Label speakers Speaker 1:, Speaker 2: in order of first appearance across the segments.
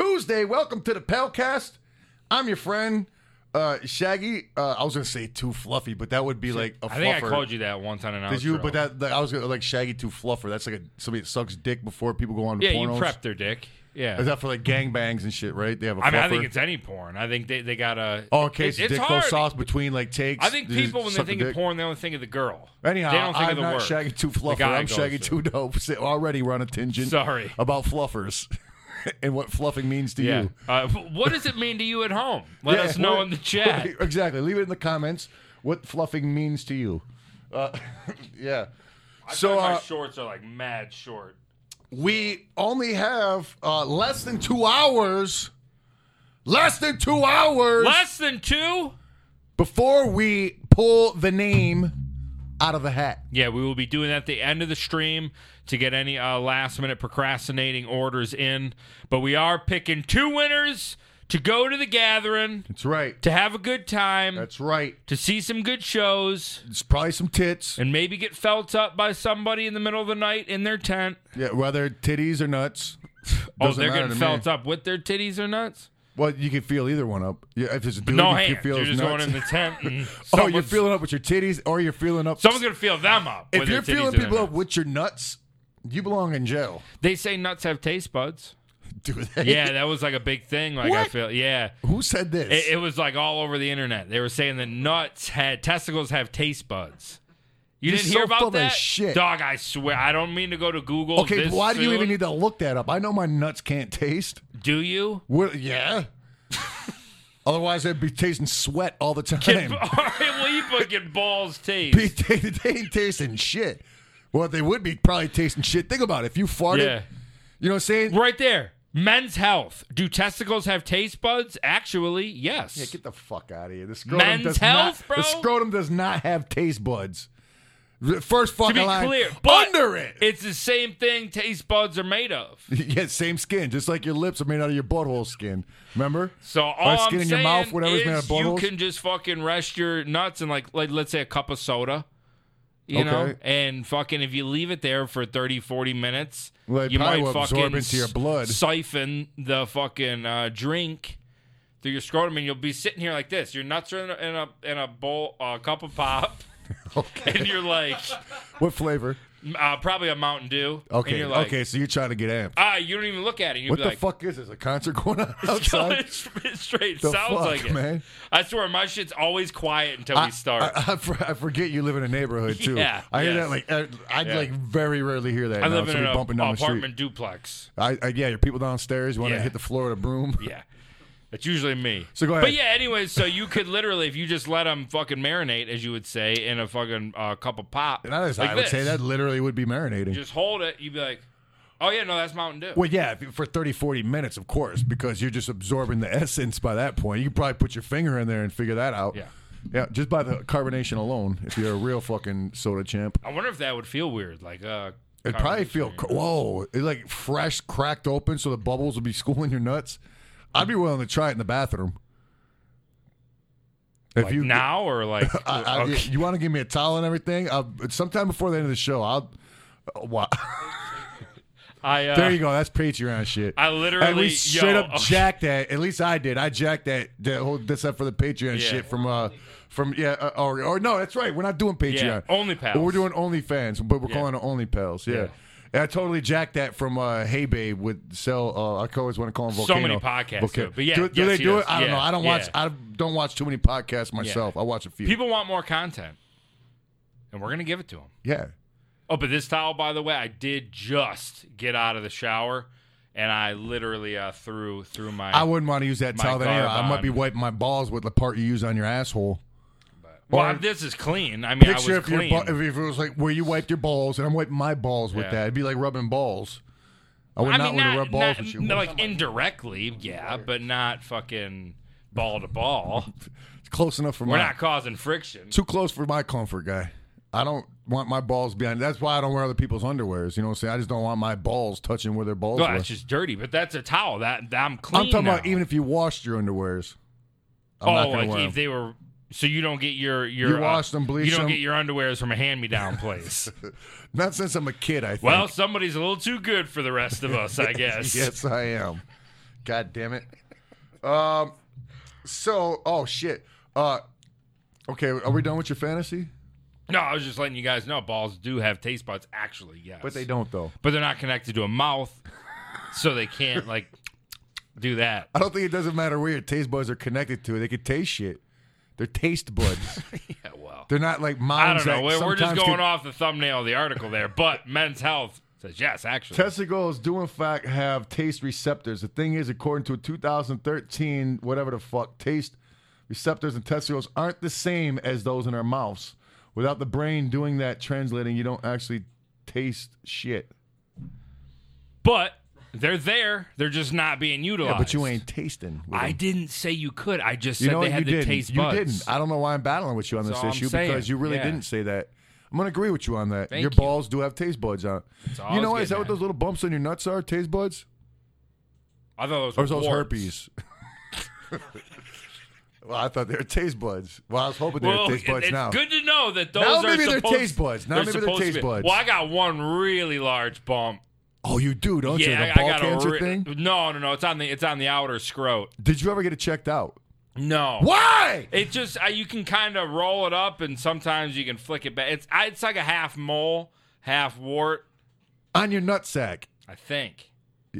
Speaker 1: Welcome to the Pelcast. I'm your friend, uh, Shaggy. Uh, I was gonna say too fluffy, but that would be like a
Speaker 2: I think
Speaker 1: fluffer.
Speaker 2: I called you that one time. In
Speaker 1: Did you? But that, that- I was gonna like Shaggy too fluffer. That's like a, somebody that sucks dick before people go on.
Speaker 2: yeah,
Speaker 1: pornos.
Speaker 2: you prepped her, Dick. Yeah,
Speaker 1: Is that for like gangbangs and shit? Right? They have a.
Speaker 2: I mean, I
Speaker 1: fluffer?
Speaker 2: think it's any porn. I think they, they got a.
Speaker 1: Oh, in case
Speaker 2: it's
Speaker 1: dick
Speaker 2: hard.
Speaker 1: goes soft between like takes.
Speaker 2: I think
Speaker 1: they just
Speaker 2: people when they
Speaker 1: suck the
Speaker 2: think
Speaker 1: dick.
Speaker 2: of porn, they only think of the girl.
Speaker 1: Anyhow,
Speaker 2: they don't think
Speaker 1: I'm
Speaker 2: of the
Speaker 1: not
Speaker 2: word.
Speaker 1: Shaggy Too
Speaker 2: The
Speaker 1: Fluffer.
Speaker 2: guy
Speaker 1: I'm
Speaker 2: goes
Speaker 1: Shaggy
Speaker 2: to.
Speaker 1: Too Dope. So Already we're on a tangent.
Speaker 2: Sorry.
Speaker 1: About fluffers and what fluffing means to
Speaker 2: Yeah.
Speaker 1: you.
Speaker 2: Uh, what does it mean to you at home? Let
Speaker 1: Yeah,
Speaker 2: us know
Speaker 1: what-
Speaker 2: in the chat.
Speaker 1: Exactly. Leave it in the comments what fluffing means to you. Uh, yeah. So
Speaker 2: my
Speaker 1: uh,
Speaker 2: shorts are like mad short.
Speaker 1: we only have uh, less than two hours. Less than two hours
Speaker 2: Less than two?
Speaker 1: before we pull the name out of the hat.
Speaker 2: Yeah, we will be doing that at the end of the stream to get any uh, last minute procrastinating orders in. But we are picking two winners to go to the gathering,
Speaker 1: That's right.
Speaker 2: to have a good time,
Speaker 1: That's right.
Speaker 2: to see some good shows,
Speaker 1: It's probably some tits.
Speaker 2: and maybe get felt up by somebody in the middle of the night in their tent.
Speaker 1: Yeah, whether titties or nuts.
Speaker 2: Oh,
Speaker 1: Doesn't
Speaker 2: they're
Speaker 1: matter
Speaker 2: getting
Speaker 1: to me.
Speaker 2: felt up with their titties or nuts?
Speaker 1: Well, you can feel either one up. Yeah, if it's a dude,
Speaker 2: No
Speaker 1: you
Speaker 2: hands.
Speaker 1: can feel
Speaker 2: You're
Speaker 1: his
Speaker 2: just going
Speaker 1: nuts.
Speaker 2: in the tent. And
Speaker 1: Oh, you're
Speaker 2: someone's-
Speaker 1: feeling up with your titties, or you're feeling up.
Speaker 2: Someone's gonna feel them up.
Speaker 1: if
Speaker 2: with their
Speaker 1: you're feeling
Speaker 2: titties in their
Speaker 1: people up
Speaker 2: nuts.
Speaker 1: with your nuts, you belong in jail.
Speaker 2: they say nuts have taste buds.
Speaker 1: Do they?
Speaker 2: Yeah, that was like a big thing. Like I
Speaker 1: What?
Speaker 2: feel, yeah,
Speaker 1: Who said this?
Speaker 2: it, it was like all over the internet. They were saying that nuts had testicles have taste buds. You
Speaker 1: You're
Speaker 2: didn't
Speaker 1: so
Speaker 2: hear about
Speaker 1: full of
Speaker 2: that,
Speaker 1: shit.
Speaker 2: dog? I swear, I don't mean to go to Google.
Speaker 1: okay,
Speaker 2: this
Speaker 1: why do you even
Speaker 2: soon.
Speaker 1: need to look that up? I know my nuts can't taste.
Speaker 2: Do you?
Speaker 1: What, yeah. Otherwise, I'd be tasting sweat all the
Speaker 2: Get,
Speaker 1: time.
Speaker 2: all right, well, you fucking balls taste.
Speaker 1: Be t- they ain't tasting shit. Well, they would be probably tasting shit. Think about it. If you farted,
Speaker 2: yeah,
Speaker 1: you know what I'm saying?
Speaker 2: right there. Men's health. Do testicles have taste buds? Actually, yes.
Speaker 1: Yeah, get the fuck out of here. The scrotum
Speaker 2: Men's
Speaker 1: does
Speaker 2: health,
Speaker 1: not.
Speaker 2: bro?
Speaker 1: The scrotum does not have taste buds. The First fucking
Speaker 2: to be
Speaker 1: line
Speaker 2: clear, but
Speaker 1: under it.
Speaker 2: it's the same thing taste buds are made of.
Speaker 1: yeah, same skin, just like your lips are made out of your butthole skin. Remember?
Speaker 2: So all
Speaker 1: Or skin
Speaker 2: I'm
Speaker 1: in your
Speaker 2: saying
Speaker 1: mouth, whatever's
Speaker 2: is
Speaker 1: made out of
Speaker 2: you
Speaker 1: buttholes.
Speaker 2: can just fucking rest your nuts in like, like let's say a cup of soda, you know,
Speaker 1: Okay.
Speaker 2: and fucking if you leave it there for 30, 40 minutes,
Speaker 1: Well, it
Speaker 2: you
Speaker 1: probably
Speaker 2: might
Speaker 1: will
Speaker 2: fucking
Speaker 1: absorb into your
Speaker 2: s-
Speaker 1: blood.
Speaker 2: siphon the fucking uh, drink through your scrotum, and you'll be sitting here like this. Your nuts are in a in a, in a bowl, a cup of pop, and you're like
Speaker 1: What flavor?
Speaker 2: uh, probably a Mountain Dew. and
Speaker 1: Okay,
Speaker 2: you're like,
Speaker 1: okay. So you're trying to get amped.
Speaker 2: Ah, you don't even look at it. You'd
Speaker 1: What
Speaker 2: be
Speaker 1: the
Speaker 2: like,
Speaker 1: fuck is this? A concert going on outside?
Speaker 2: Straight, straight
Speaker 1: The
Speaker 2: sounds
Speaker 1: fuck,
Speaker 2: like it.
Speaker 1: man?
Speaker 2: I swear, my shit's always quiet until we start.
Speaker 1: I, I, for- I forget you live in a neighborhood too.
Speaker 2: Yeah,
Speaker 1: I hear
Speaker 2: yes.
Speaker 1: that like I, I
Speaker 2: Yeah.
Speaker 1: like very rarely hear that.
Speaker 2: I
Speaker 1: now.
Speaker 2: live in an
Speaker 1: Somebody
Speaker 2: ap-
Speaker 1: bumping down
Speaker 2: apartment duplex.
Speaker 1: the street. I, I, yeah, your people downstairs. You want
Speaker 2: Yeah.
Speaker 1: to hit the floor with a broom?
Speaker 2: Yeah, it's usually me.
Speaker 1: So go
Speaker 2: But
Speaker 1: ahead.
Speaker 2: yeah, anyways, so you could literally, if you just let them fucking marinate, as you would say, in a fucking uh, cup of pop.
Speaker 1: And I, just-
Speaker 2: like
Speaker 1: I would
Speaker 2: this.
Speaker 1: say that literally would be marinating.
Speaker 2: Just hold it. You'd be like, oh yeah, no, that's Mountain Dew.
Speaker 1: Well, yeah, if- for 30, 40 minutes, of course, because you're just absorbing the essence by that point. You could probably put your finger in there and figure that out.
Speaker 2: Yeah.
Speaker 1: Yeah, just by the carbonation alone, if you're a real fucking soda champ,
Speaker 2: I wonder if that would feel weird. Like, uh,
Speaker 1: it'd probably feel, co- whoa, it's like fresh, cracked open so the bubbles would be schooling your nuts. I'd be willing to try it in the bathroom. If
Speaker 2: like now or like
Speaker 1: I, I,
Speaker 2: okay.
Speaker 1: You want to give me a towel and everything? I'll, sometime before the end of the show, I'll. Uh, wha-
Speaker 2: I, uh,
Speaker 1: There you go. That's Patreon shit.
Speaker 2: I literally-
Speaker 1: at least
Speaker 2: yo,
Speaker 1: straight up
Speaker 2: okay.
Speaker 1: jacked that. At least I did. I jacked that. That whole this up for the Patreon
Speaker 2: Yeah.
Speaker 1: shit from uh from yeah uh, or or no, that's right. We're not doing Patreon.
Speaker 2: Yeah, OnlyPals.
Speaker 1: But we're doing OnlyFans, but we're
Speaker 2: Yeah.
Speaker 1: calling it OnlyPals. Yeah.
Speaker 2: Yeah.
Speaker 1: And I totally jacked that from uh, Hey Babe with Cell. Uh, I always want to call him
Speaker 2: So
Speaker 1: Volcano.
Speaker 2: many podcasts do it, but yeah,
Speaker 1: do, do
Speaker 2: yes,
Speaker 1: they
Speaker 2: he
Speaker 1: do
Speaker 2: does.
Speaker 1: it? I don't
Speaker 2: Yeah,
Speaker 1: know. I don't
Speaker 2: yeah.
Speaker 1: watch. I don't watch too many podcasts myself. I watch a few.
Speaker 2: people want more content, and we're gonna give it to them.
Speaker 1: yeah,
Speaker 2: Oh, but this towel, by the way, I did just get out of the shower, and I literally uh, threw through my.
Speaker 1: I wouldn't want to use that
Speaker 2: My
Speaker 1: towel. Then either. I might
Speaker 2: Garbon.
Speaker 1: be wiping my balls with the part you use on your asshole.
Speaker 2: well,
Speaker 1: or-
Speaker 2: this is clean. I mean,
Speaker 1: picture
Speaker 2: I
Speaker 1: if,
Speaker 2: was
Speaker 1: your
Speaker 2: clean.
Speaker 1: bu- if if it was like where you wiped your balls and I'm wiping my balls with
Speaker 2: Yeah.
Speaker 1: that. It'd be like rubbing balls. I would
Speaker 2: I
Speaker 1: not
Speaker 2: mean,
Speaker 1: want to rub balls
Speaker 2: not-
Speaker 1: with you.
Speaker 2: no, like indirectly, yeah, but not fucking ball to ball.
Speaker 1: It's close enough for
Speaker 2: We're
Speaker 1: my
Speaker 2: not causing friction.
Speaker 1: too close for my comfort, guy. I don't want my balls behind. That's why I don't wear other people's underwears. You know what I'm saying? I just don't want my balls touching where their balls
Speaker 2: Well,
Speaker 1: were.
Speaker 2: it's just dirty, but that's a towel. That, that I'm clean.
Speaker 1: I'm talking
Speaker 2: now.
Speaker 1: about even if you washed your underwears. I'm
Speaker 2: oh,
Speaker 1: not gonna
Speaker 2: like
Speaker 1: wear
Speaker 2: if
Speaker 1: 'em.
Speaker 2: they were. So you don't get your your uh,
Speaker 1: You wash them, bleach
Speaker 2: you don't
Speaker 1: them.
Speaker 2: get your underwears from a hand me down place.
Speaker 1: Not since I'm a kid. I think.
Speaker 2: well, somebody's a little too good for the rest of us, I guess.
Speaker 1: yes, I am. God damn it. Um, so, oh shit. Uh, okay, are we done with your fantasy?
Speaker 2: No, I was just letting you guys know balls do have taste buds. Actually, yes,
Speaker 1: But they don't though.
Speaker 2: But they're not connected to a mouth, so they can't like do that.
Speaker 1: I don't think it doesn't matter where your taste buds are connected to. They could taste shit. They're taste buds.
Speaker 2: Yeah, well,
Speaker 1: They're not like
Speaker 2: I
Speaker 1: minds.
Speaker 2: don't know.
Speaker 1: that
Speaker 2: We're, we're just
Speaker 1: sometimes
Speaker 2: going
Speaker 1: can-
Speaker 2: off the thumbnail of the article there, but Men's Health says yes. Actually,
Speaker 1: Testicles do in fact have taste receptors. The thing is, according to a 2013, whatever the fuck, taste receptors and testicles aren't the same as those in our mouths. Without the brain doing that translating, you don't actually taste shit.
Speaker 2: but they're there. They're just not being utilized.
Speaker 1: Yeah, but you ain't tasting. with
Speaker 2: I
Speaker 1: them.
Speaker 2: didn't say you could. I just said
Speaker 1: You know
Speaker 2: they
Speaker 1: what?
Speaker 2: had
Speaker 1: You
Speaker 2: the
Speaker 1: didn't.
Speaker 2: taste
Speaker 1: you
Speaker 2: buds.
Speaker 1: didn't. I don't know why I'm battling with you on
Speaker 2: That's
Speaker 1: this
Speaker 2: all I'm
Speaker 1: issue
Speaker 2: saying.
Speaker 1: because you really
Speaker 2: Yeah.
Speaker 1: didn't say that. I'm gonna agree with you on that.
Speaker 2: Thank
Speaker 1: your
Speaker 2: you.
Speaker 1: balls do have taste buds on. it.
Speaker 2: all I
Speaker 1: You
Speaker 2: was
Speaker 1: know what? Is that
Speaker 2: getting
Speaker 1: what
Speaker 2: at.
Speaker 1: those little bumps on your nuts are? Taste buds?
Speaker 2: I thought those
Speaker 1: Or
Speaker 2: were
Speaker 1: is those
Speaker 2: warts.
Speaker 1: herpes? well, I thought they were taste buds. Well, I was hoping they
Speaker 2: Well,
Speaker 1: were taste buds
Speaker 2: it's
Speaker 1: now.
Speaker 2: good to know that those
Speaker 1: Now
Speaker 2: are
Speaker 1: maybe they're
Speaker 2: supposed,
Speaker 1: taste buds. Now maybe they're
Speaker 2: supposed to
Speaker 1: taste
Speaker 2: be-
Speaker 1: buds.
Speaker 2: Well, I got one really large bump.
Speaker 1: Oh, you do, don't you?
Speaker 2: yeah,
Speaker 1: The
Speaker 2: I-
Speaker 1: ball
Speaker 2: I got
Speaker 1: cancer
Speaker 2: a re-
Speaker 1: thing.
Speaker 2: No, no, no. It's on the it's on the outer scrot.
Speaker 1: Did you ever get it checked out?
Speaker 2: No.
Speaker 1: Why?
Speaker 2: It just uh, you can kind of roll it up, and sometimes you can flick it back. It's I, it's like a half mole, half wart.
Speaker 1: On your nutsack.
Speaker 2: I think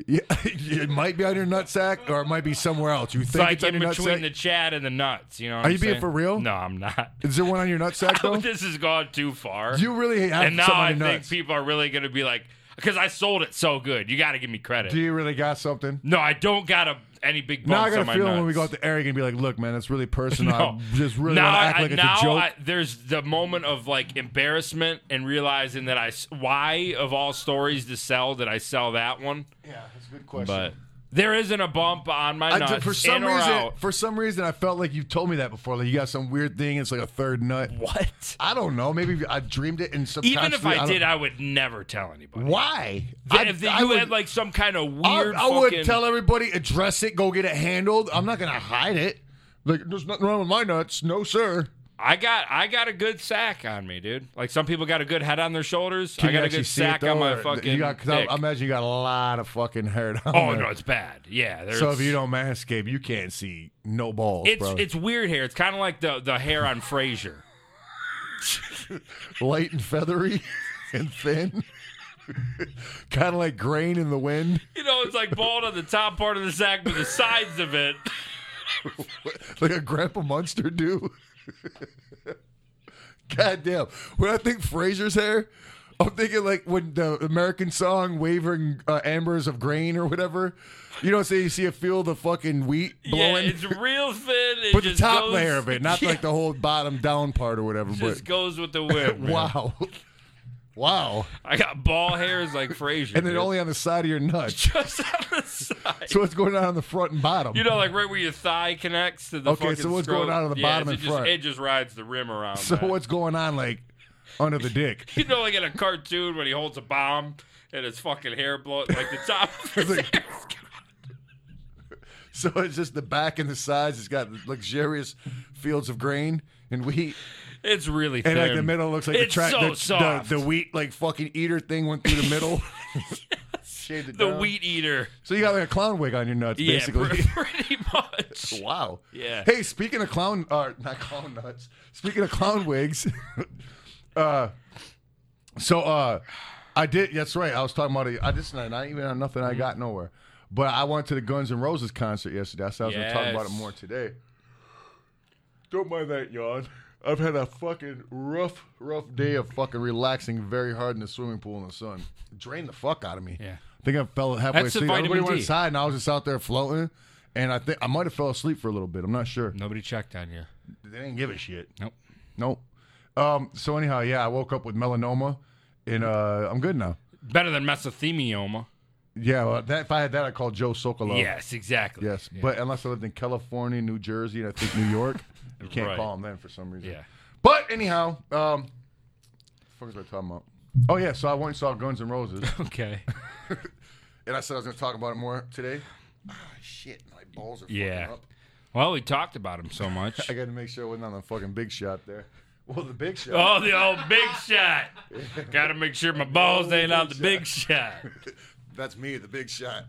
Speaker 1: Yeah, it might be on your nutsack, or it might be somewhere else. You
Speaker 2: it's
Speaker 1: think
Speaker 2: like
Speaker 1: it's on
Speaker 2: in
Speaker 1: your
Speaker 2: between the
Speaker 1: nutsack?
Speaker 2: chat and the nuts. You know? What
Speaker 1: Are
Speaker 2: I'm
Speaker 1: you being
Speaker 2: saying?
Speaker 1: for real?
Speaker 2: No, I'm not.
Speaker 1: Is there one on your nutsack though?
Speaker 2: this has gone too far.
Speaker 1: You really have
Speaker 2: and now
Speaker 1: something
Speaker 2: I
Speaker 1: on your
Speaker 2: think
Speaker 1: nuts.
Speaker 2: people are really going to be like, because I sold it so good. You got to give me credit.
Speaker 1: Do you really got something?
Speaker 2: no, I don't got a, any big bumps
Speaker 1: Now I got
Speaker 2: on
Speaker 1: a
Speaker 2: my
Speaker 1: feeling
Speaker 2: nuts.
Speaker 1: when we go out to Eric and be like, "Look, man, it's really personal. I
Speaker 2: No.
Speaker 1: just really
Speaker 2: Oh, now
Speaker 1: want to
Speaker 2: I-
Speaker 1: act
Speaker 2: I-
Speaker 1: like
Speaker 2: now
Speaker 1: it's a joke."
Speaker 2: I, there's the moment of like embarrassment and realizing that I s- why of all stories to sell did I sell that one?
Speaker 1: yeah, that's a good question.
Speaker 2: But there isn't a bump on my
Speaker 1: I
Speaker 2: nuts
Speaker 1: ju- for some
Speaker 2: in or
Speaker 1: reason,
Speaker 2: out.
Speaker 1: for some reason, I felt like you told me that before. Like you got some weird thing. It's like a third nut.
Speaker 2: What?
Speaker 1: I don't know. Maybe I dreamed it and subconsciously.
Speaker 2: Even if I,
Speaker 1: don't-
Speaker 2: did, I would never tell anybody.
Speaker 1: why?
Speaker 2: Th-
Speaker 1: I,
Speaker 2: if you
Speaker 1: I would,
Speaker 2: had like some kind of
Speaker 1: I,
Speaker 2: weird,
Speaker 1: I would
Speaker 2: fucking-
Speaker 1: tell everybody, address it, go get it handled. I'm not gonna hide it. Like there's nothing wrong with my nuts. No, sir.
Speaker 2: I got I got a good sack on me, dude. Like some people got a good head on their shoulders.
Speaker 1: Can
Speaker 2: I
Speaker 1: you
Speaker 2: got a
Speaker 1: actually
Speaker 2: good
Speaker 1: see it,
Speaker 2: sack
Speaker 1: though,
Speaker 2: on my
Speaker 1: or-
Speaker 2: fucking.
Speaker 1: You got, 'cause I,
Speaker 2: dick.
Speaker 1: I imagine you got a lot of fucking hair down
Speaker 2: oh
Speaker 1: there.
Speaker 2: no, it's bad. Yeah, there's,
Speaker 1: So if you don't manscape, you can't see no balls,
Speaker 2: it's
Speaker 1: bro.
Speaker 2: it's weird hair. It's kind of like the the hair on Frasier.
Speaker 1: light and feathery and thin, kind of like grain in the wind.
Speaker 2: You know, it's like bald on the top part of the sack, but the sides of it.
Speaker 1: like a Grandpa Munster do. Goddamn. When I think Fraser's hair, I'm thinking like when the American song "Wavering uh, Ambers of Grain" or whatever. You know, say you see a field of fucking wheat blowing,
Speaker 2: Yeah, it's real thin. It
Speaker 1: but the
Speaker 2: just
Speaker 1: top
Speaker 2: goes,
Speaker 1: layer of it, not
Speaker 2: yeah,
Speaker 1: like the whole bottom down part or whatever.
Speaker 2: just goes with the wind.
Speaker 1: but
Speaker 2: man.
Speaker 1: wow, wow,
Speaker 2: I got ball hairs like Frasier,
Speaker 1: and then
Speaker 2: dude.
Speaker 1: only on the side of your nuts.
Speaker 2: just on the side.
Speaker 1: So what's going on on the front and bottom?
Speaker 2: You know, like right where your thigh connects to the
Speaker 1: Okay,
Speaker 2: fucking
Speaker 1: so what's
Speaker 2: scroll-
Speaker 1: going on at the
Speaker 2: Yeah,
Speaker 1: bottom
Speaker 2: so
Speaker 1: and
Speaker 2: it just,
Speaker 1: front?
Speaker 2: It just rides the rim around.
Speaker 1: so
Speaker 2: that.
Speaker 1: what's going on like under the dick?
Speaker 2: You know, like in a cartoon when he holds a bomb and his fucking hair blow like the top. Of his
Speaker 1: It's like-
Speaker 2: hair.
Speaker 1: So it's just the back and the sides. It's got luxurious fields of grain and wheat,
Speaker 2: It's really thin.
Speaker 1: and like the middle looks like
Speaker 2: It's
Speaker 1: the track.
Speaker 2: so
Speaker 1: the,
Speaker 2: soft.
Speaker 1: The, the wheat like fucking eater thing went through the middle. Shaved it
Speaker 2: The
Speaker 1: down.
Speaker 2: wheat eater.
Speaker 1: So you got like a clown wig on your nuts,
Speaker 2: Yeah,
Speaker 1: basically.
Speaker 2: pr- pretty much.
Speaker 1: wow.
Speaker 2: Yeah.
Speaker 1: Hey, speaking of clown, uh, not clown nuts. Speaking of clown wigs, uh, so uh, I did. That's right. I was talking about it. I just not, not even on nothing.
Speaker 2: Mm-hmm.
Speaker 1: I got nowhere. But I went to the Guns N' Roses concert yesterday. I said I was going to talk about it
Speaker 2: Yes.
Speaker 1: more today. Don't mind that yawn. I've had a fucking rough, rough day of fucking relaxing very hard in the swimming pool in the sun. Drained the fuck out of me.
Speaker 2: Yeah.
Speaker 1: I think I fell halfway
Speaker 2: That's the
Speaker 1: asleep.
Speaker 2: vitamin
Speaker 1: Everybody went
Speaker 2: D.
Speaker 1: inside, and I was just out there floating. And I think I might have fell asleep for a little bit. I'm not sure.
Speaker 2: Nobody checked on you.
Speaker 1: They didn't give a shit.
Speaker 2: Nope.
Speaker 1: Nope. Um, so anyhow, yeah, I woke up with melanoma, and uh, I'm good now.
Speaker 2: Better than mesothelioma.
Speaker 1: Yeah, well, that, if I had that, I'd call Joe Sokolow.
Speaker 2: Yes, exactly.
Speaker 1: Oh. Yes, but unless I lived in California, New Jersey, and I think New York, you can't
Speaker 2: Right.
Speaker 1: call him then for some reason.
Speaker 2: Yeah.
Speaker 1: But anyhow, um, what was I talking about? Oh yeah, so I went and saw Guns N' Roses,
Speaker 2: Okay.
Speaker 1: and I said I was going to talk about it more today. Ah, shit, my balls are
Speaker 2: Yeah.
Speaker 1: fucking up.
Speaker 2: Well, we talked about him so much.
Speaker 1: I got to make sure I wasn't on the fucking big shot there. Well, the big shot.
Speaker 2: Oh, the old big shot. Got to make sure my balls ain't out the big shot.
Speaker 1: That's me, the big shot.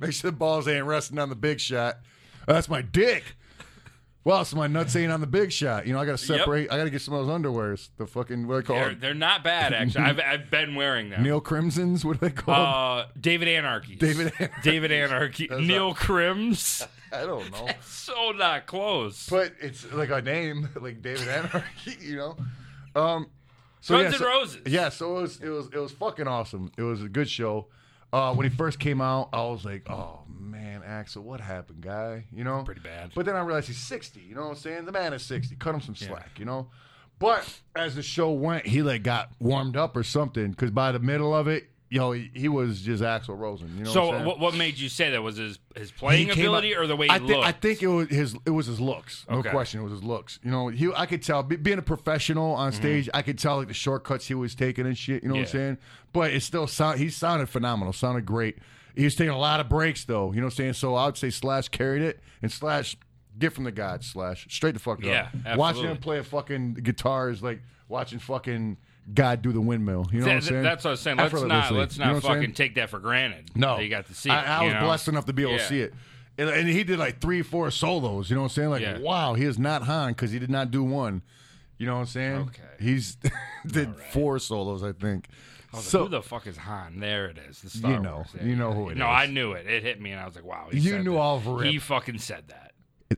Speaker 1: Make sure the balls ain't resting on the big shot. That's my dick. Well, so my nuts ain't on the big shot. You know, I got to
Speaker 2: Yep.
Speaker 1: separate. I got to get some of those underwears. The fucking what do they call
Speaker 2: They're,
Speaker 1: them?
Speaker 2: they're not bad actually. I've, I've been wearing them.
Speaker 1: Neil Crimson's. What do they call? 'em?
Speaker 2: uh, David Anarchy.
Speaker 1: David Anarchy's.
Speaker 2: David Anarchy. Neil Crims.
Speaker 1: I don't know.
Speaker 2: So not close.
Speaker 1: But it's like a name, like David Anarchy, you know. Um, so
Speaker 2: Guns
Speaker 1: yeah,
Speaker 2: N'
Speaker 1: so-
Speaker 2: Roses.
Speaker 1: Yeah, so it was it was it was fucking awesome. It was a good show. Uh, when he first came out, I was like, "Oh man, Axel, what happened, guy?" You know,
Speaker 2: Pretty bad.
Speaker 1: But then I realized he's sixty. You know what I'm saying? The man is sixty. Cut him some slack, you know. But as the show went, he like got warmed up or something. Because by the middle of it, yo, he, he was just Axel Rosen. You know.
Speaker 2: so
Speaker 1: what I'm saying?
Speaker 2: what, what made you say that was his his playing
Speaker 1: He came
Speaker 2: ability
Speaker 1: out-
Speaker 2: or the way he
Speaker 1: I thi-
Speaker 2: looked?
Speaker 1: I think it was his. It was his looks. No
Speaker 2: Okay.
Speaker 1: question, it was his looks. You know, he. I could tell be- being a professional on stage. I could tell like the shortcuts he was taking and shit. You know what
Speaker 2: Mm-hmm. Yeah.
Speaker 1: I'm saying? But it still sound. He sounded phenomenal. Sounded great. He was taking a lot of breaks though. You know what I'm saying? So I would say Slash carried it, and Slash get from the gods. Slash straight the fuck up.
Speaker 2: Yeah,
Speaker 1: watching
Speaker 2: absolutely.
Speaker 1: him play a fucking guitar is like watching fucking God do the windmill. You know what I'm
Speaker 2: That-
Speaker 1: saying?
Speaker 2: that's what I was saying. Let's not
Speaker 1: Effortlessly.
Speaker 2: let's
Speaker 1: You
Speaker 2: not
Speaker 1: know what I'm saying?
Speaker 2: fucking take that for granted.
Speaker 1: No,
Speaker 2: that you got to see.
Speaker 1: I,
Speaker 2: it,
Speaker 1: I
Speaker 2: you
Speaker 1: was
Speaker 2: know?
Speaker 1: blessed enough to be able
Speaker 2: Yeah.
Speaker 1: to see it, and, and he did like three, four solos. You know what I'm saying? Like,
Speaker 2: Yeah.
Speaker 1: wow, he is not Han because he did not do one. You know what I'm saying?
Speaker 2: Okay.
Speaker 1: he's did four solos, I think.
Speaker 2: I was like,
Speaker 1: so
Speaker 2: who the fuck is Han? There it is. The Star
Speaker 1: You know.
Speaker 2: Wars.
Speaker 1: You know who
Speaker 2: it
Speaker 1: it
Speaker 2: is. no,
Speaker 1: is.
Speaker 2: I knew it. It hit me, and I was like, wow. He
Speaker 1: You
Speaker 2: said
Speaker 1: knew
Speaker 2: that.
Speaker 1: off rip.
Speaker 2: He fucking said that.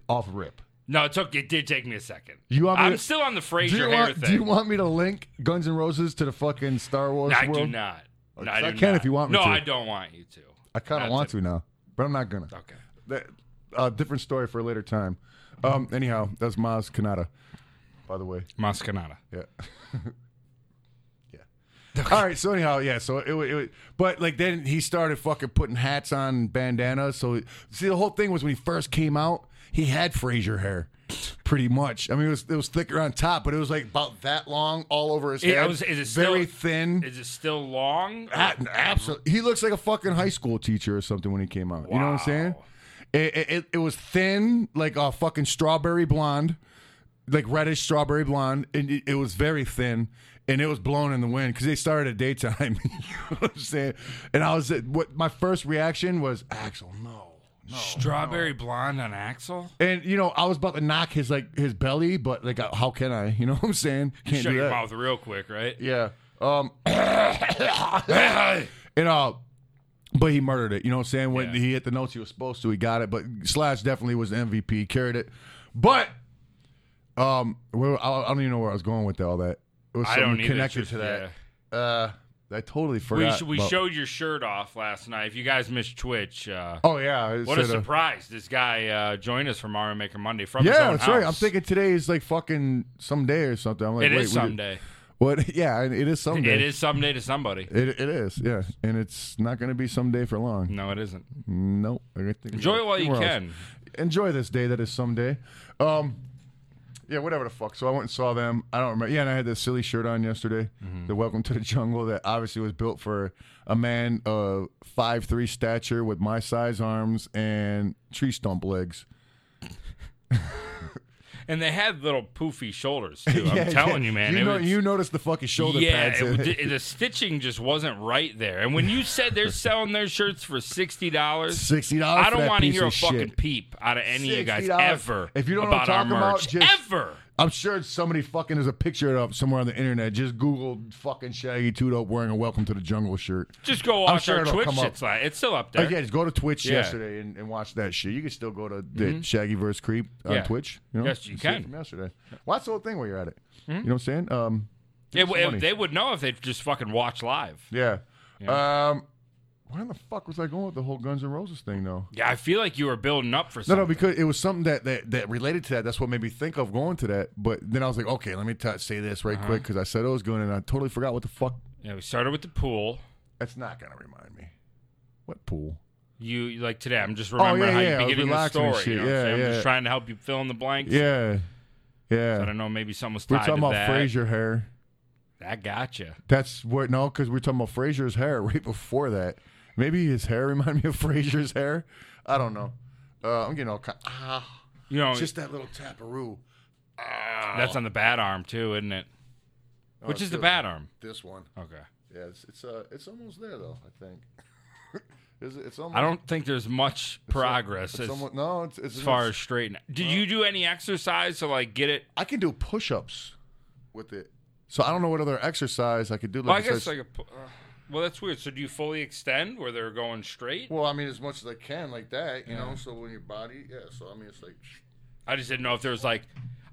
Speaker 1: off rip.
Speaker 2: No, it took. It did take me a second.
Speaker 1: You want me
Speaker 2: I'm
Speaker 1: to-
Speaker 2: still on the
Speaker 1: Do
Speaker 2: Fraser
Speaker 1: you,
Speaker 2: hair
Speaker 1: want,
Speaker 2: thing.
Speaker 1: do you want me to link Guns N' Roses to the fucking Star Wars
Speaker 2: No, I do
Speaker 1: world?
Speaker 2: not. No,
Speaker 1: I
Speaker 2: I, do
Speaker 1: can
Speaker 2: not.
Speaker 1: if you want me
Speaker 2: no,
Speaker 1: to.
Speaker 2: I don't want you to.
Speaker 1: I kind
Speaker 2: That's
Speaker 1: of want
Speaker 2: it.
Speaker 1: to now, but I'm not gonna.
Speaker 2: Okay.
Speaker 1: That, uh, different story for a later time. Um, anyhow, that's Maz Kanata, by the way.
Speaker 2: Mascanada.
Speaker 1: Yeah. yeah. All right. So anyhow, yeah. So it, wa- it, wa- but like then he started fucking putting hats on and bandanas. So see, the whole thing was when he first came out, he had Frasier hair, pretty much. I mean, it was it was thicker on top, but it was like about that long all over his
Speaker 2: It-
Speaker 1: head.
Speaker 2: I was- is it still-
Speaker 1: very thin?
Speaker 2: Is it still long?
Speaker 1: Absolutely. He looks like a fucking high school teacher or something when he came out. You know what I'm saying?
Speaker 2: Wow.
Speaker 1: It, it- it, it was thin, like a fucking strawberry blonde, like reddish strawberry blonde. And it, it was very thin and it was blown in the wind because they started at daytime. you know what I'm saying? And I was, what my first reaction was, Axel, no. No.
Speaker 2: Strawberry blonde on Axel.
Speaker 1: And you know, I was about to knock his like his belly, but like, how can I? You know what I'm saying? Can't
Speaker 2: Shut
Speaker 1: do
Speaker 2: your
Speaker 1: that.
Speaker 2: mouth real quick, right?
Speaker 1: Yeah. Um and uh but he murdered it. You know what I'm saying? When
Speaker 2: Yeah.
Speaker 1: he hit the notes he was supposed to, he got it. But Slash definitely was the MVP, He carried it. But um where, I, I don't even know where I was going with all that. It was
Speaker 2: I don't
Speaker 1: something
Speaker 2: either.
Speaker 1: connected
Speaker 2: Just-
Speaker 1: to
Speaker 2: yeah.
Speaker 1: that. Uh I totally
Speaker 2: We,
Speaker 1: forgot.
Speaker 2: sh- we
Speaker 1: about-
Speaker 2: showed your shirt off last night. If you guys missed Twitch, uh,
Speaker 1: Oh yeah. I
Speaker 2: what a
Speaker 1: said, uh,
Speaker 2: surprise! This guy uh, joined us from Mario Maker Monday from his
Speaker 1: yeah,
Speaker 2: own
Speaker 1: that's
Speaker 2: house.
Speaker 1: right. I'm thinking today is like fucking someday or something. I'm like,
Speaker 2: it
Speaker 1: wait,
Speaker 2: is
Speaker 1: we did-
Speaker 2: someday.
Speaker 1: What? Yeah, it is someday.
Speaker 2: It is someday to somebody.
Speaker 1: It, it is. Yeah, and it's not going to be someday for long.
Speaker 2: No, it isn't.
Speaker 1: Nope. I think we
Speaker 2: Hmm. Enjoy
Speaker 1: got
Speaker 2: it while you
Speaker 1: somewhere else.
Speaker 2: can.
Speaker 1: Enjoy this day that is someday. Um, yeah, whatever the fuck. So I went and saw them. I don't remember. Yeah, and I had this silly shirt on yesterday,
Speaker 2: Mm-hmm.
Speaker 1: the Welcome to the Jungle, that obviously was built for a man of five three stature with my size arms and tree stump legs.
Speaker 2: And they had little poofy shoulders too. I'm
Speaker 1: Yeah,
Speaker 2: telling
Speaker 1: yeah.
Speaker 2: you, man.
Speaker 1: You,
Speaker 2: it
Speaker 1: know,
Speaker 2: was-
Speaker 1: you noticed the fucking shoulder
Speaker 2: yeah,
Speaker 1: pads.
Speaker 2: it
Speaker 1: in
Speaker 2: w-
Speaker 1: it.
Speaker 2: d- the stitching just wasn't right there. And when you said they're selling their shirts for sixty dollars,
Speaker 1: Sixty dollars.
Speaker 2: I don't
Speaker 1: want to
Speaker 2: hear a fucking peep out of any of you guys
Speaker 1: $60.
Speaker 2: ever.
Speaker 1: If you don't know what
Speaker 2: about
Speaker 1: I'm talking
Speaker 2: our
Speaker 1: about,
Speaker 2: merch,
Speaker 1: just-
Speaker 2: ever.
Speaker 1: I'm sure somebody fucking has a picture up somewhere on the internet. Just Google fucking Shaggy Two Dope wearing a Welcome to the Jungle shirt.
Speaker 2: Just go watch
Speaker 1: sure
Speaker 2: our
Speaker 1: it'll
Speaker 2: Twitch
Speaker 1: come up.
Speaker 2: shits live. It's still up
Speaker 1: Uh,
Speaker 2: there.
Speaker 1: yeah, just go to Twitch
Speaker 2: Yeah.
Speaker 1: yesterday and, and watch that shit. You can still go to the
Speaker 2: Mm-hmm.
Speaker 1: Shaggy vs. Creep on
Speaker 2: Yeah.
Speaker 1: Twitch. You know?
Speaker 2: Yes, you
Speaker 1: and see it
Speaker 2: can. Hmm?
Speaker 1: From yesterday. Watch the whole thing while you're at it. You know what I'm saying? Um,
Speaker 2: It
Speaker 1: give us some
Speaker 2: w- it-
Speaker 1: money.
Speaker 2: they would know if they just fucking watch live.
Speaker 1: yeah. Um, where the fuck was I going with the whole Guns N' Roses thing, though?
Speaker 2: Yeah, I feel like you were building up for
Speaker 1: No,
Speaker 2: something.
Speaker 1: no, because it was something that, that, that related to that. That's what made me think of going to that. But then I was like, okay, let me t- say this
Speaker 2: Uh-huh.
Speaker 1: right quick because I said I was going and I totally forgot what the fuck.
Speaker 2: yeah, we started with the pool.
Speaker 1: That's not going to remind me. What pool?
Speaker 2: You like today? I'm just remembering
Speaker 1: Oh, yeah,
Speaker 2: how
Speaker 1: yeah, I
Speaker 2: you
Speaker 1: was
Speaker 2: beginning the
Speaker 1: relaxing
Speaker 2: story.
Speaker 1: and
Speaker 2: you
Speaker 1: shit.
Speaker 2: know what I'm
Speaker 1: Yeah,
Speaker 2: saying? I'm
Speaker 1: yeah.
Speaker 2: just trying to help you fill in the blanks.
Speaker 1: Yeah.
Speaker 2: I
Speaker 1: Yeah.
Speaker 2: don't know. Maybe something was tied
Speaker 1: We're talking
Speaker 2: to
Speaker 1: about
Speaker 2: that.
Speaker 1: Frasier hair.
Speaker 2: That gotcha.
Speaker 1: That's where no, because we're talking about Frazier's hair right before that. Maybe his hair reminded me of Frazier's hair. I don't know. Uh, I'm getting all kind. Ah,
Speaker 2: You know, uh,
Speaker 1: just that little taparoo.
Speaker 2: that's on the bat arm too, isn't it? Which
Speaker 1: Oh, it's
Speaker 2: is the
Speaker 1: the-
Speaker 2: bat arm?
Speaker 1: This one.
Speaker 2: Okay.
Speaker 1: Yeah, it's it's uh it's almost there though. I think.
Speaker 3: It's, it's almost,
Speaker 2: I don't think there's much progress
Speaker 3: It's
Speaker 2: as,
Speaker 3: almost, no, it's, it's
Speaker 2: as far as straightening. Did you do any exercise to like get it?
Speaker 3: I can do push-ups with it. So I don't know what other exercise I could do. Like
Speaker 2: Well, I guess
Speaker 3: besides-
Speaker 2: like a. pu- Uh, well, that's weird. So do you fully extend where they're going straight?
Speaker 3: well, I mean, as much as I can, like that, you know. So when your body, yeah. So I mean, it's like,
Speaker 2: I just didn't know if there was like.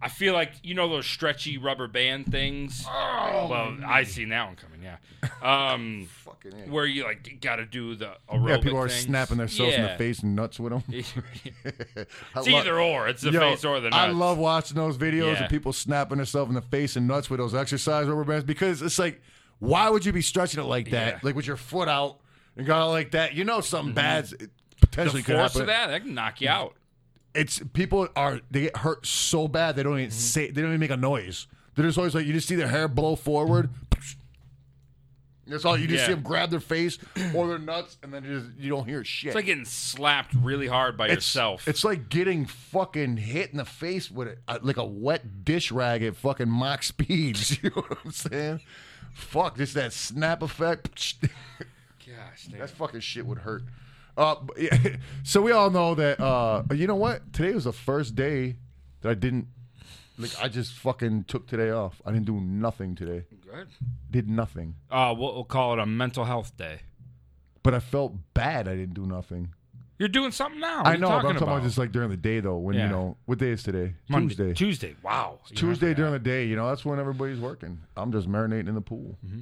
Speaker 2: I feel like you know those stretchy rubber band things.
Speaker 3: oh,
Speaker 2: Well, I seen that one coming. Yeah. Um,
Speaker 3: fucking. A.
Speaker 2: where you like got to do the aerobic
Speaker 3: Yeah, people are
Speaker 2: things.
Speaker 3: snapping themselves in the
Speaker 2: Yeah.
Speaker 3: face and nuts with them.
Speaker 2: it's
Speaker 3: it's
Speaker 2: either or. It's the face or the nuts.
Speaker 3: I love watching those videos
Speaker 2: Yeah.
Speaker 3: of people snapping themselves in the face and nuts with those exercise rubber bands because it's like, why would you be stretching it like that?
Speaker 2: Yeah. Mm.
Speaker 3: Like with your foot out and got all like that. You know, something bad's bad potentially
Speaker 2: the
Speaker 3: could
Speaker 2: force
Speaker 3: happen.
Speaker 2: of that. That can knock you out.
Speaker 3: It's people are they get hurt so bad they don't even say they don't even make a noise. They're just always like you just see their hair blow forward. That's all you just
Speaker 2: Yeah.
Speaker 3: see them grab their face or their nuts, and then just you don't hear shit.
Speaker 2: It's like getting slapped really hard by
Speaker 3: It's-
Speaker 2: yourself.
Speaker 3: It's like getting fucking hit in the face with it, uh, like a wet dish rag at fucking mock speeds. You know what I'm saying? Fuck, just that snap effect.
Speaker 2: Gosh, dude.
Speaker 3: that fucking shit would hurt. Uh, but yeah, so we all know that. Uh, you know what? Today was the first day that I didn't. Like I just fucking took today off. I didn't do nothing today.
Speaker 2: good.
Speaker 3: Did nothing.
Speaker 2: Uh, we'll, we'll call it a mental health day.
Speaker 3: But I felt bad. I didn't do nothing.
Speaker 2: You're doing something now. What
Speaker 3: I
Speaker 2: are you
Speaker 3: know. But I'm
Speaker 2: talking
Speaker 3: talking about?
Speaker 2: about
Speaker 3: just like during the day though. When
Speaker 2: Yeah.
Speaker 3: you know what day is today?
Speaker 2: Monday-
Speaker 3: Tuesday.
Speaker 2: Tuesday. Wow. You
Speaker 3: Tuesday
Speaker 2: remember that.
Speaker 3: during the day, you know, that's when everybody's working. I'm just marinating in the pool.
Speaker 2: Mm-hmm.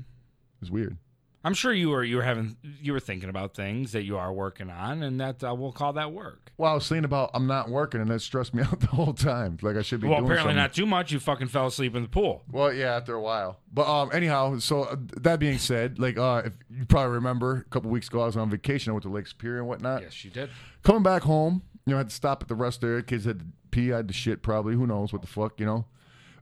Speaker 3: It's weird.
Speaker 2: I'm sure you were you were having you were thinking about things that you are working on, and that uh, we'll call that work.
Speaker 3: Well, I was thinking about I'm not working, and that stressed me out the whole time. Like I should be.
Speaker 2: Well,
Speaker 3: doing
Speaker 2: apparently
Speaker 3: something.
Speaker 2: not too much. You fucking fell asleep in the pool.
Speaker 3: Well, yeah, after a while. But um, anyhow, so uh, that being said, like uh, if you probably remember, a couple weeks ago I was on vacation. I went to Lake Superior and whatnot.
Speaker 2: Yes, you did.
Speaker 3: Coming back home, you know, I had to stop at the rest area. Kids had to pee. I had to shit probably. Who knows what the fuck, you know?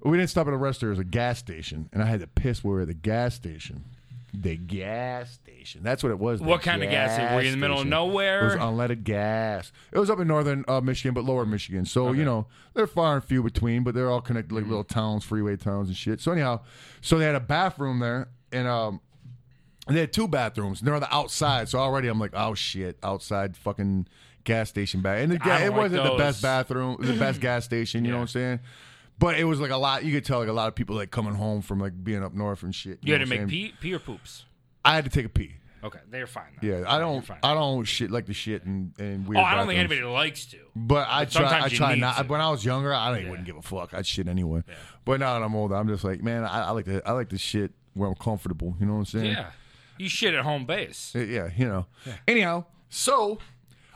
Speaker 3: We didn't stop at a rest area. It was a gas station, and I had to piss. where we were at the gas station. The gas station. That's what it was. the
Speaker 2: What kind of gas? station? Were you in the middle
Speaker 3: station.
Speaker 2: of nowhere?
Speaker 3: It was unleaded gas. It was up in northern uh, Michigan, but lower Michigan. So you know they're far and few between, but they're all connected
Speaker 2: Mm-hmm.
Speaker 3: like little towns, freeway towns, and shit. So anyhow, so they had a bathroom there, and um, they had two bathrooms. And they're on the outside, so already I'm like, oh shit, outside fucking gas station bath. And the,
Speaker 2: I
Speaker 3: ga-
Speaker 2: don't
Speaker 3: it
Speaker 2: like
Speaker 3: wasn't the best
Speaker 2: those.
Speaker 3: bathroom, the best gas station. You know
Speaker 2: Yeah.
Speaker 3: what I'm saying? But it was like a lot. You could tell like a lot of people like coming home from like being up north and shit.
Speaker 2: you had
Speaker 3: know
Speaker 2: to
Speaker 3: what I'm
Speaker 2: make
Speaker 3: saying?
Speaker 2: pee, pee or poops.
Speaker 3: I had to take a pee.
Speaker 2: Okay, they're fine. Then.
Speaker 3: Yeah, I
Speaker 2: You're
Speaker 3: don't.
Speaker 2: fine.
Speaker 3: I don't shit like the shit and and weird.
Speaker 2: Oh, I don't think
Speaker 3: bathrooms.
Speaker 2: anybody likes to.
Speaker 3: But I try.
Speaker 2: sometimes
Speaker 3: I
Speaker 2: you
Speaker 3: try
Speaker 2: need
Speaker 3: not.
Speaker 2: to.
Speaker 3: When I was younger, I didn't, wouldn't give a fuck. I'd shit anyway. But now that I'm older, I'm just like, man, I, I like to. I like to shit where I'm comfortable. You know what I'm saying?
Speaker 2: Yeah, you shit at home base.
Speaker 3: Uh, Yeah. You know. Anyhow, so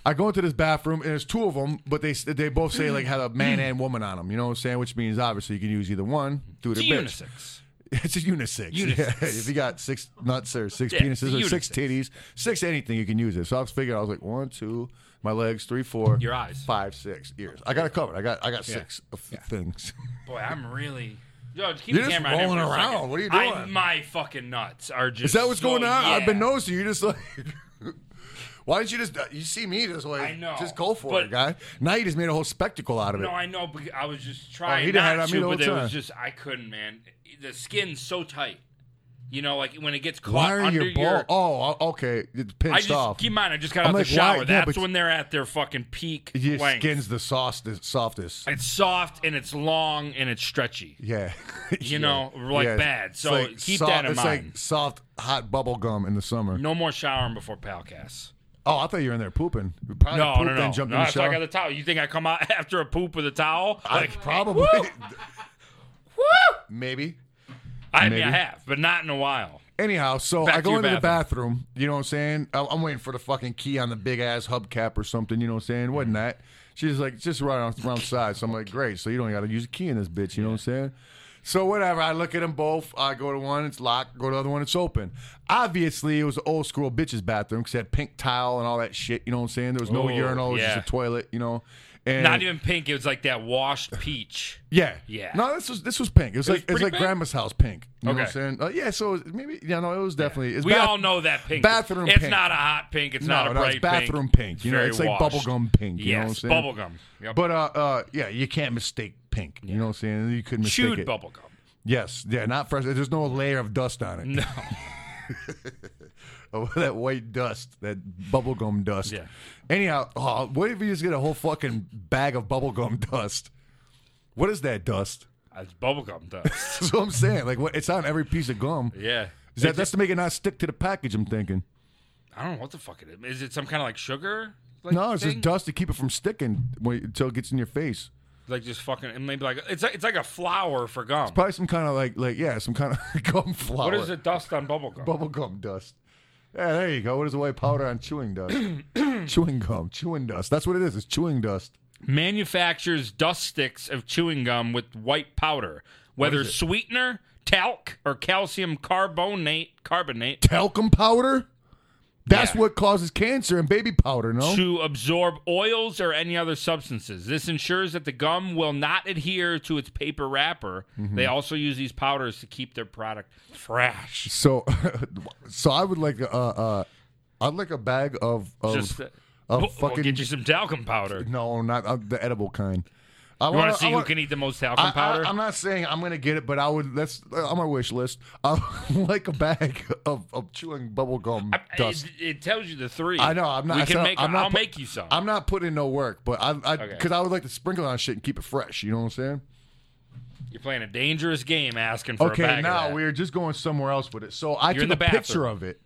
Speaker 3: I go into this bathroom and there's two of them, but they s- they both say like had a man and woman on them. You know what I'm saying? Which means obviously you can use either one. Do
Speaker 2: It's
Speaker 3: the
Speaker 2: a
Speaker 3: bitch.
Speaker 2: unisex.
Speaker 3: It's a unisex.
Speaker 2: Unisex.
Speaker 3: Yeah. If you got six nuts or six
Speaker 2: Yeah,
Speaker 3: penises or
Speaker 2: it's a
Speaker 3: six
Speaker 2: unisex.
Speaker 3: titties, six anything, you can use it. So I was figuring, I was like, one, two, my legs, three, four,
Speaker 2: Your eyes.
Speaker 3: five, six, ears. I got it covered. I got I got six of th- things.
Speaker 2: Boy, I'm really. Yo, keep
Speaker 3: You're
Speaker 2: the
Speaker 3: just
Speaker 2: camera on here
Speaker 3: rolling
Speaker 2: for a
Speaker 3: around.
Speaker 2: second.
Speaker 3: What are you
Speaker 2: I-
Speaker 3: doing?
Speaker 2: my fucking nuts are just.
Speaker 3: Is that what's going on? I've been
Speaker 2: no.
Speaker 3: noticing you just like. Why didn't you just uh, you see me this way?
Speaker 2: I know,
Speaker 3: Just go for
Speaker 2: but-
Speaker 3: it, guy. Now you just made a whole spectacle out of it.
Speaker 2: No, I know. But I was just trying
Speaker 3: Oh, he done had it
Speaker 2: not
Speaker 3: on me
Speaker 2: to,
Speaker 3: the whole
Speaker 2: but it
Speaker 3: time.
Speaker 2: was just I couldn't, man. The skin's so tight. You know, like when it gets caught
Speaker 3: Why are
Speaker 2: under
Speaker 3: your ball? Oh, oh, okay. It's pinched
Speaker 2: I just
Speaker 3: off.
Speaker 2: keep in mind. I just got
Speaker 3: I'm
Speaker 2: out
Speaker 3: like,
Speaker 2: the shower.
Speaker 3: why- yeah,
Speaker 2: That's
Speaker 3: but-
Speaker 2: when they're at their fucking peak
Speaker 3: your
Speaker 2: length.
Speaker 3: skin's the softest. Softest.
Speaker 2: It's soft and it's long and it's stretchy.
Speaker 3: Yeah. Yeah.
Speaker 2: know, like bad.
Speaker 3: It's
Speaker 2: So keep that in
Speaker 3: it's
Speaker 2: mind.
Speaker 3: like soft, hot bubble gum in the summer.
Speaker 2: No more showering before Palcast.
Speaker 3: Oh, I thought you were in there pooping. You probably
Speaker 2: No,
Speaker 3: pooped
Speaker 2: no, no.
Speaker 3: and jumped
Speaker 2: no
Speaker 3: in the
Speaker 2: that's why I
Speaker 3: shower.
Speaker 2: got the towel. You think I come out after a poop with a towel?
Speaker 3: I-
Speaker 2: Like,
Speaker 3: probably.
Speaker 2: woo!
Speaker 3: Maybe.
Speaker 2: I mean,
Speaker 3: Maybe.
Speaker 2: I have, but not in a while.
Speaker 3: Anyhow, so
Speaker 2: Back
Speaker 3: I
Speaker 2: to
Speaker 3: go
Speaker 2: your
Speaker 3: into the bathroom. You know what I'm saying? I- I'm waiting for the fucking key on the big ass hubcap or something. You know what I'm saying? Wasn't
Speaker 2: Mm-hmm.
Speaker 3: that? She's like, just right on the wrong side. So I'm like, great. So you don't got to use a key in this bitch. You know what I'm saying? So whatever. I look at them both. I go to one, it's locked. Go to the other one, it's open. Obviously, it was an old school bitches bathroom because it had pink tile and all that shit. You know what I'm saying? There was no
Speaker 2: Oh,
Speaker 3: urinal. It was
Speaker 2: yeah.
Speaker 3: just a toilet. You know. And
Speaker 2: Not even pink. It was like that washed peach.
Speaker 3: Yeah.
Speaker 2: Yeah.
Speaker 3: No, this was this was pink. It was like it was
Speaker 2: pretty
Speaker 3: like
Speaker 2: pink?
Speaker 3: grandma's house pink. You know what I'm
Speaker 2: Okay.
Speaker 3: saying? Uh, yeah, so it was- maybe yeah, no, it was definitely it's
Speaker 2: We
Speaker 3: bath-
Speaker 2: all know that pink.
Speaker 3: bathroom
Speaker 2: It's
Speaker 3: pink.
Speaker 2: not a hot pink. It's
Speaker 3: No,
Speaker 2: not a
Speaker 3: no,
Speaker 2: bright
Speaker 3: it's bathroom pink.
Speaker 2: pink.
Speaker 3: You know,
Speaker 2: very
Speaker 3: it's like
Speaker 2: washed.
Speaker 3: bubblegum pink. You know
Speaker 2: yes,
Speaker 3: what I'm saying?
Speaker 2: bubblegum. Yep.
Speaker 3: But uh, uh, yeah, you can't mistake pink. You know what I'm saying? You couldn't mistake
Speaker 2: Chewed
Speaker 3: it.
Speaker 2: bubblegum.
Speaker 3: Yes, yeah, not fresh. There's no layer of dust on it.
Speaker 2: No.
Speaker 3: of Oh, that white dust, that bubblegum dust.
Speaker 2: Yeah.
Speaker 3: Anyhow, oh, what if you just get a whole fucking bag of bubblegum dust? What is that dust?
Speaker 2: It's bubblegum dust.
Speaker 3: That's what I'm saying. Like, what? It's on every piece of gum.
Speaker 2: yeah.
Speaker 3: Is that,
Speaker 2: It's-
Speaker 3: that's to make it not stick to the package. I'm thinking.
Speaker 2: I don't know what the fuck it is. Is it some kind of like sugar? Like
Speaker 3: No, it's
Speaker 2: thing?
Speaker 3: just dust to keep it from sticking when, until it gets in your face.
Speaker 2: Like just fucking, and maybe like it's like, it's like a flour for gum.
Speaker 3: Probably some kind of like like yeah, some kind of gum flour.
Speaker 2: What is the dust on bubblegum?
Speaker 3: Bubble gum dust. Yeah, there you go. What is the white powder on chewing dust? chewing gum, chewing dust. That's what it is. It's chewing dust.
Speaker 2: Manufactures dust sticks of chewing gum with white powder, whether sweetener, talc, or calcium carbonate carbonate
Speaker 3: Talcum powder. That's
Speaker 2: Yeah.
Speaker 3: what causes cancer and baby powder. No.
Speaker 2: to absorb oils or any other substances. This ensures that the gum will not adhere to its paper wrapper.
Speaker 3: Mm-hmm.
Speaker 2: They also use these powders to keep their product fresh.
Speaker 3: So, so I would like uh uh, I'd like a bag of of,
Speaker 2: Just uh,
Speaker 3: of
Speaker 2: we'll, we'll
Speaker 3: Oh, fucking
Speaker 2: get you some talcum powder.
Speaker 3: no, not uh, the edible kind. I
Speaker 2: You want
Speaker 3: wanna-
Speaker 2: to
Speaker 3: I
Speaker 2: see who
Speaker 3: wanna-
Speaker 2: can eat the most
Speaker 3: I,
Speaker 2: talcum powder?
Speaker 3: I, I'm not saying I'm gonna get it, but I would. That's uh, on my wish list. I would like a bag of, of chewing bubble gum dust.
Speaker 2: It, it tells you the three.
Speaker 3: I know, I'm not-
Speaker 2: We
Speaker 3: I
Speaker 2: can
Speaker 3: said-
Speaker 2: make.
Speaker 3: I'm not
Speaker 2: I'll
Speaker 3: pu-
Speaker 2: make you some.
Speaker 3: I'm not putting in no work, but I because I,
Speaker 2: Okay.
Speaker 3: 'cause I would like to sprinkle on shit and keep it fresh. You know what I'm saying?
Speaker 2: You're playing a dangerous game, asking for a
Speaker 3: okay,
Speaker 2: bag
Speaker 3: now
Speaker 2: of that.
Speaker 3: we're just going somewhere else with it. So I
Speaker 2: You're in
Speaker 3: took
Speaker 2: the
Speaker 3: a picture
Speaker 2: bathroom.
Speaker 3: of it,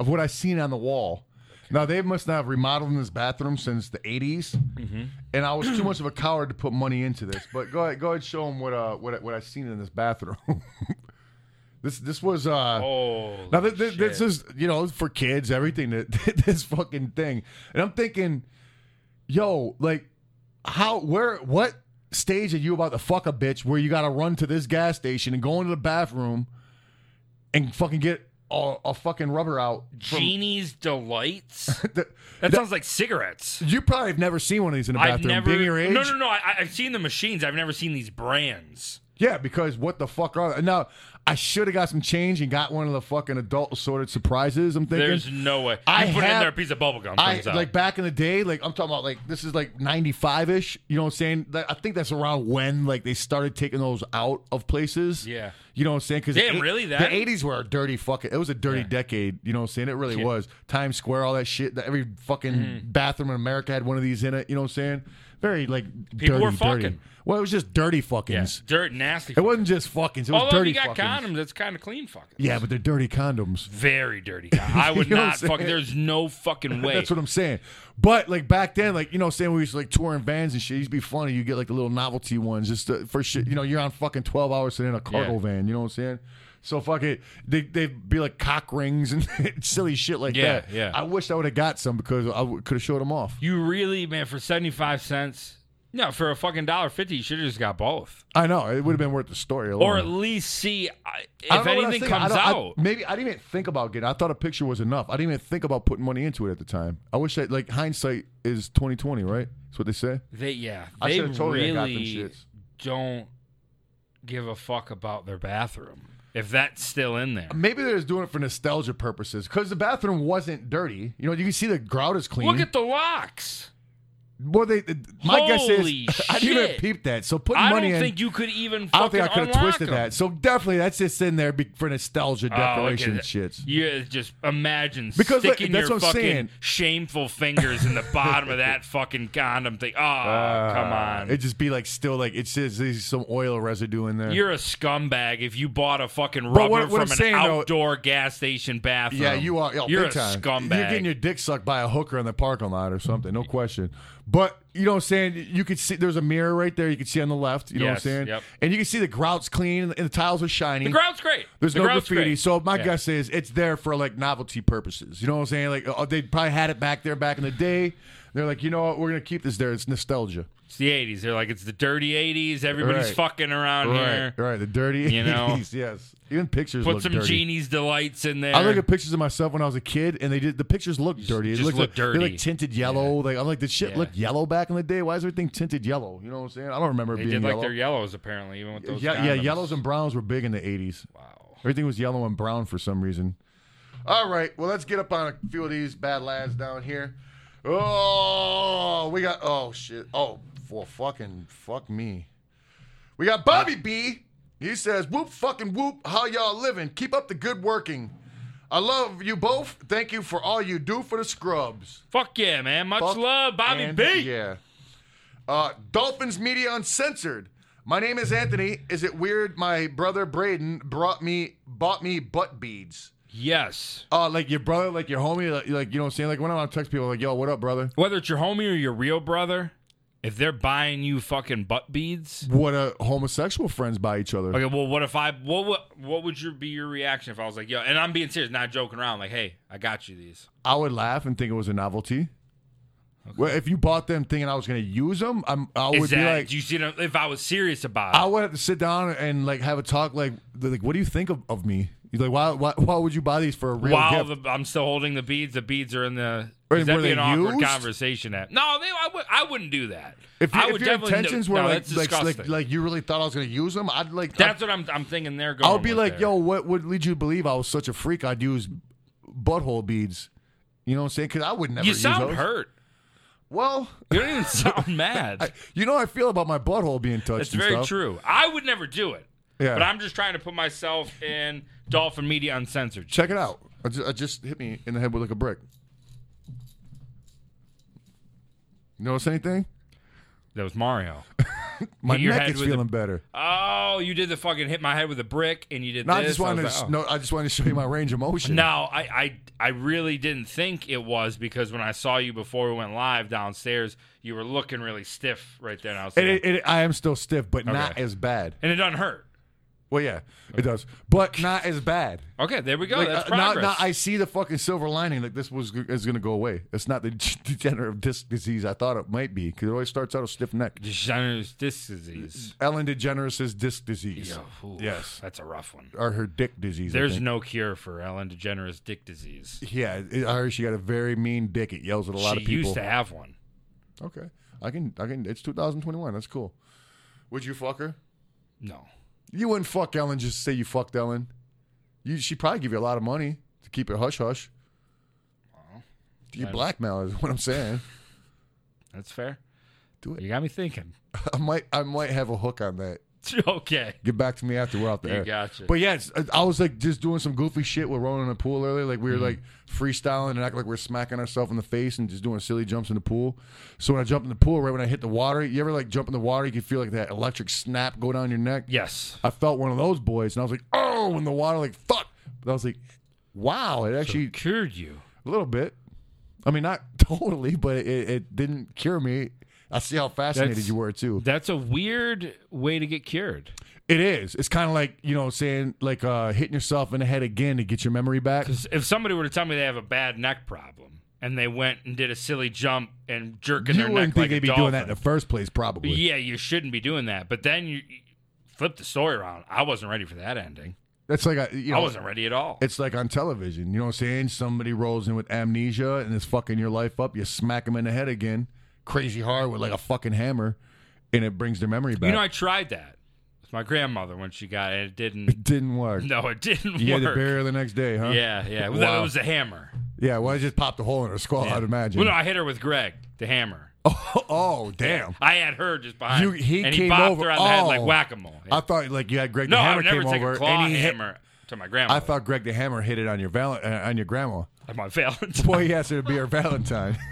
Speaker 3: of what I seen on the wall. Now they must not have remodeled in this bathroom since the '80s,
Speaker 2: Mm-hmm.
Speaker 3: and I was too much of a coward to put money into this. But go ahead, go ahead, show them what uh what I- what I seen in this bathroom. this this was uh
Speaker 2: Oh,
Speaker 3: Now, th- th- this
Speaker 2: shit.
Speaker 3: is, you know, for kids, everything, that this fucking thing. And I'm thinking, yo, like, how, where, what stage are you about to fuck a bitch where you got to run to this gas station and go into the bathroom and fucking get a, a fucking rubber out? from-
Speaker 2: Genie's delights.
Speaker 3: that,
Speaker 2: That sounds like cigarettes.
Speaker 3: you probably have never seen one of these in a
Speaker 2: I've
Speaker 3: bathroom,
Speaker 2: never.
Speaker 3: being your age.
Speaker 2: No, no, no. I, I- I've seen the machines. I've never seen these brands.
Speaker 3: Yeah, because what the fuck are Now, I should have got some change and got one of the fucking adult assorted surprises, I'm thinking.
Speaker 2: There's no way. You
Speaker 3: I
Speaker 2: put in
Speaker 3: have-
Speaker 2: there a piece of bubble gum.
Speaker 3: I
Speaker 2: comes out.
Speaker 3: like back in the day, like I'm talking about like this is like 95 ish. You know what I'm saying? Like, I think that's around when like they started taking those out of places.
Speaker 2: Yeah.
Speaker 3: You know what I'm saying? Because
Speaker 2: Damn, really? That-
Speaker 3: the 80s were a dirty fucking. It was a dirty decade. You know what I'm saying? It really was. Times Square, all that shit. that Every fucking
Speaker 2: Mm-hmm.
Speaker 3: bathroom in America had one of these in it. You know what I'm saying? Very like
Speaker 2: People
Speaker 3: dirty,
Speaker 2: were fucking.
Speaker 3: dirty. Well, it was just dirty
Speaker 2: yeah.
Speaker 3: fuckings.
Speaker 2: dirt nasty.
Speaker 3: It wasn't just fuckings. It was
Speaker 2: Although
Speaker 3: dirty
Speaker 2: you got
Speaker 3: fuckings.
Speaker 2: condoms, that's kind of clean. Fucking.
Speaker 3: Yeah, but they're dirty condoms.
Speaker 2: Very dirty. Con- I would
Speaker 3: You know what
Speaker 2: not
Speaker 3: I'm saying?
Speaker 2: fucking. There's no fucking way.
Speaker 3: That's what I'm saying. But like back then, like you know, saying we used to like tour in vans and shit. It used to be funny. You get like the little novelty ones just to, for shit. You know, you're on fucking twelve hours sitting in a cargo
Speaker 2: Yeah.
Speaker 3: van. You know what I'm saying? So fuck it. They they'd be like cock rings and silly shit like
Speaker 2: Yeah,
Speaker 3: that.
Speaker 2: yeah.
Speaker 3: I wish I would have got some because I could have showed them off.
Speaker 2: You really, man, for seventy five cents. No, for a fucking dollar fifty, you should have just got both,
Speaker 3: I know it would have been worth the story. alone.
Speaker 2: or at least see I-
Speaker 3: I don't know
Speaker 2: if
Speaker 3: what I was
Speaker 2: anything
Speaker 3: thinking. I
Speaker 2: comes
Speaker 3: don't- I-
Speaker 2: out.
Speaker 3: maybe I didn't even think about getting. I thought a picture was enough. I didn't even think about putting money into it at the time. I wish that like hindsight is twenty twenty, right? That's what they say.
Speaker 2: they yeah,
Speaker 3: I
Speaker 2: they
Speaker 3: should've totally got them
Speaker 2: really
Speaker 3: shits.
Speaker 2: don't give a fuck about their bathroom if that's still in there.
Speaker 3: Maybe they're just doing it for nostalgia purposes because the bathroom wasn't dirty. You know, you can see the grout is clean.
Speaker 2: Look at the locks.
Speaker 3: well, they. My guess is
Speaker 2: Holy
Speaker 3: I didn't even
Speaker 2: shit.
Speaker 3: peep that. So putting
Speaker 2: I don't
Speaker 3: money in,
Speaker 2: think you could even.
Speaker 3: I don't think I
Speaker 2: fucking
Speaker 3: could have
Speaker 2: unlock
Speaker 3: twisted
Speaker 2: 'em.
Speaker 3: that. So definitely, that's just in there be- for nostalgia
Speaker 2: Oh, look
Speaker 3: decoration
Speaker 2: at
Speaker 3: and
Speaker 2: that.
Speaker 3: shits.
Speaker 2: Yeah, just imagine
Speaker 3: Because, like,
Speaker 2: sticking
Speaker 3: that's
Speaker 2: your
Speaker 3: what I'm
Speaker 2: fucking
Speaker 3: saying.
Speaker 2: shameful fingers in the bottom of that fucking condom thing. Oh,
Speaker 3: Ah.
Speaker 2: come on.
Speaker 3: It'd just be like still like it's just there's some oil residue in there.
Speaker 2: You're a scumbag if you bought a fucking rubber
Speaker 3: what- what I'm
Speaker 2: from an
Speaker 3: saying, though-
Speaker 2: outdoor gas station bathroom.
Speaker 3: yeah, you are. Yo,
Speaker 2: You're
Speaker 3: big
Speaker 2: a
Speaker 3: time.
Speaker 2: scumbag.
Speaker 3: You're getting your dick sucked by a hooker in the parking lot or something. No question. But you know what I'm saying? You could see there's a mirror right there. You could see on the left. You know
Speaker 2: Yes,
Speaker 3: what I'm saying?
Speaker 2: yep.
Speaker 3: And you can see the grout's clean and the, and the tiles are shiny.
Speaker 2: the ground's great.
Speaker 3: There's
Speaker 2: The
Speaker 3: no
Speaker 2: ground's
Speaker 3: graffiti,
Speaker 2: great.
Speaker 3: so my
Speaker 2: Yeah.
Speaker 3: guess is it's there for like novelty purposes. You know what I'm saying? Like uh, they probably had it back there back in the day. They're like, you know what? We're gonna keep this there. It's nostalgia.
Speaker 2: It's the 80s. They're like, it's the dirty 80s. Everybody's
Speaker 3: Right.
Speaker 2: fucking around here.
Speaker 3: Right, right. The dirty,
Speaker 2: You know?
Speaker 3: 80s, yes. Even pictures
Speaker 2: Put
Speaker 3: look
Speaker 2: some
Speaker 3: dirty.
Speaker 2: Genie's Delights in there.
Speaker 3: I look at pictures of myself when I was a kid, and they did the pictures look dirty. It
Speaker 2: just
Speaker 3: looked
Speaker 2: look
Speaker 3: like,
Speaker 2: dirty.
Speaker 3: They're like tinted yellow. Like I'm like, did shit
Speaker 2: Yeah.
Speaker 3: look yellow back in the day? Why is everything tinted yellow? You know what I'm saying? I don't remember it
Speaker 2: they
Speaker 3: being
Speaker 2: did like
Speaker 3: yellow.
Speaker 2: their yellows, apparently, even with those
Speaker 3: yeah, yeah,
Speaker 2: condoms.
Speaker 3: yellows and browns were big in the '80s.
Speaker 2: Wow.
Speaker 3: Everything was yellow and brown for some reason. All right, well, let's get up on a few of these bad lads down here. Oh, we got oh shit. Oh, for fucking fuck me. We got Bobby B. He says, "Whoop fucking whoop, how y'all living? Keep up the good working. I love you both. Thank you for all you do for the scrubs.
Speaker 2: Fuck yeah, man. Much
Speaker 3: Fuck
Speaker 2: love, Bobby
Speaker 3: and-
Speaker 2: B.
Speaker 3: Yeah. Uh, Dolphins Media Uncensored. My name is Anthony. Is it weird my brother Braden brought me bought me butt beads?
Speaker 2: Yes.
Speaker 3: Uh, like your brother, like your homie, like, like you know what I'm saying? Like when I text people, like, yo, what up, brother?
Speaker 2: Whether it's your homie or your real brother, if they're buying you fucking butt beads,
Speaker 3: What a homosexual friends by each other.
Speaker 2: okay. Well, what if I? What what, what would your be your reaction if I was like, yo? And I'm being serious, not joking around. Like, hey, I got you these.
Speaker 3: I would laugh and think it was a novelty. Well, if you bought them thinking I was going to use them, I'm, I
Speaker 2: Is
Speaker 3: would be
Speaker 2: that?
Speaker 3: like,
Speaker 2: do you see? them- If I was serious about it,
Speaker 3: I would have to sit down and like have a talk. Like, like what do you think of, of me? He's like, why, why, why would you buy these for a real
Speaker 2: while
Speaker 3: gift?
Speaker 2: the, I'm still holding the beads, the beads are in the.
Speaker 3: Wait,
Speaker 2: Does that
Speaker 3: were
Speaker 2: be
Speaker 3: they
Speaker 2: an awkward
Speaker 3: used?
Speaker 2: conversation? At no, they, I, would, I wouldn't do that.
Speaker 3: If, you-
Speaker 2: I
Speaker 3: if
Speaker 2: would
Speaker 3: your
Speaker 2: definitely
Speaker 3: intentions
Speaker 2: do,
Speaker 3: were
Speaker 2: no,
Speaker 3: like,
Speaker 2: that's
Speaker 3: like,
Speaker 2: disgusting.
Speaker 3: like, like you really thought I was going to use them, I'd like,
Speaker 2: that's what I'm, I'm thinking. They're going.
Speaker 3: I'd, I'd be
Speaker 2: with
Speaker 3: like,
Speaker 2: there.
Speaker 3: yo, what would lead you to believe I was such a freak? I'd use butthole beads. You know what I'm saying? Because I would never.
Speaker 2: you
Speaker 3: use
Speaker 2: sound
Speaker 3: those.
Speaker 2: hurt.
Speaker 3: Well,
Speaker 2: You don't even sound mad.
Speaker 3: I, you know how I feel about my butthole being touched.
Speaker 2: That's
Speaker 3: and
Speaker 2: very
Speaker 3: stuff.
Speaker 2: true. I would never do it.
Speaker 3: Yeah.
Speaker 2: But I'm just trying to put myself in Dolphin Media Uncensored.
Speaker 3: Check it out. I just, I just hit me in the head with like a brick. Notice anything?
Speaker 2: That was Mario.
Speaker 3: My
Speaker 2: Hit your
Speaker 3: neck
Speaker 2: head
Speaker 3: is
Speaker 2: with a-
Speaker 3: feeling better.
Speaker 2: Oh, you did the fucking hit my head with a brick and you did
Speaker 3: No,
Speaker 2: this.
Speaker 3: I just wanted to.
Speaker 2: was
Speaker 3: sh-
Speaker 2: like, oh.
Speaker 3: No, I just wanted to show you my range of motion.
Speaker 2: No, I, I I really didn't think it was because when I saw you before we went live downstairs, you were looking really stiff right there. And I was
Speaker 3: It,
Speaker 2: like,
Speaker 3: it, it- I am still stiff, but not
Speaker 2: Okay.
Speaker 3: as bad.
Speaker 2: and it doesn't hurt.
Speaker 3: Well, yeah, it does, but not as bad.
Speaker 2: Okay, there we go.
Speaker 3: Like,
Speaker 2: That's
Speaker 3: uh, now,
Speaker 2: progress.
Speaker 3: now I see the fucking silver lining. Like this was is going to go away. It's not the degenerative disc disease I thought it might be because it always starts out with stiff neck.
Speaker 2: Degenerative disc disease.
Speaker 3: Ellen DeGeneres' disc disease,
Speaker 2: Yeah, ooh,
Speaker 3: Yes.
Speaker 2: That's a rough one.
Speaker 3: or her dick disease. I
Speaker 2: There's
Speaker 3: think.
Speaker 2: no cure for Ellen DeGeneres dick disease.
Speaker 3: yeah. It, I heard she got a very mean dick. It yells at a lot
Speaker 2: she
Speaker 3: of people.
Speaker 2: used to have one.
Speaker 3: okay, I can. I can. It's 2021. That's cool. Would you fuck her?
Speaker 2: No.
Speaker 3: You wouldn't fuck Ellen. Just say you fucked Ellen. You, she'd probably give you a lot of money to keep it hush hush. You blackmail is what I'm saying.
Speaker 2: That's fair.
Speaker 3: Do it.
Speaker 2: You got me thinking.
Speaker 3: I might, I might have a hook on that.
Speaker 2: okay.
Speaker 3: Get back to me after we're out there.
Speaker 2: You gotcha.
Speaker 3: But yeah, it's, I was like just doing some goofy shit with Ronan in the pool earlier. Like we were like freestyling and acting like we are smacking ourselves in the face and just doing silly jumps in the pool. So when I jump in the pool, right when I hit the water, you ever like jump in the water, you can feel like that electric snap go down your neck.
Speaker 2: yes.
Speaker 3: I felt one of those boys, and I was like, oh, in the water, like fuck. But I was like, wow, it actually
Speaker 2: Cured you.
Speaker 3: a little bit. I mean, not totally, but it, it didn't cure me. I see how fascinated
Speaker 2: That's-
Speaker 3: you were too.
Speaker 2: That's a weird way to get cured.
Speaker 3: It is. It's kind of like you know, saying like uh, hitting yourself in the head again to get your memory back.
Speaker 2: If somebody were to tell me they have a bad neck problem and they went and did a silly jump and jerking
Speaker 3: You
Speaker 2: their
Speaker 3: wouldn't
Speaker 2: neck
Speaker 3: think
Speaker 2: like
Speaker 3: they'd
Speaker 2: a
Speaker 3: be
Speaker 2: dolphin,
Speaker 3: doing that in the first place, probably.
Speaker 2: yeah, you shouldn't be doing that. But then you you flip the story around. I wasn't ready for that ending.
Speaker 3: That's like a, you
Speaker 2: I
Speaker 3: know,
Speaker 2: wasn't ready at all.
Speaker 3: it's like on television. You know what I'm saying? Somebody rolls in with amnesia and it's fucking your life up. You smack them in the head again, crazy hard with like a fucking hammer, and it brings their memory back.
Speaker 2: You know, I tried that with my grandmother when she got it. It didn't.
Speaker 3: it didn't work.
Speaker 2: No, it didn't
Speaker 3: You had to
Speaker 2: work.
Speaker 3: bury her the next day, huh?
Speaker 2: yeah, yeah. Well,
Speaker 3: Wow.
Speaker 2: It was a hammer.
Speaker 3: Yeah. Well, I just popped a hole in her skull. I'd imagine.
Speaker 2: Well, no, I hit her with Greg, the hammer.
Speaker 3: oh, oh, damn.
Speaker 2: I had her just behind.
Speaker 3: You- he
Speaker 2: and
Speaker 3: came
Speaker 2: he bopped
Speaker 3: over-
Speaker 2: her on the head like
Speaker 3: oh.
Speaker 2: whack a mole.
Speaker 3: I thought like you had Greg
Speaker 2: No,
Speaker 3: the
Speaker 2: I
Speaker 3: Hammer
Speaker 2: would never
Speaker 3: came
Speaker 2: take
Speaker 3: over
Speaker 2: a claw
Speaker 3: and he hit-
Speaker 2: hammer to my grandma.
Speaker 3: I thought Greg the Hammer hit it on your val- uh, on your grandma.
Speaker 2: I'm on Valentine's.
Speaker 3: Boy, he asked her to be her Valentine.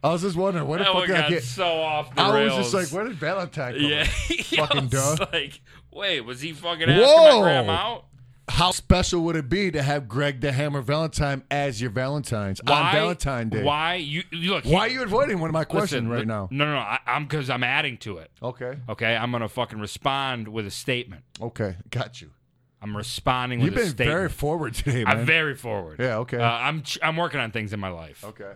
Speaker 3: I was just wondering, what the
Speaker 2: That
Speaker 3: fuck
Speaker 2: one
Speaker 3: did I
Speaker 2: got
Speaker 3: get?
Speaker 2: so off the
Speaker 3: I
Speaker 2: rails.
Speaker 3: was just like, where did Valentine come?
Speaker 2: yeah,
Speaker 3: Yeah. Fucking
Speaker 2: I was
Speaker 3: duh.
Speaker 2: Like, wait, was he fucking asking
Speaker 3: Whoa.
Speaker 2: my grandma out?
Speaker 3: How special would it be to have Greg the Hammer Valentine as your Valentine's on Valentine Day?
Speaker 2: Why you you- look?
Speaker 3: Why are you avoiding one of my questions
Speaker 2: listen,
Speaker 3: right
Speaker 2: li-
Speaker 3: now?
Speaker 2: No, no, no. I, I'm because I'm adding to it.
Speaker 3: Okay,
Speaker 2: Okay, I'm gonna fucking respond with a statement.
Speaker 3: okay, got you.
Speaker 2: I'm responding
Speaker 3: You've
Speaker 2: with a
Speaker 3: been
Speaker 2: statement.
Speaker 3: very forward today, man.
Speaker 2: I'm very forward.
Speaker 3: Yeah, okay.
Speaker 2: Uh, I'm ch- I'm working on things in my life.
Speaker 3: okay.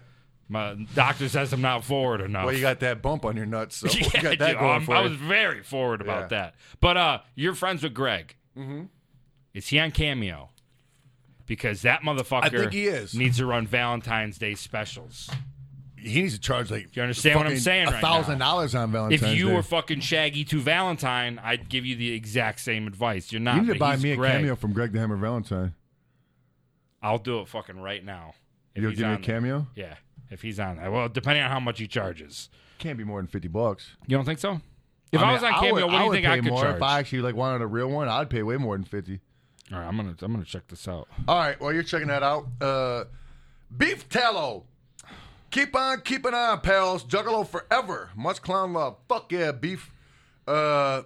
Speaker 2: My doctor says I'm not forward enough.
Speaker 3: Well, you got that bump on your nuts, so you
Speaker 2: Yeah,
Speaker 3: got
Speaker 2: dude,
Speaker 3: that going
Speaker 2: I'm-
Speaker 3: for
Speaker 2: I
Speaker 3: you.
Speaker 2: was very forward about
Speaker 3: Yeah.
Speaker 2: that. But uh, you're friends with Greg. Mm-hmm. Is he on Cameo? Because that motherfucker
Speaker 3: think he is.
Speaker 2: needs to run Valentine's Day specials.
Speaker 3: he needs to charge like
Speaker 2: You understand what I'm
Speaker 3: fucking
Speaker 2: saying right
Speaker 3: A thousand dollars on
Speaker 2: If
Speaker 3: Valentine's
Speaker 2: you
Speaker 3: Day.
Speaker 2: were fucking Shaggy to Valentine, I'd give you the exact same advice. You're not.
Speaker 3: you need to
Speaker 2: but
Speaker 3: buy
Speaker 2: he's
Speaker 3: me a
Speaker 2: Greg.
Speaker 3: cameo from Greg the Hammer Valentine.
Speaker 2: I'll do it fucking right now. If
Speaker 3: You'll
Speaker 2: he's
Speaker 3: give me a
Speaker 2: on there.
Speaker 3: cameo.
Speaker 2: Yeah, if he's on there. Well, depending on how much he charges.
Speaker 3: Can't be more than fifty bucks.
Speaker 2: You don't think so? If I,
Speaker 3: mean,
Speaker 2: was on Cameo,
Speaker 3: would-
Speaker 2: what do you
Speaker 3: would
Speaker 2: think I
Speaker 3: pay
Speaker 2: could
Speaker 3: more.
Speaker 2: charge?
Speaker 3: If I actually like wanted a real one, I'd pay way more than fifty.
Speaker 2: All right, I'm gonna I'm gonna check this out.
Speaker 3: All right, well you're checking that out. Uh, beef tallow. Keep on keeping on, pals. Juggalo forever. Much clown love. Fuck yeah, beef. Uh,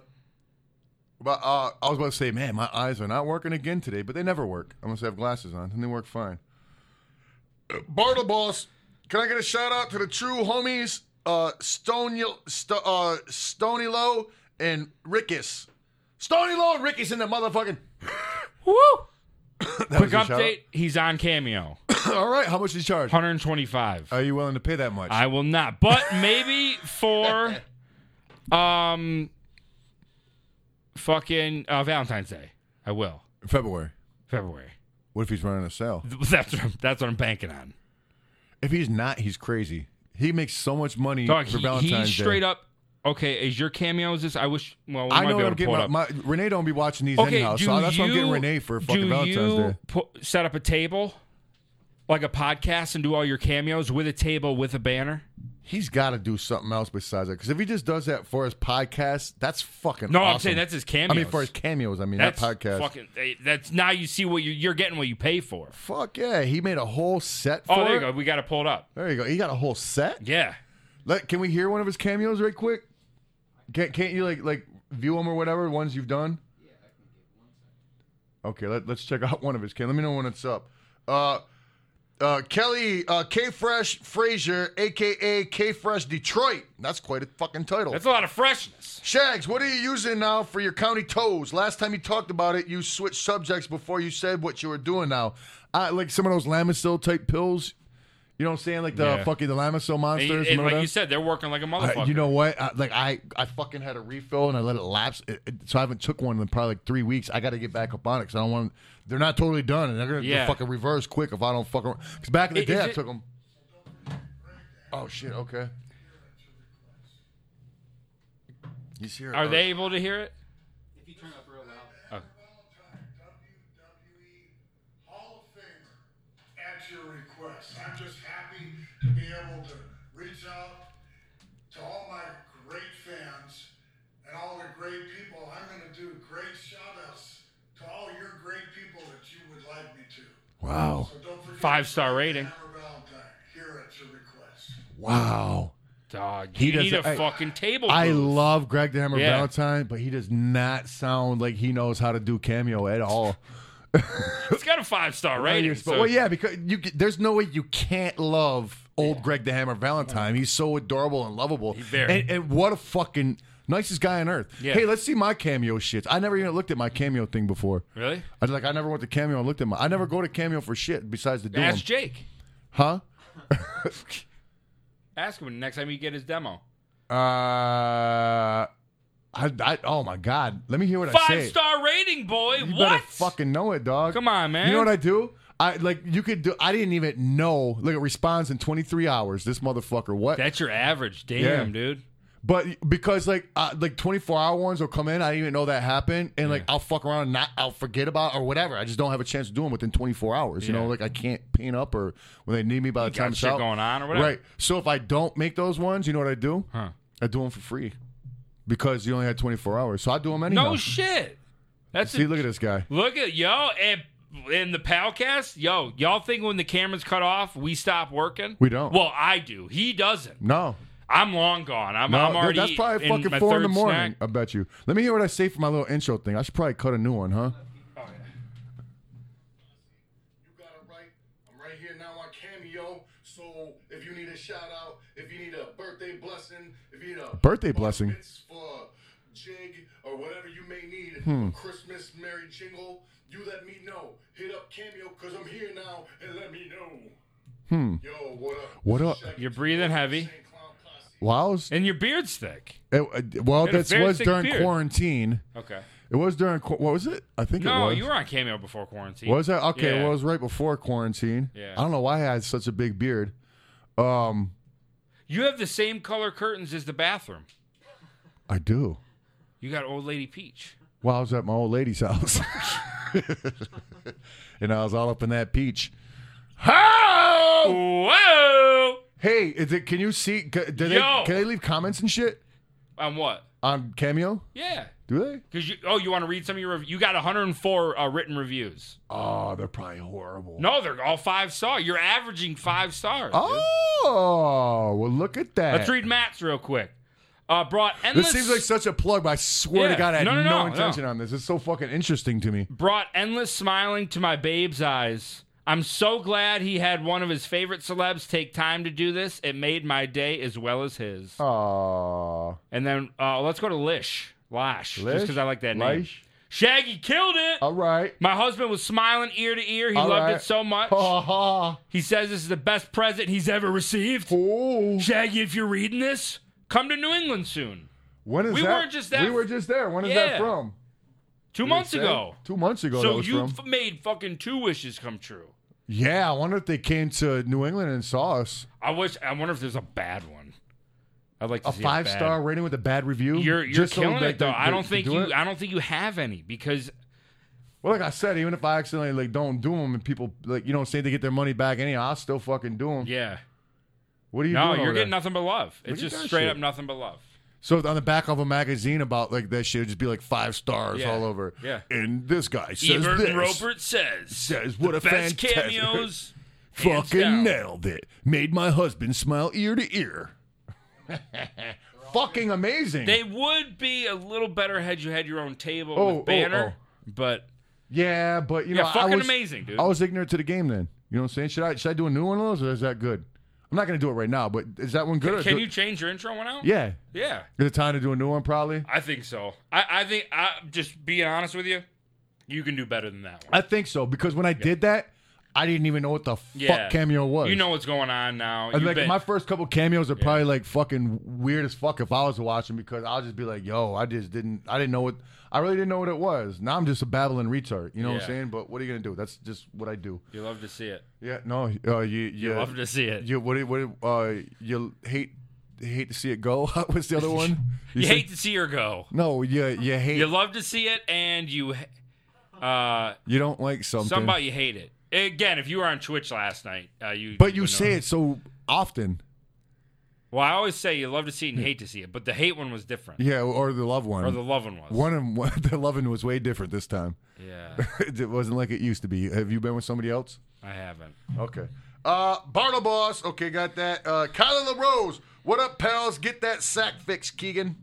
Speaker 3: but uh, I was about to say, man, my eyes are not working again today, but they never work unless I have glasses on, and they work fine. Uh, Bartle Boss, can I get a shout out to the true homies, uh, Stony, St- uh, Stony Low and Rickus? Stony Low and Rickus in the motherfucking.
Speaker 2: Woo!
Speaker 3: That
Speaker 2: Quick
Speaker 3: was your shout
Speaker 2: update: He's on Cameo,
Speaker 3: out? All right, how much did you charge?
Speaker 2: 125.
Speaker 3: Are you willing to pay that much?
Speaker 2: I will not, but maybe for, um, fucking uh, Valentine's Day, I will.
Speaker 3: February.
Speaker 2: February.
Speaker 3: What if he's running a sale?
Speaker 2: That's what I'm, that's what I'm banking on.
Speaker 3: If he's not, he's crazy. He makes so much money
Speaker 2: Dog,
Speaker 3: for
Speaker 2: he, he
Speaker 3: Valentine's
Speaker 2: straight
Speaker 3: Day.
Speaker 2: up. Okay, is your cameo? Is this? I wish. Well, we
Speaker 3: I know
Speaker 2: might be
Speaker 3: what
Speaker 2: able
Speaker 3: I'm
Speaker 2: to pull
Speaker 3: getting.
Speaker 2: it
Speaker 3: My,
Speaker 2: up.
Speaker 3: my, Renee don't be watching these
Speaker 2: Okay,
Speaker 3: anyhow,
Speaker 2: do
Speaker 3: so that's
Speaker 2: you,
Speaker 3: why I'm getting Renee for
Speaker 2: do
Speaker 3: fucking Valentine's
Speaker 2: you
Speaker 3: Day.
Speaker 2: pu- set up a table, like a podcast, and do all your cameos with a table with a banner?
Speaker 3: He's got to do something else besides that. Because if he just does that for his podcast, that's fucking.
Speaker 2: No, I'm
Speaker 3: awesome.
Speaker 2: saying that's his cameo.
Speaker 3: I mean, for his cameos. I mean,
Speaker 2: that's
Speaker 3: that podcast.
Speaker 2: Fucking, eh, that's now you see what you're, you're getting. What you pay for.
Speaker 3: Fuck yeah! He made a whole set. For
Speaker 2: Oh, there you
Speaker 3: it.
Speaker 2: go. We got to pull it up.
Speaker 3: There you go. He got a whole set.
Speaker 2: Yeah.
Speaker 3: Let, can we hear one of his cameos right quick? Can't, can't you like like view them or whatever ones you've done? Okay, let, let's check out one of his. Can let me know when it's up. Uh, uh, Kelly uh, K Fresh Frazier, aka K Fresh Detroit. That's quite a fucking title.
Speaker 2: That's a lot of freshness.
Speaker 3: Shags, what are you using now for your county toes? Last time you talked about it, you switched subjects before you said what you were doing now. I like some of those Lamisil type pills. You know what I'm saying? Like the
Speaker 2: Yeah.
Speaker 3: fucking the Lamisil
Speaker 2: And,
Speaker 3: monsters.
Speaker 2: and
Speaker 3: remember
Speaker 2: like
Speaker 3: them?
Speaker 2: you said, they're working like a
Speaker 3: I-
Speaker 2: motherfucker.
Speaker 3: Uh, you know what? I, like I, I fucking had a refill and I let it lapse, It- it- so I haven't took one in probably like three weeks. I got to get back up on it because I don't want. They're not totally done, and they're gonna
Speaker 2: Yeah.
Speaker 3: fucking reverse quick if I don't fucking. Because back in the
Speaker 2: I-
Speaker 3: day,
Speaker 2: is
Speaker 3: I
Speaker 2: it-
Speaker 3: took them. Oh shit! Okay. He's here.
Speaker 2: Are they able to hear it?
Speaker 4: If you turn up real loud.
Speaker 5: WWE Hall of Famer at your request. I'm just happy to be able to reach out to all my great fans and all the great people. I'm going to do great shout outs to all your great people that you would like me to.
Speaker 3: Wow!
Speaker 5: So don't forget
Speaker 2: Five-star rating.
Speaker 5: Hammer Valentine here at your request.
Speaker 3: Wow!
Speaker 2: Dog,
Speaker 3: He
Speaker 2: you need
Speaker 3: doesn't-
Speaker 2: a
Speaker 3: I-
Speaker 2: fucking table.
Speaker 3: I
Speaker 2: booth.
Speaker 3: love Greg the Hammer
Speaker 2: Yeah.
Speaker 3: Valentine, but he does not sound like he knows how to do cameo at all.
Speaker 2: It's got a five star
Speaker 3: Well,
Speaker 2: rating.
Speaker 3: you're spo-
Speaker 2: so-
Speaker 3: well, yeah, because you c- there's no way you can't love old Greg the Hammer Valentine. He's so adorable and lovable.
Speaker 2: very.
Speaker 3: And, and what a fucking nicest guy on earth.
Speaker 2: Yeah.
Speaker 3: Hey, let's see my cameo shits. I never even looked at my cameo thing before.
Speaker 2: Really?
Speaker 3: I like I never went to cameo and looked at my. I never go to cameo for shit besides the
Speaker 2: Ask
Speaker 3: doom.
Speaker 2: Jake.
Speaker 3: Huh?
Speaker 2: Ask him next time you get his demo.
Speaker 3: Uh. I, I, oh my God! Let me hear what I say.
Speaker 2: Five star rating, boy.
Speaker 3: You
Speaker 2: what?
Speaker 3: better fucking know it, dog.
Speaker 2: Come on, man.
Speaker 3: You know what I do? I like you could do. I didn't even know. Look, it responds in 23 hours. This motherfucker. What?
Speaker 2: That's your average. Damn,
Speaker 3: Yeah.
Speaker 2: dude.
Speaker 3: But because like uh, like twenty four hour ones will come in, I didn't even know that happened, and like I'll fuck around and not I'll forget about it or whatever. I just don't have a chance to do them within twenty four hours. You
Speaker 2: Yeah.
Speaker 3: know, like I can't paint up or when they need me by the
Speaker 2: got
Speaker 3: time it's
Speaker 2: shit
Speaker 3: out.
Speaker 2: going on or whatever.
Speaker 3: Right. So if I don't make those ones, you know what I do?
Speaker 2: Huh.
Speaker 3: I do them for free because you only had twenty four hours. So I do them anyhow.
Speaker 2: No shit. That's
Speaker 3: See,
Speaker 2: a,
Speaker 3: look at this guy.
Speaker 2: look at yo and in the palcast, yo, y'all think when the camera's cut off, we stop working?
Speaker 3: We don't.
Speaker 2: Well, I do. He doesn't.
Speaker 3: No,
Speaker 2: I'm long gone. I'm,
Speaker 3: no,
Speaker 2: I'm
Speaker 3: that-
Speaker 2: already.
Speaker 3: that's probably
Speaker 2: in my
Speaker 3: fucking four in the
Speaker 2: third
Speaker 3: morning.
Speaker 2: snack.
Speaker 3: I bet you. Let me hear what I say for my little intro thing. I should probably cut a new one, huh?
Speaker 5: You got it right. I'm right here now on Cameo. So if you need a shout out, if you need a birthday blessing, if you need a
Speaker 3: Birthday
Speaker 5: bar
Speaker 3: blessing?
Speaker 5: mitzvah, jig or whatever you may need,
Speaker 3: Hmm.
Speaker 5: a Christmas merry jingle, you let me know. Hit up Cameo because I'm here now and let me know. Hmm. Yo, what up?
Speaker 3: What
Speaker 5: This
Speaker 3: up?
Speaker 5: is Shaggy
Speaker 2: You're
Speaker 5: Two
Speaker 2: breathing
Speaker 5: Dope,
Speaker 2: heavy.
Speaker 5: Saint Clown Posse.
Speaker 3: Wows.
Speaker 2: And your beard's thick.
Speaker 3: It- uh, well,
Speaker 2: Had a
Speaker 3: this
Speaker 2: very
Speaker 3: was
Speaker 2: thick
Speaker 3: during
Speaker 2: beard.
Speaker 3: quarantine.
Speaker 2: Okay.
Speaker 3: It was during qu- what was it? I think it
Speaker 2: No,
Speaker 3: was.
Speaker 2: you were on cameo before quarantine.
Speaker 3: was that okay?
Speaker 2: Yeah.
Speaker 3: Well, it was right before quarantine.
Speaker 2: Yeah.
Speaker 3: I don't know why I had such a big beard. Um,
Speaker 2: You have the same color curtains as the bathroom.
Speaker 3: I do.
Speaker 2: You got old lady peach.
Speaker 3: Well, I was at my old lady's house, and I was all up in that peach. How?
Speaker 2: Whoa!
Speaker 3: Hey, is it? Can you see? c- Do they,
Speaker 2: Yo!
Speaker 3: can they leave comments and shit?
Speaker 2: On what?
Speaker 3: on Cameo?
Speaker 2: Yeah.
Speaker 3: Do they?
Speaker 2: Because you, oh, you want to read some of your rev- you got 104 uh, written reviews.
Speaker 3: Oh, they're probably horrible.
Speaker 2: No, they're all five star. You're averaging five stars. dude.
Speaker 3: Oh, well, look at that.
Speaker 2: Let's read Matt's real quick. Uh, brought endless
Speaker 3: This seems like such a plug, but I swear to
Speaker 2: Yeah.
Speaker 3: God, I had
Speaker 2: No,
Speaker 3: no,
Speaker 2: no, no, no.
Speaker 3: intention on this. It's so fucking interesting to me.
Speaker 2: brought endless smiling to my babe's eyes. I'm so glad he had one of his favorite celebs take time to do this. It made my day as well as his.
Speaker 3: Oh,
Speaker 2: And then uh, let's go to Lish. Lash. Just because I like that name.
Speaker 3: Lish?
Speaker 2: Shaggy killed it.
Speaker 3: All right.
Speaker 2: my husband was smiling ear to ear. He
Speaker 3: All
Speaker 2: loved
Speaker 3: right. Oh.
Speaker 2: it so much.
Speaker 3: Ha ha.
Speaker 2: He says this is the best present he's ever received.
Speaker 3: Oh.
Speaker 2: Shaggy, if you're reading this, come to New England soon.
Speaker 3: When is
Speaker 2: We
Speaker 3: that?
Speaker 2: were just that-
Speaker 3: We were just there. When is
Speaker 2: Yeah.
Speaker 3: that from?
Speaker 2: Two
Speaker 3: Did it
Speaker 2: months
Speaker 3: say?
Speaker 2: ago.
Speaker 3: Two months ago. that
Speaker 2: So
Speaker 3: was
Speaker 2: you
Speaker 3: from.
Speaker 2: f- made fucking two wishes come true.
Speaker 3: yeah, I wonder if they came to New England and saw us.
Speaker 2: I wish. I wonder if there's a bad one. I'd like to
Speaker 3: A
Speaker 2: see
Speaker 3: five
Speaker 2: bad-
Speaker 3: star rating with a bad review.
Speaker 2: You're you're
Speaker 3: Just so
Speaker 2: killing
Speaker 3: they-
Speaker 2: it though.
Speaker 3: they-
Speaker 2: I don't
Speaker 3: they
Speaker 2: think
Speaker 3: do
Speaker 2: you.
Speaker 3: it?
Speaker 2: I don't think you have any because
Speaker 3: Well, like I said, even if I accidentally like don't do them and people like you know say they get their money back anyhow, I'll still fucking do them.
Speaker 2: yeah.
Speaker 3: What are you
Speaker 2: No,
Speaker 3: doing?
Speaker 2: you're
Speaker 3: over
Speaker 2: getting
Speaker 3: there?
Speaker 2: nothing but love. It's
Speaker 3: Look at
Speaker 2: just
Speaker 3: that
Speaker 2: straight
Speaker 3: shit.
Speaker 2: up nothing but love.
Speaker 3: So on the back of a magazine about like that shit, it'd just be like five stars
Speaker 2: Yeah.
Speaker 3: all over.
Speaker 2: Yeah.
Speaker 3: And this guy says
Speaker 2: Ebert
Speaker 3: this.
Speaker 2: and Robert says
Speaker 3: says what a
Speaker 2: best
Speaker 3: fantastic
Speaker 2: cameos. hands
Speaker 3: fucking
Speaker 2: down.
Speaker 3: nailed it. Made my husband smile ear to ear. fucking amazing.
Speaker 2: They would be a little better had you had your own table
Speaker 3: Oh, oh,
Speaker 2: with banner, but
Speaker 3: yeah, but you know,
Speaker 2: yeah, fucking
Speaker 3: I was,
Speaker 2: amazing, dude.
Speaker 3: I was ignorant to the game then. You know what I'm saying? Should I should I do a new one of those or is that good? I'm not gonna do it right now, but is that one good? or
Speaker 2: Can
Speaker 3: do-
Speaker 2: you change your intro one out?
Speaker 3: Yeah.
Speaker 2: Yeah.
Speaker 3: Is it time to do a new one probably?
Speaker 2: I think so. I, I think I just being honest with you, you can do better than that one.
Speaker 3: I think so because when I did that, I didn't even know what the
Speaker 2: Yeah.
Speaker 3: fuck cameo was.
Speaker 2: You know what's going on now.
Speaker 3: And
Speaker 2: You've
Speaker 3: like
Speaker 2: been-
Speaker 3: my first couple cameos are probably like fucking weird as fuck if I was watching because I'll just be like, yo, I just didn't, I didn't know what, I really didn't know what it was. Now I'm just a babbling retard. You know what
Speaker 2: Yeah.
Speaker 3: I'm saying? But what are you gonna do? That's just what I do.
Speaker 2: you love to see it.
Speaker 3: Yeah, no, uh, you, you,
Speaker 2: You love to see it. You,
Speaker 3: you, what, do you- what, do you- uh, you hate, hate to see it go. What's the other one? You, said-
Speaker 2: hate to see her go.
Speaker 3: No, you, you hate.
Speaker 2: You
Speaker 3: You,
Speaker 2: love to see it, and you, uh,
Speaker 3: don't like something.
Speaker 2: somebody you hate it. Again, if you were on Twitch last night, uh, you.
Speaker 3: but you
Speaker 2: would
Speaker 3: say
Speaker 2: know.
Speaker 3: it so often.
Speaker 2: Well, I always say you love to see it and hate to see it, but the hate one was different,
Speaker 3: Hmm. Yeah, or the loved one.
Speaker 2: or the love one was.
Speaker 3: one and one, the loving was way different this time.
Speaker 2: Yeah,
Speaker 3: it wasn't like it used to be. Have you been with somebody else?
Speaker 2: I haven't.
Speaker 3: Okay. Uh, Barnabas. Okay, got that. Uh, Kyler LaRose. What up, pals? Get that sack fixed, Keegan.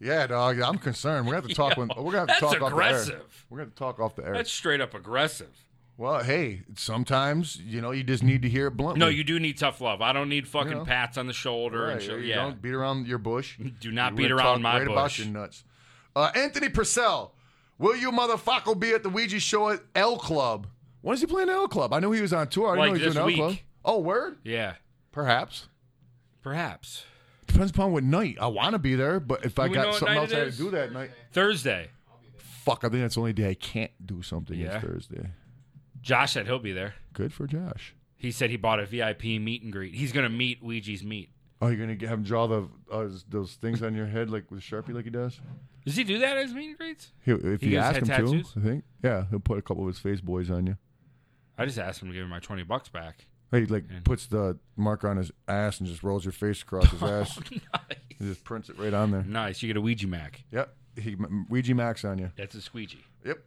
Speaker 3: yeah, dog. I'm concerned. We're gonna have to talk. when, we're gonna have to
Speaker 2: that's
Speaker 3: talk off the air.
Speaker 2: aggressive.
Speaker 3: We're gonna have to talk off the air.
Speaker 2: That's straight up aggressive.
Speaker 3: well, hey, sometimes you know you just need to hear it bluntly.
Speaker 2: No, you do need tough love. I don't need fucking
Speaker 3: You know?
Speaker 2: pats on the shoulder
Speaker 3: Right,
Speaker 2: and shit.
Speaker 3: you
Speaker 2: Yeah,
Speaker 3: don't beat around your bush.
Speaker 2: do not
Speaker 3: We're
Speaker 2: beat
Speaker 3: gonna
Speaker 2: around
Speaker 3: talk
Speaker 2: my
Speaker 3: right about
Speaker 2: bush.
Speaker 3: your nuts. Uh, Anthony Purcell, will you motherfucker be at the Ouija show at L Club? When is he playing L Club? I knew he was on tour. I didn't
Speaker 2: Like
Speaker 3: know he was
Speaker 2: this
Speaker 3: doing
Speaker 2: week.
Speaker 3: L Club. Oh, word?
Speaker 2: yeah,
Speaker 3: Perhaps.
Speaker 2: perhaps
Speaker 3: Depends upon what night. I want to be there, but if I
Speaker 2: we know
Speaker 3: got
Speaker 2: what
Speaker 3: something
Speaker 2: night
Speaker 3: else
Speaker 2: it
Speaker 3: I had
Speaker 2: is?
Speaker 3: to do that night,
Speaker 2: Thursday.
Speaker 3: fuck, I think that's the only day I can't do something
Speaker 2: Yeah.
Speaker 3: is Thursday.
Speaker 2: Josh said he'll be there.
Speaker 3: Good for Josh.
Speaker 2: He said he bought a VIP meet and greet. He's gonna meet Ouija's meat.
Speaker 3: Oh, you're going to have him draw the uh, those things on your head like with Sharpie like he does?
Speaker 2: Does he do that as meet and greets?
Speaker 3: He, if
Speaker 2: He
Speaker 3: you
Speaker 2: has
Speaker 3: ask
Speaker 2: had
Speaker 3: him
Speaker 2: tattoos?
Speaker 3: to, I think. Yeah, he'll put a couple of his face boys on you.
Speaker 2: I just asked him to give me my twenty bucks back.
Speaker 3: He like puts the marker on his ass and just rolls your face across his ass.
Speaker 2: nice.
Speaker 3: He just prints it right on there.
Speaker 2: Nice. You get a Ouija Mac.
Speaker 3: Yep. He m- Ouija Max on you.
Speaker 2: That's a squeegee.
Speaker 3: Yep.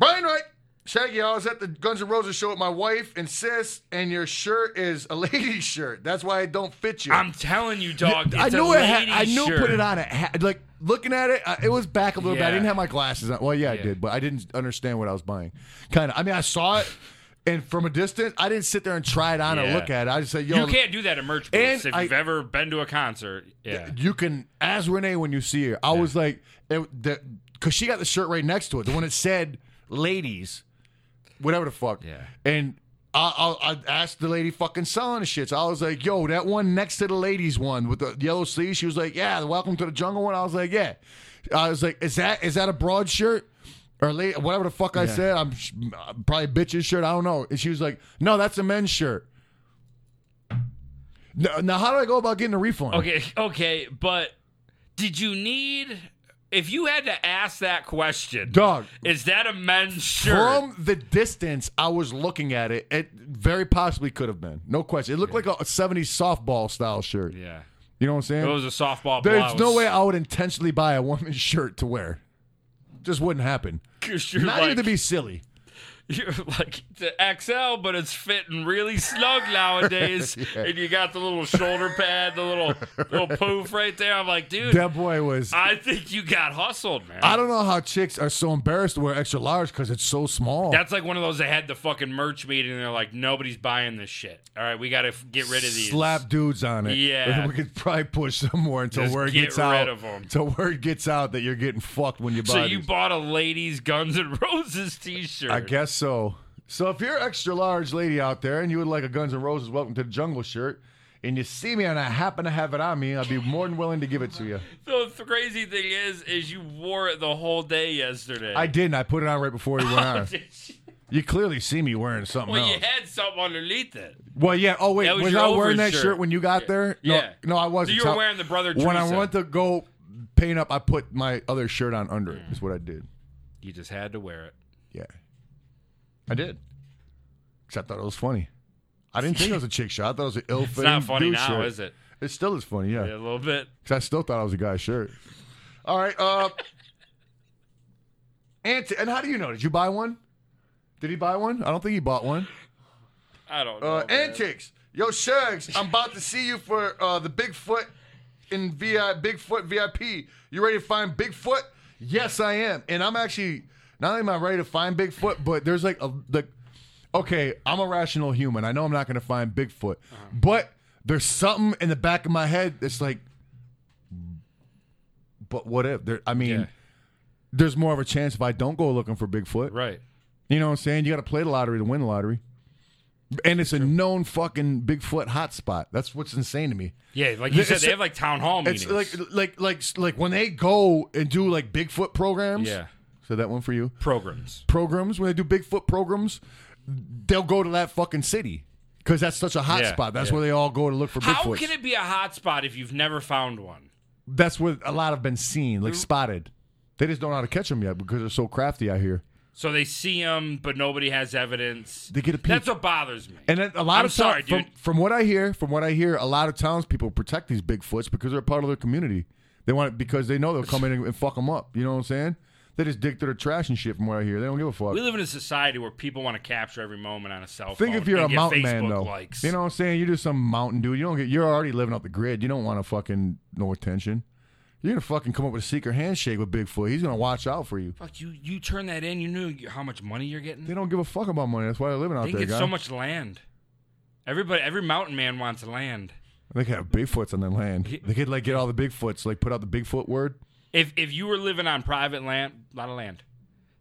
Speaker 3: Brian Wright, Shaggy, I was at the Guns N' Roses show with my wife and sis, and your shirt is a lady's shirt. That's why it don't fit you.
Speaker 2: I'm telling you, dog.
Speaker 3: I
Speaker 2: it's
Speaker 3: knew
Speaker 2: a
Speaker 3: it. Had,
Speaker 2: lady
Speaker 3: I knew.
Speaker 2: shirt.
Speaker 3: Put it on. It had, like looking at it, I, it was back a little bit.
Speaker 2: Yeah.
Speaker 3: I didn't have my glasses on. Well, yeah,
Speaker 2: Yeah.
Speaker 3: I did, but I didn't understand what I was buying. Kind of. I mean, I saw it, and from a distance, I didn't sit there and try it on
Speaker 2: Yeah.
Speaker 3: or look at it. I just said, "Yo,
Speaker 2: You can't do that at merch booths
Speaker 3: And
Speaker 2: if
Speaker 3: I-
Speaker 2: you've ever been to a concert. Yeah.
Speaker 3: you can ask Renee when you see her. I was like, it, the, cause she got the shirt right next to it, the one that said "ladies," whatever the fuck.
Speaker 2: Yeah.
Speaker 3: And I, I, I asked the lady fucking selling the shit. So I was like, "Yo, that one next to the ladies one with the yellow sleeves." She was like, "Yeah, the Welcome to the Jungle one." I was like, "Yeah." I was like, "Is that is that a broad shirt?" Or la- whatever the fuck I said, I'm sh- probably bitch's shirt. I don't know. And she was like, "No, that's a men's shirt." Now, now how do I go about getting a refund?
Speaker 2: Okay. Okay. But did you need? If you had to ask that question,
Speaker 3: dog.
Speaker 2: is that a men's shirt?
Speaker 3: From the distance I was looking at it, it very possibly could have been. No question. It looked like a 70s softball style shirt.
Speaker 2: yeah.
Speaker 1: You know what I'm saying?
Speaker 2: It was a softball
Speaker 1: There's
Speaker 2: blouse.
Speaker 1: no way I would intentionally buy a woman's shirt to wear. Just wouldn't happen.
Speaker 2: 'Cause you're
Speaker 1: Not
Speaker 2: like,
Speaker 1: even to be silly.
Speaker 2: you're like the XL, but it's fitting really snug nowadays. And you got the little shoulder pad, the little little poof right there. I'm like, dude,
Speaker 1: That boy was. I,
Speaker 2: I think you got hustled, man.
Speaker 1: don't know how chicks are so embarrassed to wear extra large because it's so small.
Speaker 2: That's like one of those that had the fucking merch meeting, and they're like, nobody's buying this shit. All right, we got to f- get rid of these.
Speaker 1: Slap dudes on it.
Speaker 2: Yeah.
Speaker 1: we could probably push some more until
Speaker 2: Just
Speaker 1: word
Speaker 2: get
Speaker 1: gets
Speaker 2: rid
Speaker 1: out.
Speaker 2: of 'em.
Speaker 1: Until word gets out that you're getting fucked when you buy.
Speaker 2: So you
Speaker 1: these.
Speaker 2: bought a ladies Guns N' Roses T-shirt.
Speaker 1: I guess so. So if you're extra large lady out there and you would like a Guns N' Roses Welcome to the Jungle shirt, and you see me and I happen to have it on me, I'd be more than willing to give it to you.
Speaker 2: The th- crazy thing is, is you wore it the whole day yesterday.
Speaker 1: I didn't. I put it on right before you went on.
Speaker 2: Did you-
Speaker 1: You clearly see me wearing something
Speaker 2: well,
Speaker 1: else.
Speaker 2: you had something underneath it.
Speaker 1: Well, yeah. Oh wait,
Speaker 2: That was
Speaker 1: was,
Speaker 2: your
Speaker 1: I wearing that
Speaker 2: overshirt.
Speaker 1: shirt when you got there? No,
Speaker 2: Yeah.
Speaker 1: no, I wasn't.
Speaker 2: you were
Speaker 1: So-
Speaker 2: wearing the brother
Speaker 1: When I
Speaker 2: Teresa.
Speaker 1: went to go paint up, I put my other shirt on under it. Is what I did.
Speaker 2: You just had to wear it.
Speaker 1: Yeah, I did. Except I thought it was funny. I didn't think it was a chick shot. I thought it was an ill.
Speaker 2: It's not funny now, is it?
Speaker 1: It still is funny.
Speaker 2: Yeah,
Speaker 1: Yeah,
Speaker 2: a little bit.
Speaker 1: 'Cause I still thought it was a guy's shirt. All right. Uh, Ant- and how do you know? Did you buy one? Did he buy one? I don't think he bought one.
Speaker 2: I don't know.
Speaker 1: Uh,
Speaker 2: Oh, man.
Speaker 1: antics. Yo, Shugs, I'm about to see you for uh, the Bigfoot in VI, Bigfoot VIP. You ready to find Bigfoot? Yes, I am. And I'm actually not only am I ready to find Bigfoot, but there's like a like. Okay, I'm a rational human. I know I'm not going to find Bigfoot, but there's something in the back of my head that's like, but what if? There, I mean,
Speaker 2: Yeah.
Speaker 1: there's more of a chance if I don't go looking for Bigfoot.
Speaker 2: Right.
Speaker 1: You know what I'm saying? You got to play the lottery to win the lottery. And it's a known fucking Bigfoot hotspot. That's what's insane to me.
Speaker 2: Yeah, like you
Speaker 1: It's-
Speaker 2: said, they have like town hall meetings.
Speaker 1: It's like like like like when they go and do like Bigfoot programs.
Speaker 2: yeah,
Speaker 1: So that one for you.
Speaker 2: programs.
Speaker 1: Programs when they do Bigfoot programs, they'll go to that fucking city because that's such a hotspot.
Speaker 2: Yeah,
Speaker 1: That's
Speaker 2: yeah.
Speaker 1: where they all go to look for
Speaker 2: How
Speaker 1: Bigfoot.
Speaker 2: can it be a hot spot if you've never found one?
Speaker 1: that's where a lot have been seen,
Speaker 2: Mm.
Speaker 1: like spotted. They just don't know how to catch them yet because they're so crafty. I hear.
Speaker 2: So they see them, but nobody has evidence.
Speaker 1: They get a peek.
Speaker 2: That's what bothers me.
Speaker 1: And then a lot
Speaker 2: I'm
Speaker 1: of
Speaker 2: sorry,
Speaker 1: town-
Speaker 2: dude.
Speaker 1: From, from what I hear, from what I hear, a lot of townspeople protect these Bigfoots because they're part of their community. They want it because they know they'll come in and, and fuck them up. You know what I'm saying? They just dig through the trash and shit. From what I hear, they don't give a fuck.
Speaker 2: we live in a society where people want to capture every moment on a cell phone.
Speaker 1: Think if you're
Speaker 2: and
Speaker 1: a
Speaker 2: get
Speaker 1: mountain
Speaker 2: Facebook
Speaker 1: man, though.
Speaker 2: Likes.
Speaker 1: You know what I'm saying? You're just some mountain dude. You don't get. You're already living off the grid. You don't want to fucking no attention. You're gonna fucking come up with a secret handshake with Bigfoot. He's gonna watch out for you.
Speaker 2: fuck you. You turn that in. You knew how much money you're getting.
Speaker 1: They don't give a fuck about money. That's why they're living out
Speaker 2: They
Speaker 1: there,
Speaker 2: get
Speaker 1: guy.
Speaker 2: so much land. Everybody, every mountain man wants land.
Speaker 1: they could have Bigfoots on their land. They could like get all the Bigfoots, like put out the Bigfoot word.
Speaker 2: If if you were living on private land, a lot of land,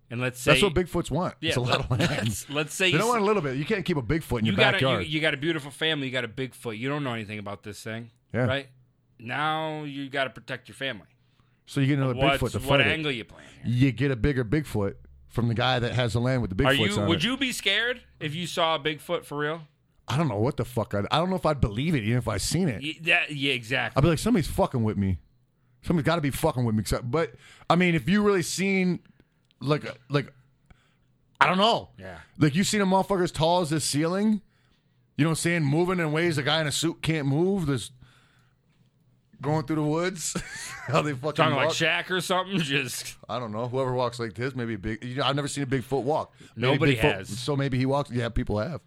Speaker 2: and let's say
Speaker 1: That's what Bigfoots want.
Speaker 2: yeah,
Speaker 1: it's a lot of
Speaker 2: let-
Speaker 1: land.
Speaker 2: Let's, let's say
Speaker 1: They
Speaker 2: you,
Speaker 1: don't want a little bit. You can't keep a Bigfoot in your
Speaker 2: you got a, you,
Speaker 1: backyard.
Speaker 2: you got a beautiful family. You got a Bigfoot. You don't know anything about this thing,
Speaker 1: Yeah.
Speaker 2: right? Now you got to protect your family.
Speaker 1: so you get another
Speaker 2: What's,
Speaker 1: Bigfoot to
Speaker 2: what
Speaker 1: fight it.
Speaker 2: angle you playing? Here?
Speaker 1: You get a bigger Bigfoot from the guy that has the land with the Bigfoots
Speaker 2: Are you?
Speaker 1: on
Speaker 2: Would
Speaker 1: it.
Speaker 2: you be scared if you saw a Bigfoot for real?
Speaker 1: I don't know what the fuck. I'd, I don't know if I'd believe it even if I seen it.
Speaker 2: Yeah, that, yeah exactly.
Speaker 1: I'd be like, somebody's fucking with me. Somebody's got to be fucking with me. Except, but I mean, if you really seen like a- like I don't know,
Speaker 2: Yeah.
Speaker 1: like you seen a motherfucker as tall as this ceiling, you know, what I'm saying moving in ways a guy in a suit can't move. This going through the woods, how they fucking
Speaker 2: Talking like
Speaker 1: walk.
Speaker 2: Shaq or something. Just
Speaker 1: I don't know. Whoever walks like this, maybe a big. You know, I've never seen a Bigfoot walk. Maybe
Speaker 2: Nobody
Speaker 1: Bigfoot-
Speaker 2: has.
Speaker 1: So maybe he walks. Yeah, people have.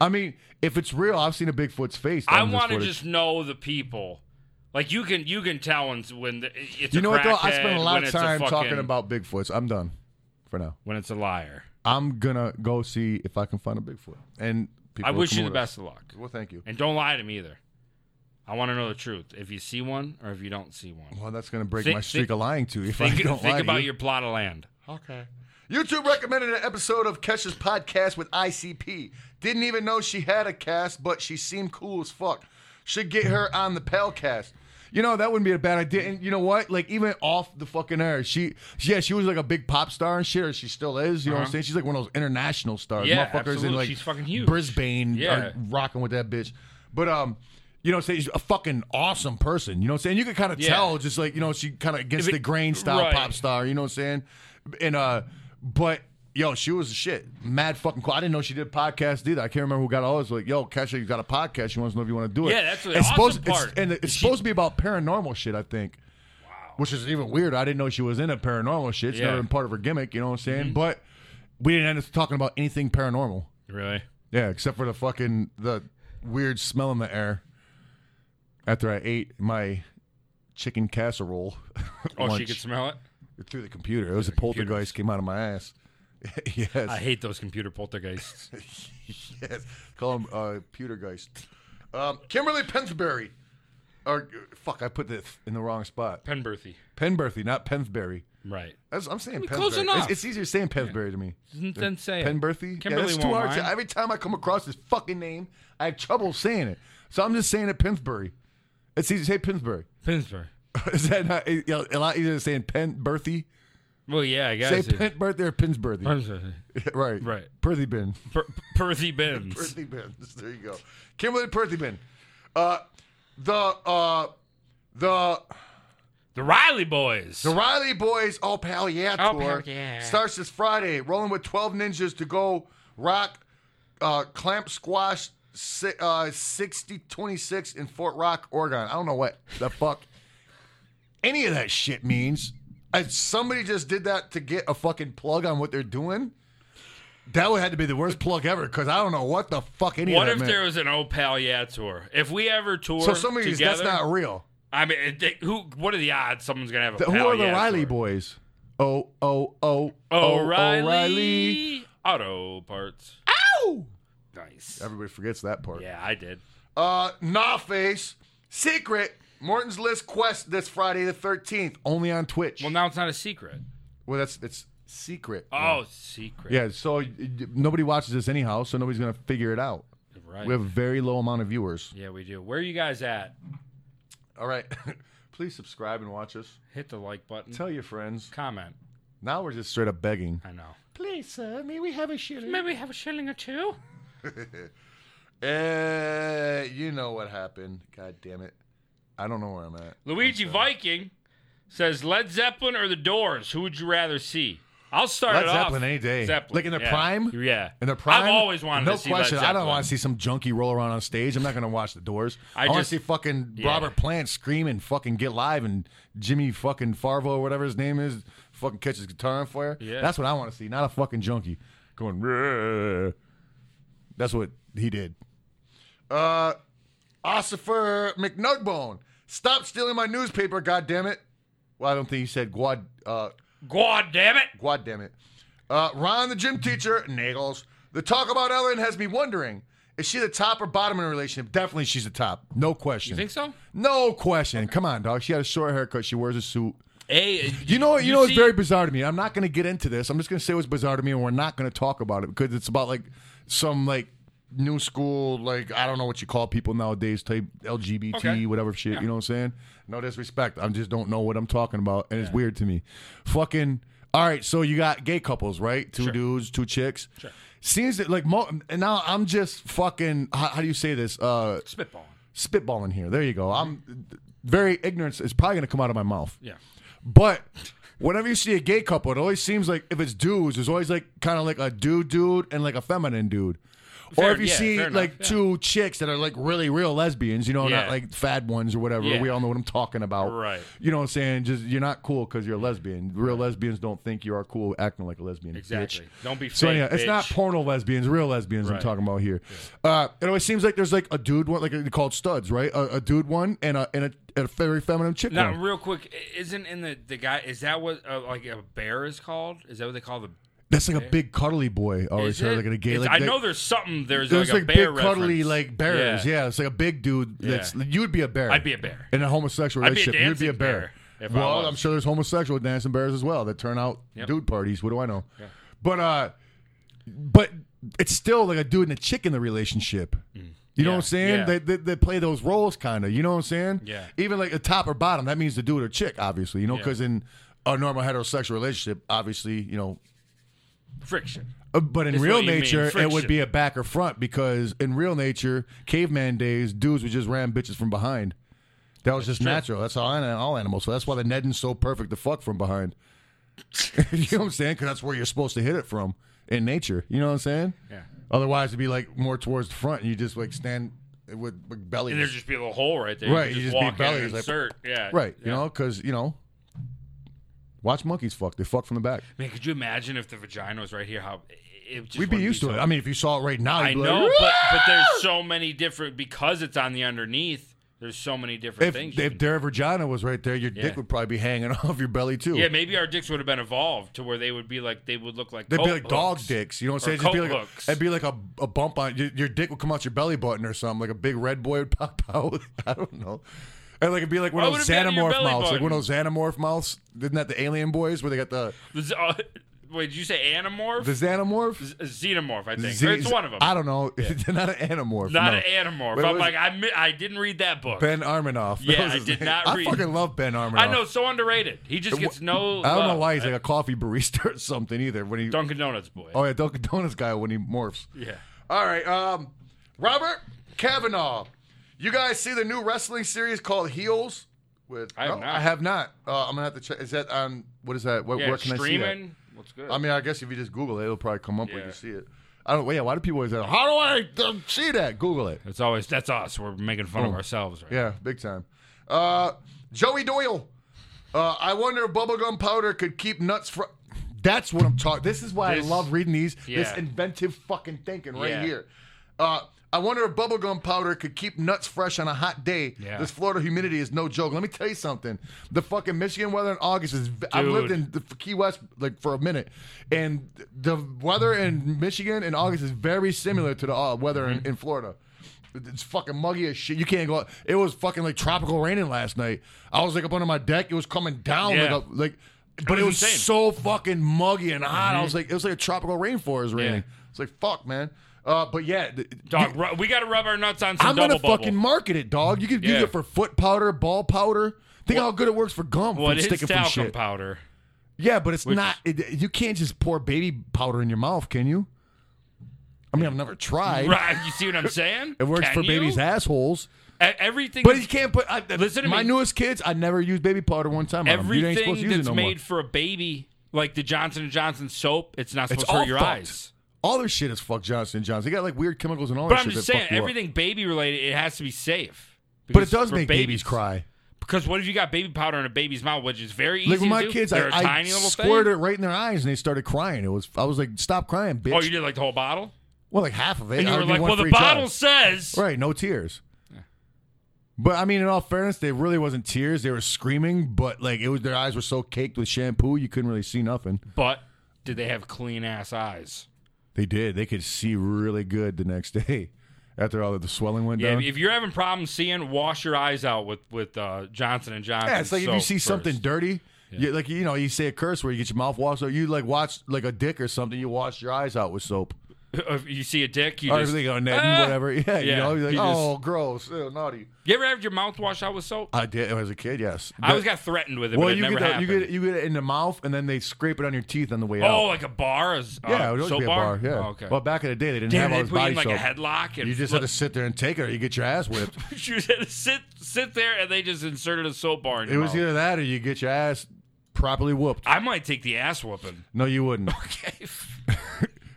Speaker 1: I mean, if it's real, I've seen a Bigfoot's face.
Speaker 2: I
Speaker 1: on this
Speaker 2: want to
Speaker 1: footage.
Speaker 2: just know the people. Like you can you can tell when when the, it's
Speaker 1: You
Speaker 2: a
Speaker 1: know what though? I
Speaker 2: crackhead,
Speaker 1: spent a lot
Speaker 2: when
Speaker 1: of
Speaker 2: it's a
Speaker 1: time talking
Speaker 2: fucking-
Speaker 1: about Bigfoots. I'm done for now.
Speaker 2: when it's a liar.
Speaker 1: I'm gonna go see if I can find a Bigfoot. And people
Speaker 2: I
Speaker 1: will
Speaker 2: wish
Speaker 1: come
Speaker 2: you the
Speaker 1: with us.
Speaker 2: best of luck,
Speaker 1: Well, thank you.
Speaker 2: and don't lie to me either. I want to know the truth. If you see one, or if you don't see one,
Speaker 1: Well, that's gonna break
Speaker 2: Think-
Speaker 1: my streak
Speaker 2: think-
Speaker 1: of lying to you if
Speaker 2: think,
Speaker 1: I don't
Speaker 2: think
Speaker 1: lie
Speaker 2: about
Speaker 1: to you.
Speaker 2: your plot of land.
Speaker 1: Okay. YouTube recommended an episode of Kesha's podcast with ICP. Didn't even know she had a cast, but she seemed cool as fuck. Should get her on the Palcast. You know that wouldn't be a bad idea. And you know what? Like even off the fucking air, she yeah she was like a big pop star and shit, or she still is. You know what I'm
Speaker 2: Uh-huh.
Speaker 1: saying? She's like one of those international stars.
Speaker 2: Yeah,
Speaker 1: Motherfuckers in
Speaker 2: absolutely.
Speaker 1: like
Speaker 2: She's fucking huge.
Speaker 1: Brisbane
Speaker 2: Yeah.
Speaker 1: are rocking with that bitch. But um, you know, say she's a fucking awesome person. You know what I'm saying? You could kind of
Speaker 2: Yeah.
Speaker 1: tell, just like you know, she kind of against
Speaker 2: If it-
Speaker 1: the grain style
Speaker 2: right.
Speaker 1: pop star. You know what I'm saying? And uh, but
Speaker 3: yo, she was a shit. Mad fucking cool. I didn't know she did podcasts either. I can't remember who got all this. Like, yo, Kesha, you got a podcast. She wants to know if you want to do it.
Speaker 2: Yeah, that's the
Speaker 3: it's
Speaker 2: awesome
Speaker 3: supposed, it's-
Speaker 2: part.
Speaker 3: and it's
Speaker 2: She-
Speaker 3: supposed to be about paranormal shit, I think. Which is even weird. I didn't know she was into paranormal shit. It's
Speaker 2: Yeah. Mm-hmm.
Speaker 3: never been part of her gimmick, you know what I'm saying? But we didn't end up talking about anything paranormal.
Speaker 2: Really?
Speaker 3: Yeah, except for the fucking the weird smell in the air after I ate my chicken casserole.
Speaker 2: Oh, she
Speaker 3: lunch
Speaker 2: could smell it.
Speaker 3: through the computer. It was a poltergeist came out of my ass. yes.
Speaker 2: I hate those computer poltergeists.
Speaker 3: yes. Call him uh, Pewtergeist. Um, Kimberly Pensbury. Or fuck, I put this in the wrong spot.
Speaker 2: Penberthy.
Speaker 3: Penberthy, not Pensbury.
Speaker 2: Right.
Speaker 3: That's, I'm saying Pensbury.
Speaker 2: Close
Speaker 3: It's,
Speaker 2: enough.
Speaker 3: it's easier saying Pensbury to me.
Speaker 2: Then say it.
Speaker 3: Penberthy.
Speaker 2: Kimberly
Speaker 3: yeah, that's too
Speaker 2: won't
Speaker 3: hard. to-
Speaker 2: mind.
Speaker 3: every time I come across this fucking name, I have trouble saying it. So I'm just saying it Pensbury. It's easy to say Pensbury.
Speaker 2: Pensbury.
Speaker 3: Is that not, you know, a lot easier than saying Penberthy?
Speaker 2: Well, yeah, I guess.
Speaker 3: Say
Speaker 2: it-
Speaker 3: Pentberthy or Pensbury.
Speaker 2: Pensbury.
Speaker 3: right.
Speaker 2: Right.
Speaker 3: Perthy bin.
Speaker 2: Per- Perthy Benz.
Speaker 3: Perthy bin. There you go. Kimberly Perthy bin. Uh, the uh, the
Speaker 2: The Riley Boys.
Speaker 3: The Riley Boys All Pal Yeah
Speaker 2: All
Speaker 3: Tour
Speaker 2: Pal Yeah.
Speaker 3: starts this Friday, rolling with 12 ninjas to go rock uh, Clamp Squash si- uh, 6026 in Fort Rock, Oregon. I don't know what the fuck any of that shit means. If somebody just did that to get a fucking plug on what they're doing, that would have to be the worst plug ever because I don't know what the fuck any
Speaker 2: what
Speaker 3: of
Speaker 2: if
Speaker 3: that
Speaker 2: there
Speaker 3: meant.
Speaker 2: was an Opal Yeah tour? If we ever tour
Speaker 3: So some of these,
Speaker 2: together,
Speaker 3: that's not real.
Speaker 2: I mean, it- they, who? What are the odds someone's gonna have a
Speaker 3: The- who
Speaker 2: Pal
Speaker 3: are the
Speaker 2: Yeah
Speaker 3: Riley
Speaker 2: tour?
Speaker 3: Boys? Oh, oh, oh, oh,
Speaker 2: O'Reilly,
Speaker 3: O'Reilly.
Speaker 2: Auto Parts.
Speaker 3: Ow!
Speaker 2: Nice.
Speaker 3: Everybody forgets that part.
Speaker 2: Yeah, I did.
Speaker 3: Uh, Nah Face, Secret, Morton's List Quest this Friday the 13th, only on Twitch.
Speaker 2: Well, now it's not a secret.
Speaker 3: well that's it's Secret.
Speaker 2: Oh, secret.
Speaker 3: Yeah, so y- y- nobody watches this anyhow, so nobody's going to figure it out.
Speaker 2: Right.
Speaker 3: We have a very low amount of viewers.
Speaker 2: yeah, we do. Where are you guys at?
Speaker 3: All right. Please subscribe and watch us.
Speaker 2: Hit the like button.
Speaker 3: Tell your friends.
Speaker 2: Comment.
Speaker 3: Now we're just straight up begging.
Speaker 2: I know.
Speaker 3: Please, sir, may we have a shilling?
Speaker 2: Maybe have a shilling or two.
Speaker 1: Eh,
Speaker 3: Uh, you know what happened. God damn it. I don't know where I'm at.
Speaker 2: Luigi Viking says Led Zeppelin or the Doors. Who would you rather see? I'll start
Speaker 3: Led
Speaker 2: it off.
Speaker 3: Zeppelin any day.
Speaker 2: Zeppelin,
Speaker 3: Like in their
Speaker 2: yeah.
Speaker 3: prime?
Speaker 2: Yeah.
Speaker 3: In the prime,
Speaker 2: I've always wanted
Speaker 3: no
Speaker 2: to see
Speaker 3: question.
Speaker 2: Led
Speaker 3: I
Speaker 2: Zeppelin.
Speaker 3: don't want to see some junkie roll around on stage. I'm not going to watch the Doors. I,
Speaker 2: I
Speaker 3: want to
Speaker 2: just-
Speaker 3: see fucking
Speaker 2: yeah.
Speaker 3: Robert Plant scream and fucking get live and Jimmy fucking Farvo or whatever his name is fucking catch his guitar on fire.
Speaker 2: Yeah.
Speaker 3: that's what I want to see. Not a fucking junkie going. "Rrrr." That's what he did. Uh, Ossifer McNugbone, stop stealing my newspaper, goddammit. Well, I don't think he said guad. Uh,
Speaker 2: God damn it.
Speaker 3: God damn it. Uh, Ron, the gym teacher, Nagels. The talk about Ellen has me wondering is she the top or bottom in a relationship? Definitely she's the top. No question.
Speaker 2: You think so?
Speaker 3: No question. Come on, dog. She had a short haircut. She wears a suit.
Speaker 2: Hey,
Speaker 3: You know, you, know,
Speaker 2: see-
Speaker 3: it's very bizarre to me. I'm not going to get into this. I'm just going to say what's bizarre to me, and we're not going to talk about it because it's about like some like new school, like I don't know what you call people nowadays, type LGBT,
Speaker 2: Okay.
Speaker 3: whatever shit. You know what I'm saying? No disrespect. I just don't know what I'm talking about, and it's weird to me. Fucking. All right, so you got gay couples, right? Two dudes, two chicks. Sure. Seems that like mo- and now I'm just fucking. How, how do you say this? Uh,
Speaker 2: Spitballing.
Speaker 3: spitballing here. There you go. I'm very ignorant. It's probably going to come out of my mouth.
Speaker 2: Yeah.
Speaker 3: But whenever you see a gay couple, it always seems like if it's dudes, there's always like kind of like a dude dude and like a feminine dude. or
Speaker 2: Fair-
Speaker 3: if you
Speaker 2: yeah,
Speaker 3: see
Speaker 2: fair enough,
Speaker 3: like
Speaker 2: yeah.
Speaker 3: two chicks that are like really real lesbians, you know, not
Speaker 2: Yeah.
Speaker 3: like fad ones or whatever.
Speaker 2: Yeah.
Speaker 3: We all know what I'm talking about.
Speaker 2: Right.
Speaker 3: You know what I'm saying? Just you're not cool because you're a lesbian. Real lesbians don't think you are cool acting like a lesbian. bitch.
Speaker 2: Exactly. Don't be fake.
Speaker 3: So anyhow, it's not
Speaker 2: bitch.
Speaker 3: porno lesbians, real lesbians. I'm
Speaker 2: Right.
Speaker 3: talking about here. Uh, it always seems like there's like a dude one, like they're called studs, right? A, a dude one and a and a, and a very feminine chick
Speaker 2: Now,
Speaker 3: one.
Speaker 2: real quick, i- isn't in the the guy? Is that what uh, like a bear is called? Is that what they call the?
Speaker 3: That's like a big cuddly boy. I Always
Speaker 2: Is
Speaker 3: heard
Speaker 2: it?
Speaker 3: Oh, like a gay.
Speaker 2: It's-
Speaker 3: Like,
Speaker 2: I
Speaker 3: they-
Speaker 2: know there's something. There's,
Speaker 3: There's
Speaker 2: like,
Speaker 3: like,
Speaker 2: a
Speaker 3: big
Speaker 2: bear
Speaker 3: cuddly
Speaker 2: reference.
Speaker 3: like bears. Yeah. it's like a big dude.
Speaker 2: Yeah.
Speaker 3: That's you would be a bear.
Speaker 2: I'd be a bear.
Speaker 3: in a homosexual
Speaker 2: I'd be a
Speaker 3: relationship. You'd be a
Speaker 2: dancing
Speaker 3: bear.
Speaker 2: bear if I
Speaker 3: well,
Speaker 2: was.
Speaker 3: I'm sure there's homosexual dancing bears as well that turn out
Speaker 2: Yep.
Speaker 3: dude parties. What do I know? But uh, but it's still like a dude and a chick in the relationship. You know
Speaker 2: Yeah,
Speaker 3: what I'm saying?
Speaker 2: yeah.
Speaker 3: They, they, they play those roles kind of. You know what I'm saying?
Speaker 2: Yeah.
Speaker 3: Even like a top or bottom, that means the dude or chick, obviously. You know,
Speaker 2: Yeah.
Speaker 3: because in a normal heterosexual relationship, obviously, you know,
Speaker 2: Friction.
Speaker 3: uh, But in
Speaker 2: It's
Speaker 3: real
Speaker 2: what you mean,
Speaker 3: nature, it would
Speaker 2: friction.
Speaker 3: be a back or front because in real nature, caveman days, dudes would just ram bitches from behind. That was just natural. That's all, all animals. So that's why the Neddin's so perfect to fuck from behind. you know what I'm saying? Because that's where you're supposed to hit it from in nature. You know what I'm saying?
Speaker 2: Yeah.
Speaker 3: Otherwise, it'd be like more towards the front, and you just like stand with with belly.
Speaker 2: And there'd just be a little hole right there.
Speaker 3: Right,
Speaker 2: You
Speaker 3: you
Speaker 2: just
Speaker 3: just be
Speaker 2: walk
Speaker 3: belly is
Speaker 2: in and
Speaker 3: like-
Speaker 2: insert. yeah.
Speaker 3: right. You
Speaker 2: yeah.
Speaker 3: know, because you know, watch monkeys fuck. They fuck from the back.
Speaker 2: Man, could you imagine if the vagina was right here? How it just
Speaker 3: We'd be
Speaker 2: wouldn't
Speaker 3: used to
Speaker 2: so-
Speaker 3: it. I mean, if you saw it right now,
Speaker 2: I
Speaker 3: you'd be like,
Speaker 2: know, but but there's so many different because it's on the underneath. There's so many different
Speaker 3: if,
Speaker 2: things. you
Speaker 3: if
Speaker 2: can-
Speaker 3: their vagina was right there, your
Speaker 2: Yeah.
Speaker 3: dick would probably be hanging off your belly too.
Speaker 2: yeah, maybe our dicks would have been evolved to where they would be like they would look like
Speaker 3: They'd be
Speaker 2: coat
Speaker 3: like dog
Speaker 2: hooks.
Speaker 3: dicks. You know what I'm
Speaker 2: Or
Speaker 3: saying? Just be
Speaker 2: coat
Speaker 3: like a,
Speaker 2: hooks.
Speaker 3: it'd be like a, a bump on your, your dick would come out your belly button or something. Like a big red boy would pop out. I don't know. And like it'd be like one
Speaker 2: Why
Speaker 3: of
Speaker 2: would
Speaker 3: those
Speaker 2: it be out of your
Speaker 3: xenomorph
Speaker 2: belly
Speaker 3: mouths. Like one of
Speaker 2: button?
Speaker 3: those xenomorph mouths. Isn't that the alien boys where they got the
Speaker 2: Z- uh, wait, did you say anamorph?
Speaker 3: the xenomorph?
Speaker 2: Z- xenomorph, I think.
Speaker 3: Z-
Speaker 2: Or it's one of them.
Speaker 3: I don't know. They're not an anamorph.
Speaker 2: Not
Speaker 3: no.
Speaker 2: an anamorph.
Speaker 3: But it
Speaker 2: I'm
Speaker 3: was-
Speaker 2: like I mi- I didn't read that book.
Speaker 3: Ben Arminoff. That
Speaker 2: Yeah,
Speaker 3: was
Speaker 2: I
Speaker 3: his
Speaker 2: did
Speaker 3: name.
Speaker 2: not read-
Speaker 3: I fucking love Ben Arminoff.
Speaker 2: I know, so underrated. He just gets no.
Speaker 3: Oh. I don't know
Speaker 2: love.
Speaker 3: why he's like a coffee barista or something either. When he
Speaker 2: Dunkin' Donuts boy.
Speaker 3: oh yeah, Dunkin' Donuts guy when he morphs.
Speaker 2: Yeah.
Speaker 3: All right, um, Robert Kavanaugh. You guys see the new wrestling series called Heels? With
Speaker 2: I have
Speaker 3: no,
Speaker 2: not.
Speaker 3: I have not. Uh, I'm gonna have to check. Is that on? What is that? Where,
Speaker 2: Yeah,
Speaker 3: where can I see
Speaker 2: streaming. What's good?
Speaker 3: that? I mean, I guess if you just Google it, it'll probably come up where
Speaker 2: Yeah.
Speaker 3: you see it. I don't. Well, yeah. Why do people always say, "How do I um, see that?" Google it.
Speaker 2: It's always that's us. We're making fun of ourselves, right?
Speaker 3: Oh. Yeah, big time. Uh, Joey Doyle. Uh, I wonder if bubblegum powder could keep nuts from. That's what I'm talking. This is why
Speaker 2: This-
Speaker 3: I love reading these. This
Speaker 2: Yeah.
Speaker 3: inventive fucking thinking right
Speaker 2: Yeah.
Speaker 3: here. Uh, I wonder if bubblegum powder could keep nuts fresh on a hot day.
Speaker 2: Yeah.
Speaker 3: This Florida humidity is no joke. Let me tell you something. The fucking Michigan weather in August is. v- I've lived
Speaker 2: Dude.
Speaker 3: in the Key West like for a minute, and the weather in Michigan in August is very similar to the uh, weather
Speaker 2: Mm-hmm.
Speaker 3: in, in Florida. It's fucking muggy as shit. You can't go. out. It was fucking like tropical raining last night. I was like up under my deck. It was coming down
Speaker 2: Yeah.
Speaker 3: like a, like, but
Speaker 2: was
Speaker 3: it was
Speaker 2: insane. Mm-hmm.
Speaker 3: so fucking muggy and hot. I was like, it was like a tropical rainforest raining. It's like fuck, man. Uh, but yeah, th-
Speaker 2: Dog,
Speaker 3: you-
Speaker 2: ru- we got to rub our nuts on some
Speaker 3: I'm gonna
Speaker 2: double bubble.
Speaker 3: fucking market it, dog. You could use
Speaker 2: Yeah.
Speaker 3: it for foot powder, ball powder. Think how good it works for gum
Speaker 2: what
Speaker 3: from
Speaker 2: is
Speaker 3: sticking from
Speaker 2: talcum
Speaker 3: shit.
Speaker 2: powder?
Speaker 3: Yeah, but it's not. It, you can't just pour baby powder in your mouth, can you? I mean, I've never tried.
Speaker 2: Right, you see what I'm saying?
Speaker 3: It works
Speaker 2: Can
Speaker 3: for
Speaker 2: you?
Speaker 3: babies' assholes,
Speaker 2: E- Everything,
Speaker 3: but you can't put. I,
Speaker 2: Listen to
Speaker 3: my
Speaker 2: me.
Speaker 3: newest kids. I never used baby powder one time. on 'em. you ain't
Speaker 2: everything
Speaker 3: supposed to use
Speaker 2: that's
Speaker 3: it no
Speaker 2: made
Speaker 3: more.
Speaker 2: for a baby, like the Johnson and Johnson soap, it's not supposed
Speaker 3: It's
Speaker 2: to
Speaker 3: all
Speaker 2: hurt your
Speaker 3: fucked.
Speaker 2: eyes.
Speaker 3: All their shit is fuck Johnson and Johnson. They got like weird chemicals and all
Speaker 2: But
Speaker 3: that
Speaker 2: I'm
Speaker 3: shit
Speaker 2: just
Speaker 3: that
Speaker 2: saying,
Speaker 3: fuck you up.
Speaker 2: everything baby related, it has to be safe.
Speaker 3: But
Speaker 2: Because
Speaker 3: it does
Speaker 2: for
Speaker 3: make babies cry.
Speaker 2: Because what if you got baby powder in a baby's mouth, which is very easy
Speaker 3: Like with
Speaker 2: to
Speaker 3: my
Speaker 2: do?
Speaker 3: kids, I,
Speaker 2: They're a
Speaker 3: I
Speaker 2: tiny little
Speaker 3: squirted
Speaker 2: thing.
Speaker 3: it right in their eyes and they started crying. It was I was like, stop crying, bitch.
Speaker 2: Oh, you did like the whole bottle?
Speaker 3: well, like half of it.
Speaker 2: And you
Speaker 3: I
Speaker 2: were
Speaker 3: would do
Speaker 2: like,
Speaker 3: one
Speaker 2: well,
Speaker 3: for
Speaker 2: the
Speaker 3: each eye.
Speaker 2: bottle says.
Speaker 3: Right, no tears. But I mean, in all fairness, they really wasn't tears. They were screaming, but like it was their eyes were so caked with shampoo you couldn't really see nothing.
Speaker 2: But did they have clean ass eyes?
Speaker 3: They did. They could see really good the next day after all of the swelling went
Speaker 2: Yeah,
Speaker 3: down.
Speaker 2: if you're having problems seeing, wash your eyes out with with uh, Johnson and Johnson.
Speaker 3: yeah, it's like if you
Speaker 2: soap
Speaker 3: see something
Speaker 2: first.
Speaker 3: dirty, you, like you know, you say a curse where you get your mouth washed, or you like watch like a dick or something, you wash your eyes out with soap.
Speaker 2: If you see a dick, you
Speaker 3: Or
Speaker 2: just.
Speaker 3: everything on net
Speaker 2: Ah!
Speaker 3: and whatever. Yeah, you
Speaker 2: Yeah,
Speaker 3: know, you're like,
Speaker 2: you just-
Speaker 3: oh, gross, ew, naughty.
Speaker 2: You ever have your mouth washed out with soap?
Speaker 3: I did as a kid, yes.
Speaker 2: I always got threatened with it,
Speaker 3: well,
Speaker 2: but it
Speaker 3: you
Speaker 2: never
Speaker 3: get that, you
Speaker 2: happened.
Speaker 3: get it, you get it in the mouth, and then they scrape it on your teeth on the way out.
Speaker 2: oh, like a bar? A, s- uh,
Speaker 3: Yeah, it would always
Speaker 2: soap
Speaker 3: be a bar. Yeah.
Speaker 2: Oh, okay.
Speaker 3: Well, back in the day, they didn't
Speaker 2: Damn,
Speaker 3: have all
Speaker 2: they
Speaker 3: this
Speaker 2: put you
Speaker 3: body
Speaker 2: in like
Speaker 3: soap.
Speaker 2: a headlock, and
Speaker 3: you just had to sit there and take it, or you get your ass whipped.
Speaker 2: you just had to sit sit there, and they just inserted a soap bar in
Speaker 3: it
Speaker 2: your
Speaker 3: was
Speaker 2: mouth.
Speaker 3: either that, or you get your ass properly whooped.
Speaker 2: I might take the ass whooping. Oh,
Speaker 3: No, you wouldn't.
Speaker 2: Okay.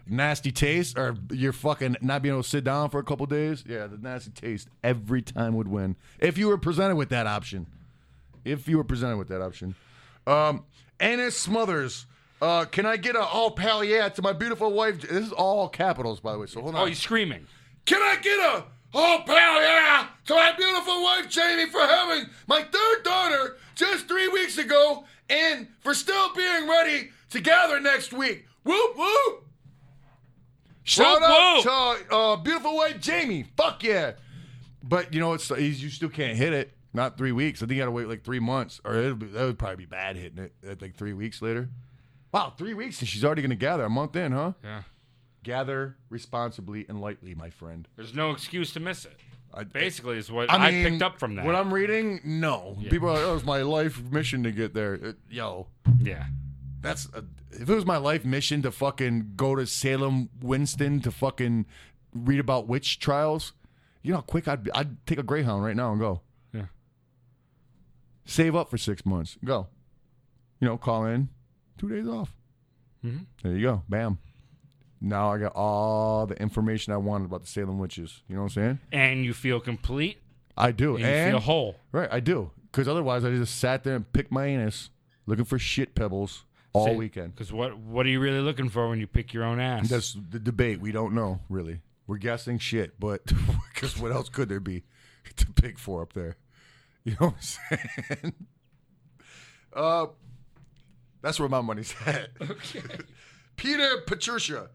Speaker 3: nasty taste, or you're fucking not being able to sit down for a couple days. Yeah, the nasty taste every time would win if you were presented with that option. If you were presented with that option, um, Anna Smothers. Uh, can I get a all pal yeah to my beautiful wife? This is all capitals, by the way. So hold on.
Speaker 2: Oh, he's screaming.
Speaker 3: Can I get a oh pal yeah to my beautiful wife Jamie for having my third daughter just three weeks ago and for still being ready to gather next week? Whoop whoop! Shout
Speaker 2: Whoop,
Speaker 3: out
Speaker 2: whoop.
Speaker 3: to uh, beautiful wife Jamie. Fuck yeah! But you know it's he's, you still can't hit it. Not three weeks. I think you gotta wait like three months, or it'll be, that would probably be bad hitting it at like three weeks later. Wow, three weeks and she's already gonna gather a month in, huh?
Speaker 2: Yeah.
Speaker 3: Gather responsibly and lightly, my friend.
Speaker 2: There's no excuse to miss it.
Speaker 3: I-
Speaker 2: Basically, is what
Speaker 3: I,
Speaker 2: I,
Speaker 3: mean,
Speaker 2: picked up from that.
Speaker 3: What I'm reading, no. People are like, oh, it's my life mission to get there. Uh, yo,
Speaker 2: yeah.
Speaker 3: that's a, if it was my life mission to fucking go to Salem, Winston to fucking read about witch trials. You know how quick I'd be, I'd take a Greyhound right now and go.
Speaker 2: Yeah.
Speaker 3: Save up for six months. Go. You know, call in, two days off.
Speaker 2: Mm-hmm.
Speaker 3: There you go. Bam. Now I got all the information I wanted about the Salem witches. You know what I'm saying?
Speaker 2: and you feel complete
Speaker 3: I do.
Speaker 2: and, you
Speaker 3: And-
Speaker 2: feel whole.
Speaker 3: right, I do. Because otherwise, I just sat there and picked my anus looking for shit pebbles all weekend.
Speaker 2: Because what what are you really looking for when you pick your own ass?
Speaker 3: That's the debate. We don't know really. We're guessing shit, but because what else could there be to pick for up there? You know what I'm saying? Uh, that's where my money's at. Okay. Peter Patricia.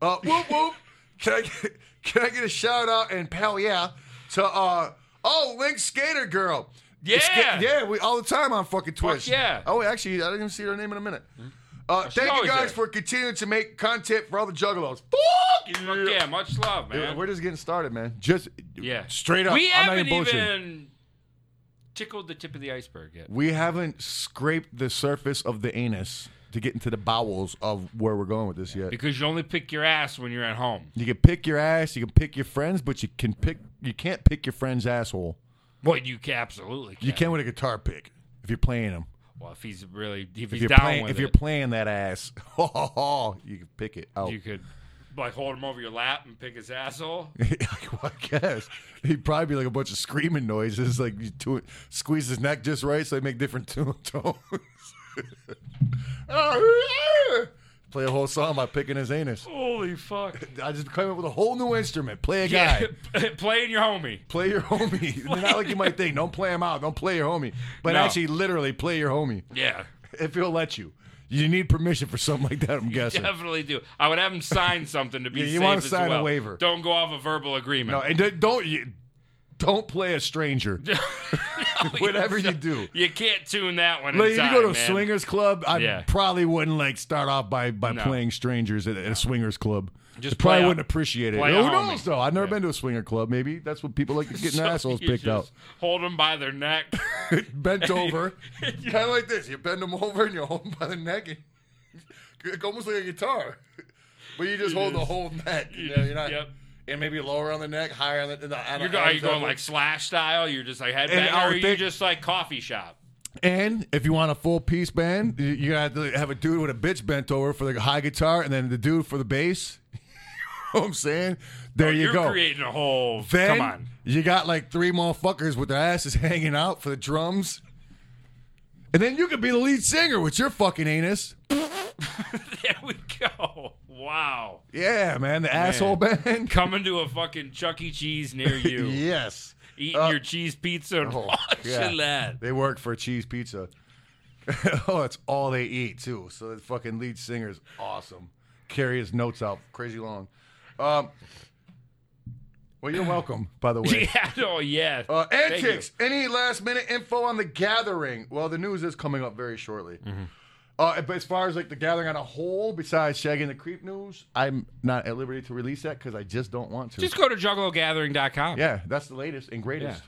Speaker 3: Uh, whoop whoop. Can I get, can I get a shout out and pal yeah to uh oh Link Skater Girl.
Speaker 2: Yeah.
Speaker 3: Ska- yeah, we all the time on fucking Twitch.
Speaker 2: yeah. Hmm? Oh,
Speaker 3: Oh, actually, I didn't even see her name in a minute. Uh, thank you
Speaker 2: always
Speaker 3: guys for
Speaker 2: there.
Speaker 3: continuing to make content for all the juggalos. Fuck
Speaker 2: Fuck
Speaker 3: you.
Speaker 2: yeah, much love,
Speaker 3: Dude,
Speaker 2: man.
Speaker 3: We're just getting started, man. Just
Speaker 2: yeah,
Speaker 3: straight up.
Speaker 2: We
Speaker 3: I'm not
Speaker 2: haven't
Speaker 3: even bullshitting.
Speaker 2: even tickled the tip of the iceberg yet.
Speaker 3: We haven't scraped the surface of the anus to get into the bowels of where we're going with this yet.
Speaker 2: Because you only pick your ass when you're at home.
Speaker 3: You can pick your ass, you can pick your friends, but you can pick you can't pick your friend's asshole.
Speaker 2: Well, you can absolutely can.
Speaker 3: You can with a guitar pick if you're playing him.
Speaker 2: Well, if he's really if,
Speaker 3: If
Speaker 2: he's
Speaker 3: you're
Speaker 2: down
Speaker 3: playing
Speaker 2: with
Speaker 3: if
Speaker 2: it,
Speaker 3: you're playing that ass, you can pick it out.
Speaker 2: you could like hold him over your lap and pick his asshole.
Speaker 3: I guess he'd probably be like a bunch of screaming noises, like you do it, squeeze his neck just right so they make different tone- tones. Play a whole song by picking his anus.
Speaker 2: Holy fuck!
Speaker 3: I just came up with a whole new instrument. Play a guy.
Speaker 2: Yeah, playing your homie.
Speaker 3: Play your homie. They're Not like you might think. Don't play him out. Don't play your homie. But
Speaker 2: No.
Speaker 3: actually, literally, play your homie
Speaker 2: Yeah,
Speaker 3: if he'll let you. You need permission for something like that. I'm guessing.
Speaker 2: definitely do. I would have him sign something to be
Speaker 3: Yeah, you
Speaker 2: safe
Speaker 3: wanna
Speaker 2: as
Speaker 3: sign a
Speaker 2: well.
Speaker 3: waiver.
Speaker 2: Don't go off a verbal agreement.
Speaker 3: No, and don't- don't you, don't play a stranger. Whatever you do.
Speaker 2: You can't tune that one.
Speaker 3: Like,
Speaker 2: in time,
Speaker 3: you go to a
Speaker 2: man.
Speaker 3: swingers club, I
Speaker 2: Yeah.
Speaker 3: probably wouldn't like start off by, by
Speaker 2: No.
Speaker 3: playing strangers at, at a swingers club.
Speaker 2: Just
Speaker 3: I probably
Speaker 2: play a-
Speaker 3: wouldn't appreciate it.
Speaker 2: play a
Speaker 3: Who knows
Speaker 2: homie.
Speaker 3: though? I've never been to a swinger club. Maybe that's what people like to get
Speaker 2: So
Speaker 3: their assholes
Speaker 2: you
Speaker 3: picked out.
Speaker 2: just Hold them by their neck.
Speaker 3: Bent over, kind of like this. You bend them over and you hold them by the neck, and almost like a guitar. But you just hold the whole neck. You know, you're not,
Speaker 2: Yep.
Speaker 3: and maybe lower on the neck, higher on the. the, on the
Speaker 2: You're, go- are you
Speaker 3: arms up.
Speaker 2: going like slash style? You're just like headbang,
Speaker 3: And I
Speaker 2: or
Speaker 3: would
Speaker 2: are you
Speaker 3: think-
Speaker 2: just like coffee shop?
Speaker 3: And if you want a full piece band, you- you gotta have to have a dude with a bitch bent over for the high guitar, and then the dude for the bass. you know what I'm saying? There you
Speaker 2: are
Speaker 3: go.
Speaker 2: creating a whole.
Speaker 3: then
Speaker 2: come on.
Speaker 3: you got like three motherfuckers with their asses hanging out for the drums, and then you could be the lead singer with your fucking anus.
Speaker 2: There we go. Wow.
Speaker 3: Yeah, man, the asshole band.
Speaker 2: Coming to a fucking Chuck E. Cheese near you.
Speaker 3: yes,
Speaker 2: Eating
Speaker 3: Uh,
Speaker 2: your cheese pizza and
Speaker 3: oh,
Speaker 2: watching
Speaker 3: yeah.
Speaker 2: that.
Speaker 3: they work for cheese pizza. oh, that's all they eat too. So the fucking lead singer is awesome. Carry his notes out crazy long. Um, well, you're welcome, by the way.
Speaker 2: Yeah. Oh yeah.
Speaker 3: Uh,
Speaker 2: Thank you.
Speaker 3: antics. Any last minute info on the gathering? Well, the news is coming up very shortly.
Speaker 2: Mm-hmm.
Speaker 3: Uh, but as far as like the gathering on a whole, besides Shaggy and the Creep news, I'm not at liberty to release that because I just don't want to.
Speaker 2: Just go to jugglogathering.com.
Speaker 3: Yeah, that's the latest and greatest.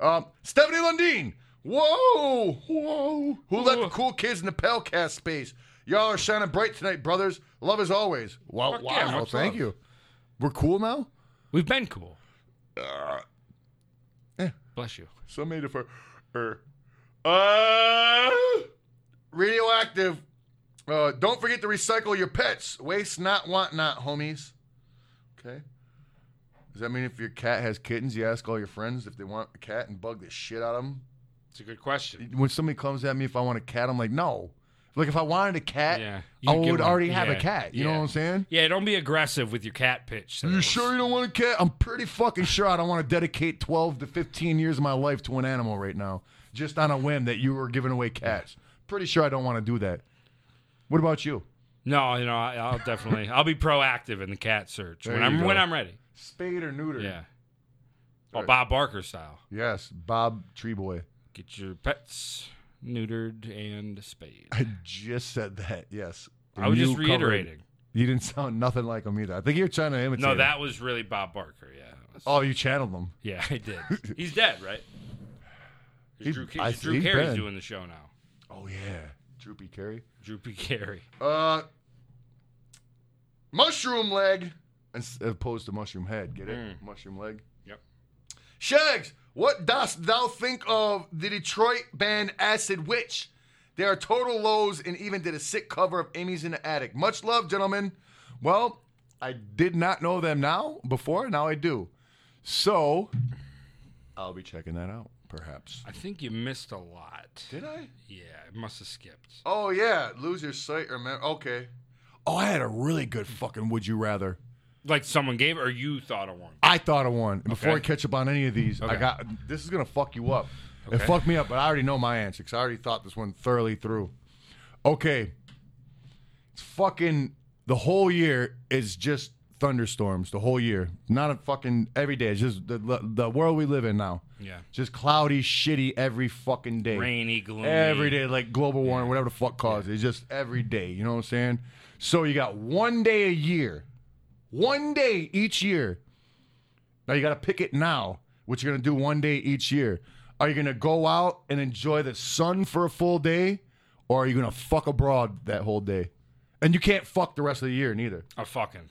Speaker 3: Um, Stephanie Lundeen. Whoa, whoa. Who let the cool kids in the Pelcast space? Y'all are shining bright tonight, brothers. Love as always. Wow,
Speaker 2: Fuck
Speaker 3: wow.
Speaker 2: yeah, much
Speaker 3: thank
Speaker 2: love.
Speaker 3: you. We're cool now?
Speaker 2: We've been cool.
Speaker 3: Yeah.
Speaker 2: Bless you.
Speaker 3: Some made it for er. Uh, radioactive. Uh, don't forget to recycle your pets. Waste not, want not, homies. Okay. Does that mean if your cat has kittens, you ask all your friends if they want a cat and bug the shit out of them?
Speaker 2: It's a good question.
Speaker 3: When somebody comes at me if I want a cat, I'm like, no. Like if I wanted a cat,
Speaker 2: Yeah.
Speaker 3: I
Speaker 2: You'd get
Speaker 3: would
Speaker 2: one.
Speaker 3: already have a
Speaker 2: Yeah.
Speaker 3: cat. You know
Speaker 2: Yeah.
Speaker 3: what I'm saying?
Speaker 2: Yeah, don't be aggressive with your cat pitch.
Speaker 3: You
Speaker 2: sales.
Speaker 3: sure you don't want a cat? I'm pretty fucking sure I don't want to dedicate 12 to 15 years of my life to an animal right now, just on a whim that you were giving away cats. Pretty sure I don't want to do that. What about you?
Speaker 2: No, you know, I, I'll definitely, I'll be proactive in the cat search
Speaker 3: There
Speaker 2: when
Speaker 3: you
Speaker 2: I'm
Speaker 3: go.
Speaker 2: when I'm ready.
Speaker 3: Spade or neuter?
Speaker 2: Yeah.
Speaker 3: All right.
Speaker 2: Well, Bob Barker style.
Speaker 3: Yes, Bob Treeboy.
Speaker 2: Get your pets neutered and spayed.
Speaker 3: I just said that. Yes.
Speaker 2: I was
Speaker 3: You
Speaker 2: just
Speaker 3: covered it.
Speaker 2: reiterating.
Speaker 3: You didn't sound nothing like him either. I think you're trying to imitate.
Speaker 2: No,
Speaker 3: him.
Speaker 2: that was really Bob Barker. Yeah. It was-
Speaker 3: Oh, you channeled him.
Speaker 2: Yeah, I did. He's dead, right? 'Cause
Speaker 3: He-
Speaker 2: Drew, Ca-
Speaker 3: I-
Speaker 2: Drew
Speaker 3: he's
Speaker 2: Carey's
Speaker 3: dead.
Speaker 2: doing the show now.
Speaker 3: Oh yeah, Droopy Carey.
Speaker 2: Drew P. Carey.
Speaker 3: Uh, mushroom leg as opposed to mushroom head. Get it?
Speaker 2: Mm.
Speaker 3: Mushroom leg.
Speaker 2: Yep.
Speaker 3: Shags, what dost thou think of the Detroit band Acid Witch? They are total lows and even did a sick cover of Amy's in the Attic. Much love, gentlemen. Well, I did not know them now before. Now I do. So I'll be checking that out, perhaps.
Speaker 2: I think you missed a lot.
Speaker 3: Did I?
Speaker 2: Yeah, it must have skipped.
Speaker 3: Oh, yeah. Lose your sight or mem- Okay. Oh, I had a really good fucking Would You Rather.
Speaker 2: Like someone gave or you thought of one.
Speaker 3: I thought of one. And Before
Speaker 2: Okay.
Speaker 3: I catch up on any of these, I
Speaker 2: Okay.
Speaker 3: got this is gonna fuck you up. It
Speaker 2: Okay.
Speaker 3: fucked me up, but I already know my answer because I already thought this one thoroughly through. Okay, it's fucking the whole year is just thunderstorms. The whole year, not a fucking every day. It's just the the, the world we live in now.
Speaker 2: Yeah.
Speaker 3: just cloudy, shitty every fucking day.
Speaker 2: Rainy, gloomy.
Speaker 3: Every day, like global warming, whatever the fuck causes. It's just every day. You know what I'm saying? So you got one day a year, one day each year. Now you got to pick it now, what you're going to do one day each year. Are you going to go out and enjoy the sun for a full day, or are you going to fuck abroad that whole day? And you can't fuck the rest of the year neither.
Speaker 2: A fucking.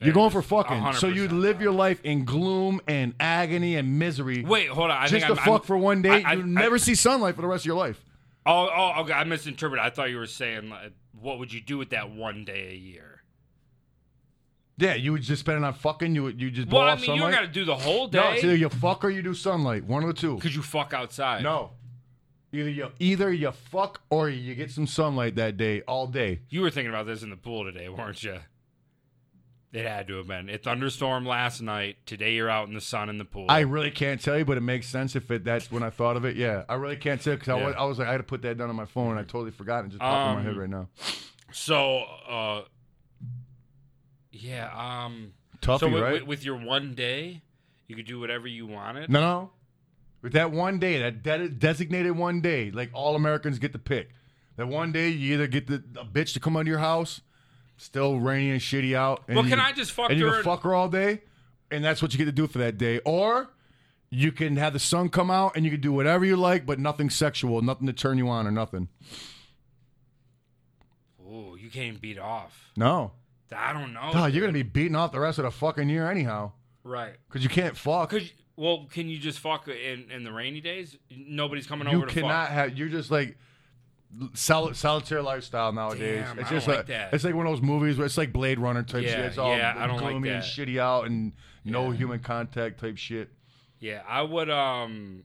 Speaker 3: You're going for
Speaker 2: There's
Speaker 3: fucking. So
Speaker 2: 100%.
Speaker 3: you live your life in gloom and agony and misery.
Speaker 2: Wait, hold on. I
Speaker 3: just
Speaker 2: think
Speaker 3: to
Speaker 2: I'm,
Speaker 3: fuck
Speaker 2: I'm,
Speaker 3: for one day,
Speaker 2: I- I-
Speaker 3: you
Speaker 2: I-
Speaker 3: never see sunlight for the rest of your life.
Speaker 2: Oh, oh, okay. I misinterpreted. I thought you were saying like, what would you do with that one day a year?
Speaker 3: Yeah, you would just spend it on fucking. You would you just blow
Speaker 2: Well, I
Speaker 3: off
Speaker 2: mean, you
Speaker 3: sunlight.
Speaker 2: got to do the whole
Speaker 3: no, it's either
Speaker 2: day.
Speaker 3: you fuck or you do sunlight. One of the two.
Speaker 2: Could you fuck outside?
Speaker 3: No, either you either you fuck or you get some sunlight that day all day.
Speaker 2: You were thinking about this in the pool today, weren't you? It had to have been. It thunderstormed last night. Today you're out in the sun in the pool.
Speaker 3: I really can't tell you, but it makes sense if it. That's when I thought of it. Yeah, I really can't tell because I,
Speaker 2: Yeah.
Speaker 3: was, I was like I had to put that down on my phone and I totally forgot and it just popped in my
Speaker 2: Um,
Speaker 3: head right now.
Speaker 2: so, uh, yeah. Um,
Speaker 3: Toughy,
Speaker 2: so with,
Speaker 3: right?
Speaker 2: with, with your one day, you could do whatever you wanted.
Speaker 3: No, no. With that one day, that de- designated one day, like all Americans get to pick. That one day, you either get the a bitch to come under your house, still rainy and shitty out. And
Speaker 2: Well, can
Speaker 3: you-
Speaker 2: I just fuck
Speaker 3: and you
Speaker 2: her
Speaker 3: can
Speaker 2: and-
Speaker 3: fuck her all day, and that's what you get to do for that day. Or you can have the sun come out and you can do whatever you like, but nothing sexual, nothing to turn you on or nothing.
Speaker 2: Ooh, you can't even beat off.
Speaker 3: No,
Speaker 2: I don't know.
Speaker 3: Duh, you're
Speaker 2: dude.
Speaker 3: gonna be beaten off the rest of the fucking year anyhow,
Speaker 2: right.
Speaker 3: because you can't fuck.
Speaker 2: Could you, well, can you just fuck in in the rainy days? Nobody's coming
Speaker 3: you
Speaker 2: over to
Speaker 3: cannot
Speaker 2: fuck.
Speaker 3: have. You're just like sol- solitary lifestyle nowadays.
Speaker 2: Damn,
Speaker 3: it's
Speaker 2: I don't
Speaker 3: just
Speaker 2: like
Speaker 3: like
Speaker 2: that.
Speaker 3: It's like one of those movies where it's like Blade Runner type
Speaker 2: Yeah,
Speaker 3: shit. It's all
Speaker 2: yeah, I don't like
Speaker 3: gloomy and
Speaker 2: that.
Speaker 3: shitty out and no
Speaker 2: Yeah.
Speaker 3: human contact type shit.
Speaker 2: Yeah, I would. Um,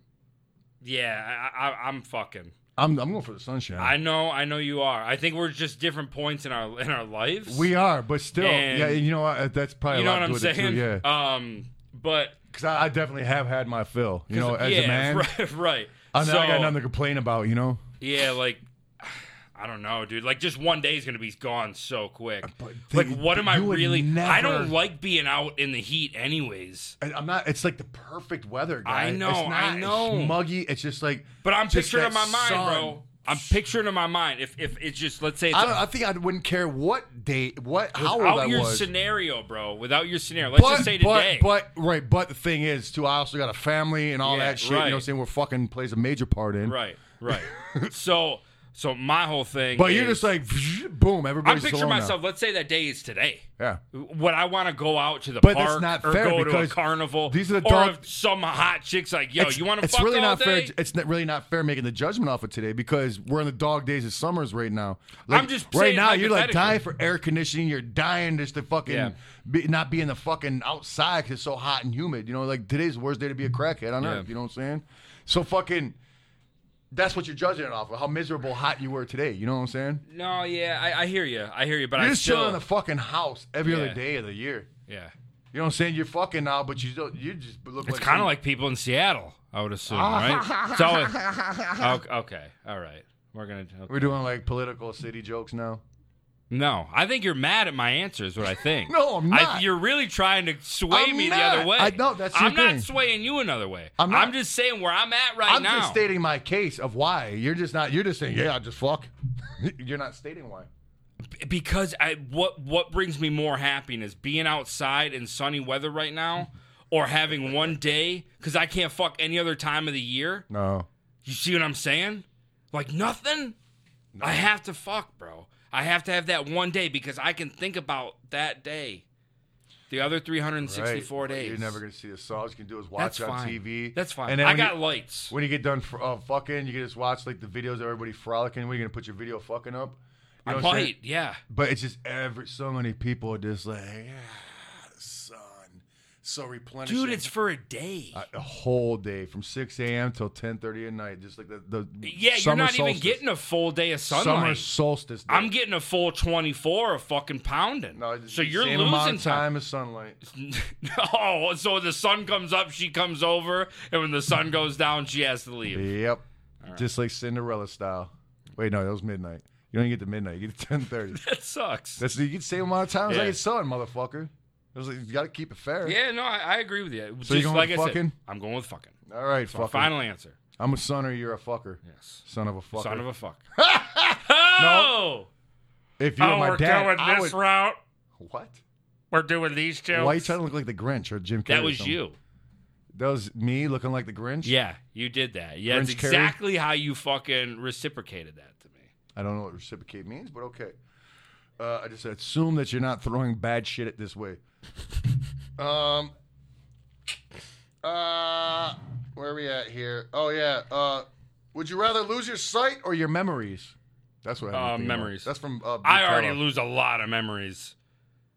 Speaker 2: yeah, I, I, I'm fucking.
Speaker 3: I'm I'm going for the sunshine.
Speaker 2: I know, I know you are. I think we're just different points in our in our lives.
Speaker 3: we are, but still,
Speaker 2: And-
Speaker 3: yeah. You know, I, that's probably
Speaker 2: you
Speaker 3: a
Speaker 2: know
Speaker 3: lot
Speaker 2: what I'm
Speaker 3: to do with it,
Speaker 2: saying?
Speaker 3: Too, yeah,
Speaker 2: Um, but
Speaker 3: because I, I definitely have had my fill. You know, as
Speaker 2: yeah,
Speaker 3: a man,
Speaker 2: right, right.
Speaker 3: I, know
Speaker 2: so,
Speaker 3: I got nothing to complain about. You know,
Speaker 2: yeah, like. I don't know, dude. Like, just one day is gonna be gone so quick.
Speaker 3: But
Speaker 2: like,
Speaker 3: they-
Speaker 2: what am I
Speaker 3: you would
Speaker 2: really? I
Speaker 3: never-
Speaker 2: don't like being out in the heat, anyways.
Speaker 3: I- I'm not. It's like the perfect weather.
Speaker 2: I
Speaker 3: Guy. It's
Speaker 2: know, I
Speaker 3: not- it's
Speaker 2: know.
Speaker 3: muggy. It's just like.
Speaker 2: But I'm
Speaker 3: just
Speaker 2: picturing in
Speaker 3: that
Speaker 2: my mind,
Speaker 3: sun.
Speaker 2: bro. I'm picturing in my mind. If if it's just let's say it's
Speaker 3: I, don't, I think I wouldn't care what day, what how old I
Speaker 2: without your
Speaker 3: was.
Speaker 2: scenario, bro. Without your scenario, let's just say today.
Speaker 3: but, but right, but the thing is, too, I also got a family and all
Speaker 2: Yeah,
Speaker 3: that shit. You know, what I'm
Speaker 2: right.
Speaker 3: saying we're fucking plays a major part in.
Speaker 2: right, right. so so my whole thing.
Speaker 3: But you're
Speaker 2: is-
Speaker 3: just like, boom,
Speaker 2: I'm
Speaker 3: everybody's
Speaker 2: picturing
Speaker 3: alone now.
Speaker 2: myself. Let's say that day is today.
Speaker 3: Yeah.
Speaker 2: Would I want to go out to the
Speaker 3: But that's
Speaker 2: park
Speaker 3: not
Speaker 2: or
Speaker 3: fair
Speaker 2: go to a
Speaker 3: because
Speaker 2: carnival?
Speaker 3: these are the
Speaker 2: or
Speaker 3: dog-
Speaker 2: if some hot chicks like, yo,
Speaker 3: it's,
Speaker 2: you want to
Speaker 3: it's
Speaker 2: fuck
Speaker 3: really
Speaker 2: all
Speaker 3: not
Speaker 2: day?
Speaker 3: fair. It's not, really not fair making the judgment off of today because we're in the dog days of summers right now. Like,
Speaker 2: I'm just
Speaker 3: right
Speaker 2: saying
Speaker 3: now. You're like
Speaker 2: hypothetically.
Speaker 3: dying for air conditioning. You're dying just to fucking
Speaker 2: Yeah.
Speaker 3: be, not be in the fucking outside because it's so hot and humid. You know, like today's the worst day to be a crackhead on
Speaker 2: Yeah.
Speaker 3: earth. You know what I'm saying? So fucking. That's what you're judging it off of. How miserable hot you were today. You know what I'm saying?
Speaker 2: no, yeah, I, I hear you. I hear you, but
Speaker 3: You're
Speaker 2: I
Speaker 3: just
Speaker 2: still,
Speaker 3: chilling in the fucking house every other
Speaker 2: Yeah.
Speaker 3: day of the year.
Speaker 2: yeah.
Speaker 3: You know what I'm saying? You're fucking now, but you don't. You just look.
Speaker 2: It's kind of like people in Seattle, I would assume, right? so, okay, okay, all right. We're gonna. okay.
Speaker 3: we're doing like political city jokes now.
Speaker 2: No, I think you're mad at my answer. Is what I think.
Speaker 3: No, I'm
Speaker 2: I,
Speaker 3: not.
Speaker 2: you're really trying to sway
Speaker 3: I'm
Speaker 2: me
Speaker 3: not.
Speaker 2: the other way.
Speaker 3: I know, that's your
Speaker 2: I'm
Speaker 3: thing.
Speaker 2: not swaying you another way.
Speaker 3: I'm not.
Speaker 2: just saying where I'm at right
Speaker 3: I'm
Speaker 2: now.
Speaker 3: just stating my case of why. You're just not. You're just saying, yeah, I just fuck. you're not stating why.
Speaker 2: because I what what brings me more happiness being outside in sunny weather right now or having one day cuz I can't fuck any other time of the year.
Speaker 3: No.
Speaker 2: You see what I'm saying? Like nothing. I have to fuck, bro. I have to have that one day because I can think about that day. The other 364
Speaker 3: Right.
Speaker 2: days.
Speaker 3: You're never gonna see the songs. You can do is watch
Speaker 2: That's
Speaker 3: on
Speaker 2: fine.
Speaker 3: TV.
Speaker 2: That's fine.
Speaker 3: And then
Speaker 2: I
Speaker 3: when
Speaker 2: got
Speaker 3: you,
Speaker 2: lights.
Speaker 3: when you get done for, uh, fucking, you can just watch like the videos of everybody frolicking. We're gonna put your video fucking up. You know
Speaker 2: I
Speaker 3: what I'm saying?
Speaker 2: might. Yeah.
Speaker 3: But it's just every so many people are just like, ah, the sun, so replenishing.
Speaker 2: Dude, it's for a day.
Speaker 3: a, a whole day from 6 a.m. till 10:30 at night, just like the the
Speaker 2: yeah, you're
Speaker 3: summer
Speaker 2: not even
Speaker 3: solstice.
Speaker 2: getting a full day of sunlight.
Speaker 3: summer solstice. Day.
Speaker 2: I'm getting a full 24 of fucking pounding.
Speaker 3: no, it's
Speaker 2: so
Speaker 3: the
Speaker 2: you're
Speaker 3: same amount
Speaker 2: losing
Speaker 3: of
Speaker 2: time.
Speaker 3: time as sunlight.
Speaker 2: oh, so the sun comes up, she comes over, and when the sun goes down, she has to leave.
Speaker 3: Yep, just like Cinderella style. Wait, no, that was midnight. You don't even get to midnight. You get to 10:30.
Speaker 2: That sucks.
Speaker 3: That's you get the same amount of time as I
Speaker 2: Yeah.
Speaker 3: get sun, motherfucker. It was like, you got to keep it fair.
Speaker 2: Yeah, no, I, I agree with you.
Speaker 3: So you're
Speaker 2: Just
Speaker 3: going
Speaker 2: like
Speaker 3: with
Speaker 2: I
Speaker 3: fucking?
Speaker 2: said, I'm going with fucking.
Speaker 3: All right,
Speaker 2: My
Speaker 3: fucker.
Speaker 2: final answer.
Speaker 3: I'm a sonner. You're a fucker.
Speaker 2: Yes.
Speaker 3: Son of a fucker.
Speaker 2: Son of a fuck. oh!
Speaker 3: if you were my
Speaker 2: we're
Speaker 3: dad,
Speaker 2: going
Speaker 3: I
Speaker 2: this
Speaker 3: would-
Speaker 2: route.
Speaker 3: what?
Speaker 2: We're doing these jokes.
Speaker 3: Why you trying to look like the Grinch or Jim Carrey?
Speaker 2: that
Speaker 3: or
Speaker 2: was
Speaker 3: something?
Speaker 2: you.
Speaker 3: That was me looking like the Grinch.
Speaker 2: Yeah, you did that. Yeah, that's
Speaker 3: Grinch Carrey?
Speaker 2: exactly how you fucking reciprocated that to me.
Speaker 3: I don't know what reciprocate means, but okay. Uh, I just assume that you're not throwing bad shit at this way. um. Uh, where are we at here? Oh yeah. Uh, would you rather lose your sight or your memories? That's what. I
Speaker 2: Uh,
Speaker 3: have to think about.
Speaker 2: memories.
Speaker 3: That's from. Uh,
Speaker 2: I
Speaker 3: Blue
Speaker 2: already
Speaker 3: Collar.
Speaker 2: lose a lot of memories.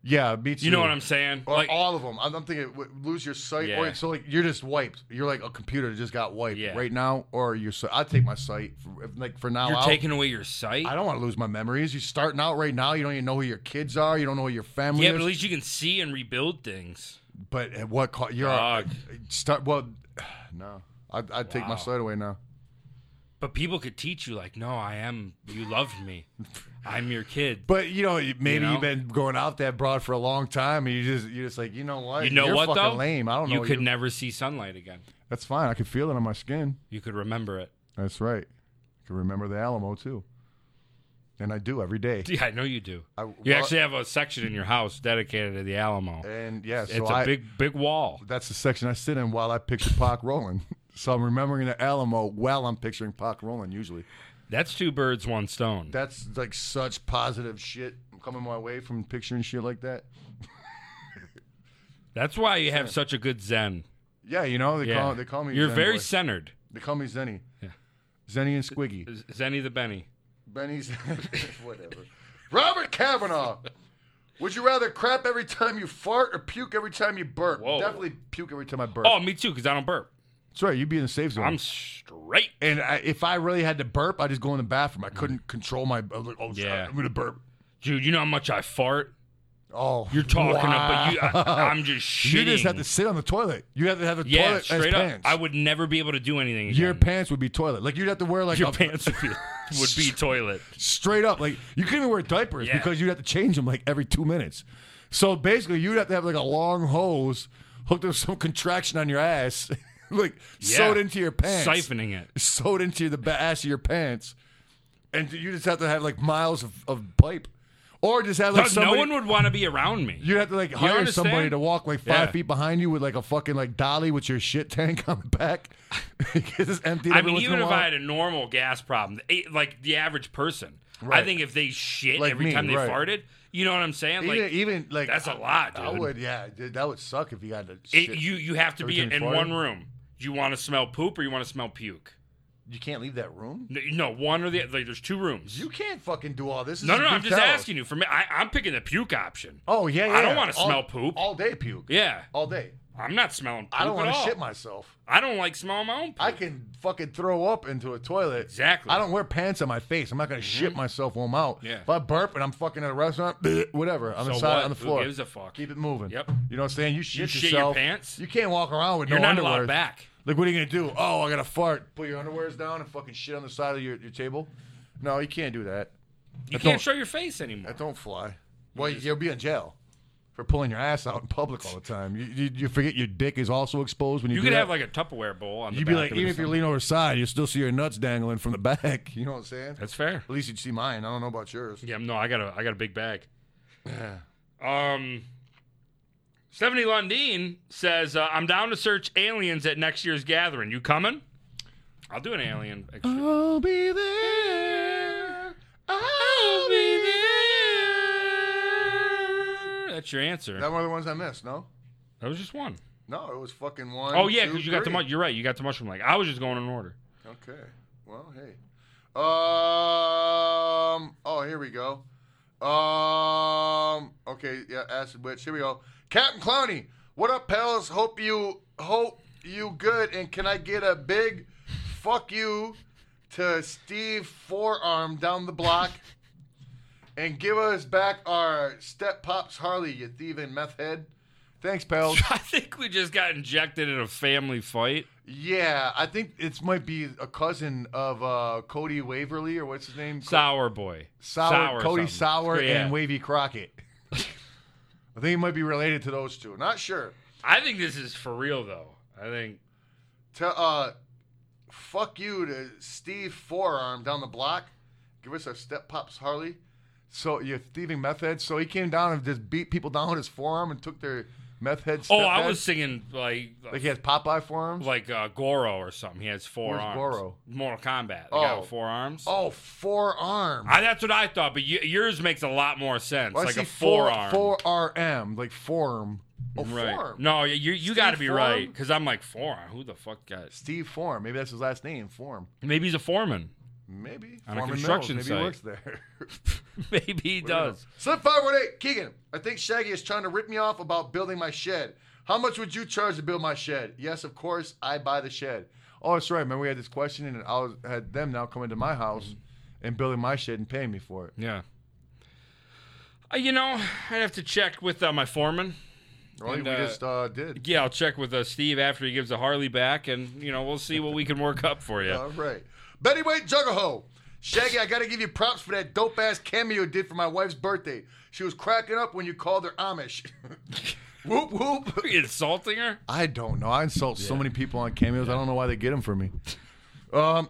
Speaker 3: Yeah, beats.
Speaker 2: You know what I'm saying?
Speaker 3: Or
Speaker 2: Like,
Speaker 3: all of them. I'm, I'm thinking w- lose your sight,
Speaker 2: Yeah.
Speaker 3: or so like you're just wiped. You're like a computer that just got wiped
Speaker 2: Yeah.
Speaker 3: right now, or your. si- I take my sight for, if, like for now.
Speaker 2: you're
Speaker 3: out.
Speaker 2: taking away your sight.
Speaker 3: I don't want to lose my memories. You're starting out right now. You don't even know who your kids are. You don't know who your family
Speaker 2: Yeah,
Speaker 3: is.
Speaker 2: but at least you can see and rebuild things.
Speaker 3: but at what cost? You're
Speaker 2: Dog.
Speaker 3: start. Well, no. I'd, I'd take my
Speaker 2: Wow.
Speaker 3: sight away now.
Speaker 2: But people could teach you, like, no, I am. You loved me. I'm your kid.
Speaker 3: But you know, you- maybe you
Speaker 2: know?
Speaker 3: have been going out that broad for a long time, and you just you're just like, you know what?
Speaker 2: You know
Speaker 3: You're
Speaker 2: what
Speaker 3: Fucking
Speaker 2: though?
Speaker 3: lame. I don't
Speaker 2: You
Speaker 3: know.
Speaker 2: could
Speaker 3: you.
Speaker 2: never see sunlight again.
Speaker 3: That's fine. I could feel it on my skin.
Speaker 2: You could remember it.
Speaker 3: That's right. I can remember the Alamo too, and I do every day.
Speaker 2: Yeah, I know you do.
Speaker 3: I-
Speaker 2: you
Speaker 3: well-
Speaker 2: actually have a section in your house dedicated to the Alamo.
Speaker 3: And yeah, so
Speaker 2: it's a
Speaker 3: I-
Speaker 2: big, big wall.
Speaker 3: That's the section I sit in while I picture Pac rolling. So I'm remembering the Alamo while I'm picturing Pac rolling. Usually.
Speaker 2: That's two birds, one stone.
Speaker 3: That's like such positive shit coming my way from picturing shit like that.
Speaker 2: That's why you have such a good zen.
Speaker 3: Yeah, you know they
Speaker 2: Yeah,
Speaker 3: call they call me.
Speaker 2: You're
Speaker 3: Zen
Speaker 2: very
Speaker 3: boy.
Speaker 2: centered.
Speaker 3: They call me Zenny.
Speaker 2: Yeah.
Speaker 3: Zenny and Squiggy.
Speaker 2: Z- Zenny the Benny.
Speaker 3: Benny's whatever. Robert Kavanaugh. Would you rather crap every time you fart or puke every time you burp?
Speaker 2: Whoa.
Speaker 3: Definitely puke every time I burp.
Speaker 2: Oh, me too, because I don't burp.
Speaker 3: That's right. You'd be in the safe zone.
Speaker 2: I'm straight.
Speaker 3: and I, if I really had to burp, I just go in the bathroom. I couldn't control my. I was like, oh, shit,
Speaker 2: Mm. Yeah.
Speaker 3: I'm gonna burp.
Speaker 2: Dude, you know how much I fart?
Speaker 3: Oh,
Speaker 2: You're talking up, but you, I,
Speaker 3: wow.
Speaker 2: I'm just shitting.
Speaker 3: You just have to sit on the toilet. You have to have the
Speaker 2: yeah,
Speaker 3: toilet as
Speaker 2: straight up.
Speaker 3: pants.
Speaker 2: I would never be able to do anything. Again.
Speaker 3: Your pants would be toilet. Like you'd have to wear like
Speaker 2: Your
Speaker 3: a,
Speaker 2: pants would be, would be toilet.
Speaker 3: straight up. Like you couldn't even wear diapers
Speaker 2: Yeah.
Speaker 3: because you'd have to change them like every two minutes. So basically, you'd have to have like a long hose hooked up with some contraction on your ass, like
Speaker 2: Yeah.
Speaker 3: sewed into your pants,
Speaker 2: Siphoning it.
Speaker 3: sewed into the ba- ass of your pants, and you just have to have like miles of, of pipe, or just have like
Speaker 2: Dog,
Speaker 3: somebody.
Speaker 2: no one would want to be around me.
Speaker 3: You'd have to like hire
Speaker 2: understand?
Speaker 3: somebody to walk like five
Speaker 2: Yeah.
Speaker 3: feet behind you with like a fucking like dolly with your shit tank on the back. Because it's empty.
Speaker 2: I mean, even if I had a normal gas problem, eh, like the average person, I
Speaker 3: Right.
Speaker 2: think if they shit
Speaker 3: Like
Speaker 2: every
Speaker 3: me,
Speaker 2: time they
Speaker 3: right.
Speaker 2: farted, you know what I'm saying?
Speaker 3: even,
Speaker 2: like
Speaker 3: even like
Speaker 2: that's a
Speaker 3: I-
Speaker 2: lot,
Speaker 3: I
Speaker 2: dude.
Speaker 3: would, yeah, dude, that would suck if you got to.
Speaker 2: it,
Speaker 3: Shit.
Speaker 2: you you have to
Speaker 3: Every
Speaker 2: be
Speaker 3: time
Speaker 2: in,
Speaker 3: you farted?
Speaker 2: one room. You want to smell poop or you want to smell puke?
Speaker 3: you can't leave that room.
Speaker 2: No, no, one or the other. Like, there's two rooms.
Speaker 3: You can't fucking do all this. This
Speaker 2: no,
Speaker 3: is
Speaker 2: no, no.
Speaker 3: a
Speaker 2: I'm
Speaker 3: big
Speaker 2: just
Speaker 3: town.
Speaker 2: asking you. For me, I, I'm picking the puke option.
Speaker 3: Oh yeah, yeah.
Speaker 2: I don't wanna
Speaker 3: All-
Speaker 2: smell poop.
Speaker 3: all day. Puke.
Speaker 2: Yeah,
Speaker 3: All day.
Speaker 2: I'm not smelling. Poop
Speaker 3: I don't
Speaker 2: want to
Speaker 3: shit myself.
Speaker 2: I don't like smelling my own. Poop.
Speaker 3: I can fucking throw up into a toilet.
Speaker 2: Exactly. Mm-hmm.
Speaker 3: I don't wear pants on my face. I'm not gonna shit myself while I'm out.
Speaker 2: Yeah.
Speaker 3: If I burp and I'm fucking at a restaurant, whatever. I'm
Speaker 2: So
Speaker 3: inside
Speaker 2: what?
Speaker 3: on the
Speaker 2: Who
Speaker 3: floor.
Speaker 2: gives a fuck?
Speaker 3: Keep it moving.
Speaker 2: Yep.
Speaker 3: You know what I'm saying? You shit
Speaker 2: shit your
Speaker 3: yourself.
Speaker 2: pants?
Speaker 3: You can't walk around with
Speaker 2: You're
Speaker 3: no
Speaker 2: not
Speaker 3: underwear.
Speaker 2: allowed back.
Speaker 3: Like, what are you gonna do? Oh, I gotta fart. Put your underwears down and fucking shit on the side of your, your table. No, you can't do that.
Speaker 2: You
Speaker 3: I
Speaker 2: can't
Speaker 3: don't-
Speaker 2: show your face anymore.
Speaker 3: That don't fly. Well, you'll be in jail for pulling your ass out in public all the time. You you, you forget your dick is also exposed when you.
Speaker 2: You
Speaker 3: do
Speaker 2: could
Speaker 3: that.
Speaker 2: have like a Tupperware bowl on the
Speaker 3: You'd be
Speaker 2: back
Speaker 3: like,
Speaker 2: of it or
Speaker 3: even if you
Speaker 2: something.
Speaker 3: lean over side, you still see your nuts dangling from the back. You know what I'm saying?
Speaker 2: That's fair.
Speaker 3: At least you'd see mine. I don't know about yours.
Speaker 2: Yeah, no, I got a I got a big bag. um, Stephanie Lundeen says, uh, "I'm down to search aliens at next year's gathering. You coming? I'll do an alien. extra-
Speaker 3: I'll be there. I'll be there.
Speaker 2: That your answer.
Speaker 3: That one of the ones I missed. No,
Speaker 2: That was just one.
Speaker 3: no, it was fucking one.
Speaker 2: Oh yeah,
Speaker 3: two,
Speaker 2: because you got the
Speaker 3: three.
Speaker 2: mushroom. You're right. You got the mushroom. Like I was just going in order.
Speaker 3: Okay. Well, hey. Um. Oh, here we go. Um. Okay. Yeah. Acid Witch. Here we go. Captain Clowney. What up, pals? Hope you hope you good. And can I get a big fuck you to Steve Forearm down the block? And give us back our step pops Harley, you thieving meth head. Thanks, pals.
Speaker 2: I think we just got injected in a family fight.
Speaker 3: Yeah, I think it might be a cousin of uh, Cody Waverly or what's his name?
Speaker 2: Sour boy.
Speaker 3: Sour, Cody
Speaker 2: something.
Speaker 3: Sour
Speaker 2: Yeah.
Speaker 3: and Wavy Crockett. I think he might be related to those two. Not sure.
Speaker 2: I think this is for real though. I think
Speaker 3: To, uh, fuck you to Steve Forearm down the block. Give us our step pops, Harley. So you're thieving meth heads. So he came down and just beat people down with his forearm and took their meth head.
Speaker 2: Oh,
Speaker 3: step
Speaker 2: I
Speaker 3: head.
Speaker 2: was singing like
Speaker 3: like
Speaker 2: like,
Speaker 3: he has Popeye forearms.
Speaker 2: uh, Goro or something. He has four
Speaker 3: Where's
Speaker 2: arms.
Speaker 3: Goro?
Speaker 2: Mortal Kombat. The guy
Speaker 3: Oh.
Speaker 2: with four arms.
Speaker 3: oh, forearm.
Speaker 2: I, that's what I thought, but y- yours makes a lot more sense.
Speaker 3: Well, I
Speaker 2: like a
Speaker 3: see four-
Speaker 2: forearm.
Speaker 3: Four RM, like form. Oh,
Speaker 2: right.
Speaker 3: form.
Speaker 2: No, you you, you got to be
Speaker 3: Forearm?
Speaker 2: right because I'm like forearm. Who the fuck got?
Speaker 3: Steve Form. Maybe that's his last name. Form.
Speaker 2: Maybe he's a foreman.
Speaker 3: Maybe.
Speaker 2: On a
Speaker 3: Foreman
Speaker 2: construction
Speaker 3: Mills. Maybe
Speaker 2: site.
Speaker 3: he works there.
Speaker 2: Maybe he does.
Speaker 3: Slip forward eight. Keegan, I think Shaggy is trying to rip me off about building my shed. How much would you charge to build my shed? Yes, of course, I buy the shed. Oh, that's right. Remember we had this question, and I was, had them now coming to my house
Speaker 2: Mm-hmm.
Speaker 3: and building my shed and paying me for it.
Speaker 2: Yeah. Uh, you know, I'd have to check with uh, my foreman.
Speaker 3: Well,
Speaker 2: And,
Speaker 3: we
Speaker 2: uh,
Speaker 3: just uh, did.
Speaker 2: Yeah, I'll check with uh, Steve after he gives the Harley back, and you know we'll see what we can work up for you.
Speaker 3: All right. Betty White Juggaho. Shaggy, I gotta give you props for that dope ass cameo you did for my wife's birthday. She was cracking up when you called her Amish. whoop whoop.
Speaker 2: Are you insulting her?
Speaker 3: I don't know. I insult so many people on cameos. I don't know why they get them for me. Um,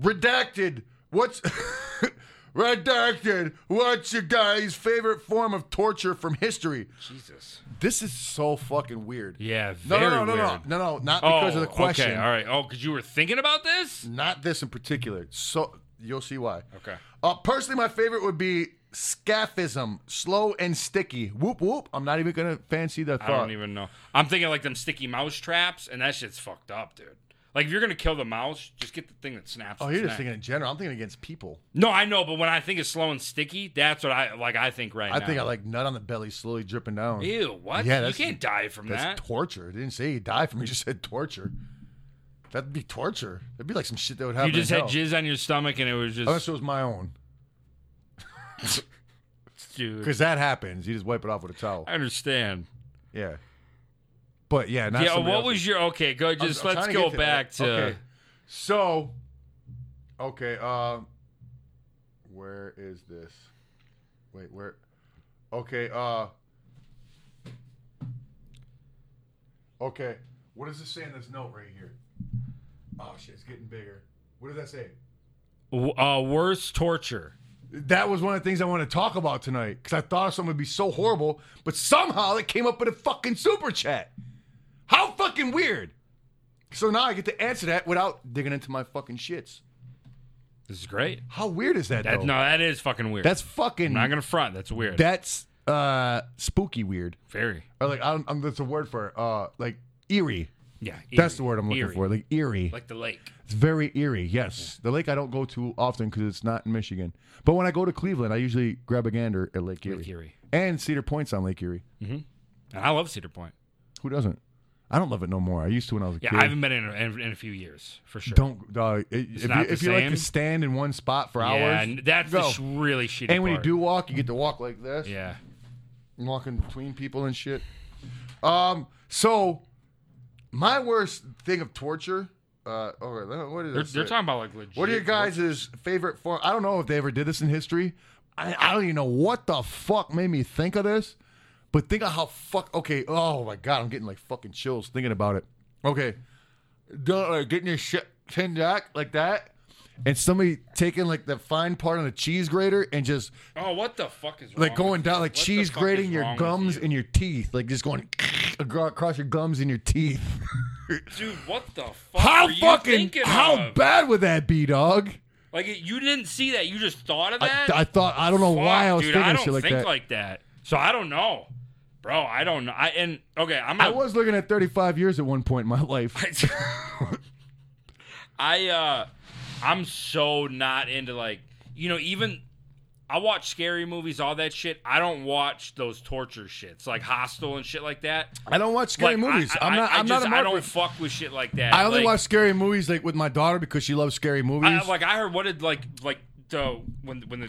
Speaker 3: redacted. What's redacted? What's your guy's favorite form of torture from history?
Speaker 2: Jesus.
Speaker 3: This is so fucking weird.
Speaker 2: Yeah.
Speaker 3: No,
Speaker 2: Very
Speaker 3: no, no, no,
Speaker 2: weird. Oh,
Speaker 3: no, no, no. Not because of the question.
Speaker 2: Okay, all right. Oh, because you were thinking about this?
Speaker 3: Not this in particular. So you'll see why.
Speaker 2: Okay.
Speaker 3: Uh, personally, my favorite would be scaphism, slow and sticky. Whoop whoop. I'm not even gonna fancy the
Speaker 2: I
Speaker 3: thought.
Speaker 2: don't even know. I'm thinking like them sticky mouse traps, and that shit's fucked up, dude. Like if you're gonna kill the mouse, just get the thing that snaps.
Speaker 3: oh,
Speaker 2: its
Speaker 3: you're just
Speaker 2: neck.
Speaker 3: thinking in general. I'm thinking against people.
Speaker 2: No, I know, but when I think it's slow and sticky, that's what I like. I think right
Speaker 3: I
Speaker 2: now.
Speaker 3: think I like nut on the belly, slowly dripping down.
Speaker 2: Ew! What?
Speaker 3: Oh. Yeah,
Speaker 2: you
Speaker 3: that's-
Speaker 2: can't die from
Speaker 3: That's
Speaker 2: that.
Speaker 3: torture. It didn't say he died from. it, He just said torture. That'd be torture. That'd be like some shit that would happen.
Speaker 2: you just
Speaker 3: in
Speaker 2: had
Speaker 3: hell. Oh,
Speaker 2: jizz on your stomach, and it was just
Speaker 3: Unless it was my own,
Speaker 2: dude.
Speaker 3: because that happens. You just wipe it off with a towel.
Speaker 2: I understand.
Speaker 3: Yeah. But yeah, not
Speaker 2: Yeah.
Speaker 3: somebody
Speaker 2: What
Speaker 3: else's.
Speaker 2: was your okay? Go.
Speaker 3: I'm-
Speaker 2: Just
Speaker 3: I'm
Speaker 2: let's
Speaker 3: trying
Speaker 2: go
Speaker 3: get that.
Speaker 2: back to.
Speaker 3: Okay. So, okay, uh, where is this? Wait, where? Okay, uh, okay. What does it say in this note right here? Oh shit, it's getting bigger. What does that say?
Speaker 2: W- Uh, worst torture.
Speaker 3: That was one of the things I wanted to talk about tonight because I thought something would be so horrible, but somehow it came up in a fucking super chat. How fucking weird! So now I get to answer that without digging into my fucking shits.
Speaker 2: This is great.
Speaker 3: How weird is that?
Speaker 2: That
Speaker 3: though?
Speaker 2: no, that is fucking weird.
Speaker 3: that's fucking.
Speaker 2: I'm not gonna front. That's weird.
Speaker 3: that's uh spooky weird.
Speaker 2: Very.
Speaker 3: Or like I don't, I'm, that's a word for it. uh like eerie.
Speaker 2: Yeah.
Speaker 3: That's
Speaker 2: eerie.
Speaker 3: the word I'm looking
Speaker 2: Eerie.
Speaker 3: for. Like eerie.
Speaker 2: Like the lake.
Speaker 3: It's very eerie. Yes, the lake I don't go to often because it's not in Michigan. But when I go to Cleveland, I usually grab a gander at Lake Erie,
Speaker 2: Lake Erie.
Speaker 3: and Cedar Point's on Lake Erie.
Speaker 2: And I love Cedar Point.
Speaker 3: Who doesn't? I don't love it no more. I used to when I was a
Speaker 2: Yeah,
Speaker 3: kid.
Speaker 2: I haven't been in a, in, in a few years for sure.
Speaker 3: don't dog. It- if you,
Speaker 2: not the
Speaker 3: if you like
Speaker 2: same.
Speaker 3: to stand in one spot for
Speaker 2: yeah,
Speaker 3: hours,
Speaker 2: and that's
Speaker 3: go.
Speaker 2: the sh- really shitty.
Speaker 3: and when you
Speaker 2: part.
Speaker 3: do walk, you get to walk like this.
Speaker 2: yeah,
Speaker 3: and walking between people and shit. Um, so my worst thing of torture. Uh, all right, what is
Speaker 2: they're,
Speaker 3: it
Speaker 2: they're
Speaker 3: say?
Speaker 2: talking about like legit.
Speaker 3: What are your guys' favorite form? I don't know if they ever did this in history. I, I don't even know what the fuck made me think of this, but think of how fuck. Okay, oh my god, I'm getting like fucking chills thinking about it. Okay, Duh, like, getting your shit pinned back like that, and somebody taking like the fine part on a cheese grater and just
Speaker 2: Oh, what the fuck is
Speaker 3: like
Speaker 2: wrong
Speaker 3: going
Speaker 2: with
Speaker 3: down,
Speaker 2: you?
Speaker 3: like
Speaker 2: What the
Speaker 3: cheese
Speaker 2: fuck is
Speaker 3: grating
Speaker 2: wrong
Speaker 3: your
Speaker 2: with
Speaker 3: gums
Speaker 2: you?
Speaker 3: and your teeth, like just going across your gums and your teeth.
Speaker 2: Dude, what the fuck?
Speaker 3: How
Speaker 2: were you
Speaker 3: fucking
Speaker 2: thinking
Speaker 3: how
Speaker 2: of?
Speaker 3: bad would that be, dog?
Speaker 2: Like you didn't see that. You just thought of
Speaker 3: I,
Speaker 2: that.
Speaker 3: I thought I don't know
Speaker 2: Fuck,
Speaker 3: why I was
Speaker 2: dude,
Speaker 3: thinking
Speaker 2: I
Speaker 3: of
Speaker 2: don't
Speaker 3: shit like
Speaker 2: think
Speaker 3: that.
Speaker 2: like that. So I don't know, bro. I don't know. I and okay, I'm.
Speaker 3: I
Speaker 2: gonna-
Speaker 3: was looking at 35 years at one point in my life.
Speaker 2: I uh I'm so not into like you know even I watch scary movies all that shit. I don't watch those torture shits like Hostel and shit like that.
Speaker 3: I don't watch scary
Speaker 2: like,
Speaker 3: movies.
Speaker 2: I,
Speaker 3: I, am not.
Speaker 2: I,
Speaker 3: I, am not
Speaker 2: just,
Speaker 3: a
Speaker 2: I
Speaker 3: mark
Speaker 2: don't
Speaker 3: for-
Speaker 2: fuck with shit like that.
Speaker 3: I only
Speaker 2: like,
Speaker 3: watch scary movies like with my daughter because she loves scary movies.
Speaker 2: I, like I heard what did like like the when when the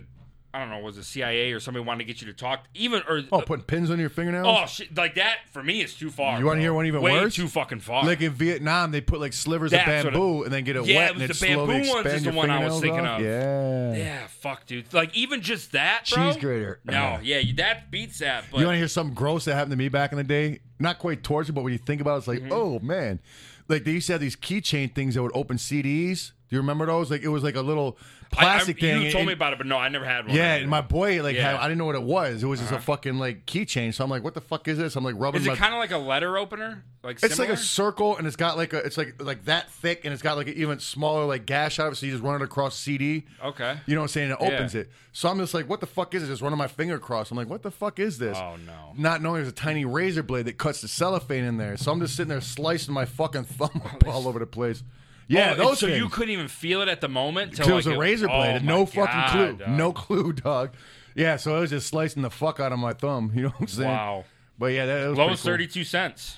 Speaker 2: I don't know was the CIA or somebody wanted to get you to talk even or
Speaker 3: oh, putting pins on your fingernails.
Speaker 2: oh shit like that for me is too far.
Speaker 3: You wanna
Speaker 2: bro.
Speaker 3: hear one even
Speaker 2: Way
Speaker 3: worse?
Speaker 2: Too fucking far.
Speaker 3: Like in Vietnam, they put like slivers of
Speaker 2: That's what it-
Speaker 3: bamboo and then get it
Speaker 2: Yeah,
Speaker 3: wet
Speaker 2: it
Speaker 3: and
Speaker 2: was
Speaker 3: it
Speaker 2: the bamboo
Speaker 3: slowly
Speaker 2: ones is
Speaker 3: expands
Speaker 2: the
Speaker 3: your
Speaker 2: one I
Speaker 3: fingernails
Speaker 2: was thinking
Speaker 3: off.
Speaker 2: of.
Speaker 3: Yeah.
Speaker 2: yeah, fuck, dude. Like even just that, bro.
Speaker 3: Cheese grater.
Speaker 2: No, yeah, you- that beats that. But
Speaker 3: You want to hear something gross that happened to me back in the day? Not quite torture, but when you think about it, it's
Speaker 2: Mm-hmm.
Speaker 3: like, oh man. Like they used to have these keychain things that would open CDs. Do you remember those? Like it was like a little
Speaker 2: I- I-
Speaker 3: plastic thing.
Speaker 2: You
Speaker 3: and-
Speaker 2: told me about it, but no, I never had one.
Speaker 3: yeah, and my boy, like,
Speaker 2: Yeah. Uh-huh.
Speaker 3: had- I didn't know what it was. It was just a fucking like keychain. So I'm like, what the fuck is this? I'm like rubbing
Speaker 2: is
Speaker 3: my.
Speaker 2: it kind of like a letter opener? Like
Speaker 3: it's
Speaker 2: similar?
Speaker 3: like a circle, and it's got like a, it's like like that thick, and it's got like an even smaller like gash out of it. So you just run it across CD.
Speaker 2: okay.
Speaker 3: You know what I'm saying? It
Speaker 2: Yeah.
Speaker 3: opens it. So I'm just like, what the fuck is it? Just running my finger across. I'm like, what the fuck is this?
Speaker 2: Oh no.
Speaker 3: Not knowing there's a tiny
Speaker 2: Mm-hmm.
Speaker 3: razor blade that cuts the cellophane in there. So I'm just sitting there slicing my fucking thumb up all over the place. Yeah,
Speaker 2: Oh, and
Speaker 3: those
Speaker 2: So you
Speaker 3: things.
Speaker 2: couldn't even feel it at the moment. till,
Speaker 3: It was
Speaker 2: like,
Speaker 3: a razor blade.
Speaker 2: Oh,
Speaker 3: and no
Speaker 2: my
Speaker 3: fucking
Speaker 2: God,
Speaker 3: clue.
Speaker 2: dog.
Speaker 3: No clue, dog. Yeah, so I was just slicing the fuck out of my thumb. You know what I'm saying?
Speaker 2: Wow.
Speaker 3: But yeah, that, that was
Speaker 2: Lowest
Speaker 3: pretty cool.
Speaker 2: thirty-two cents.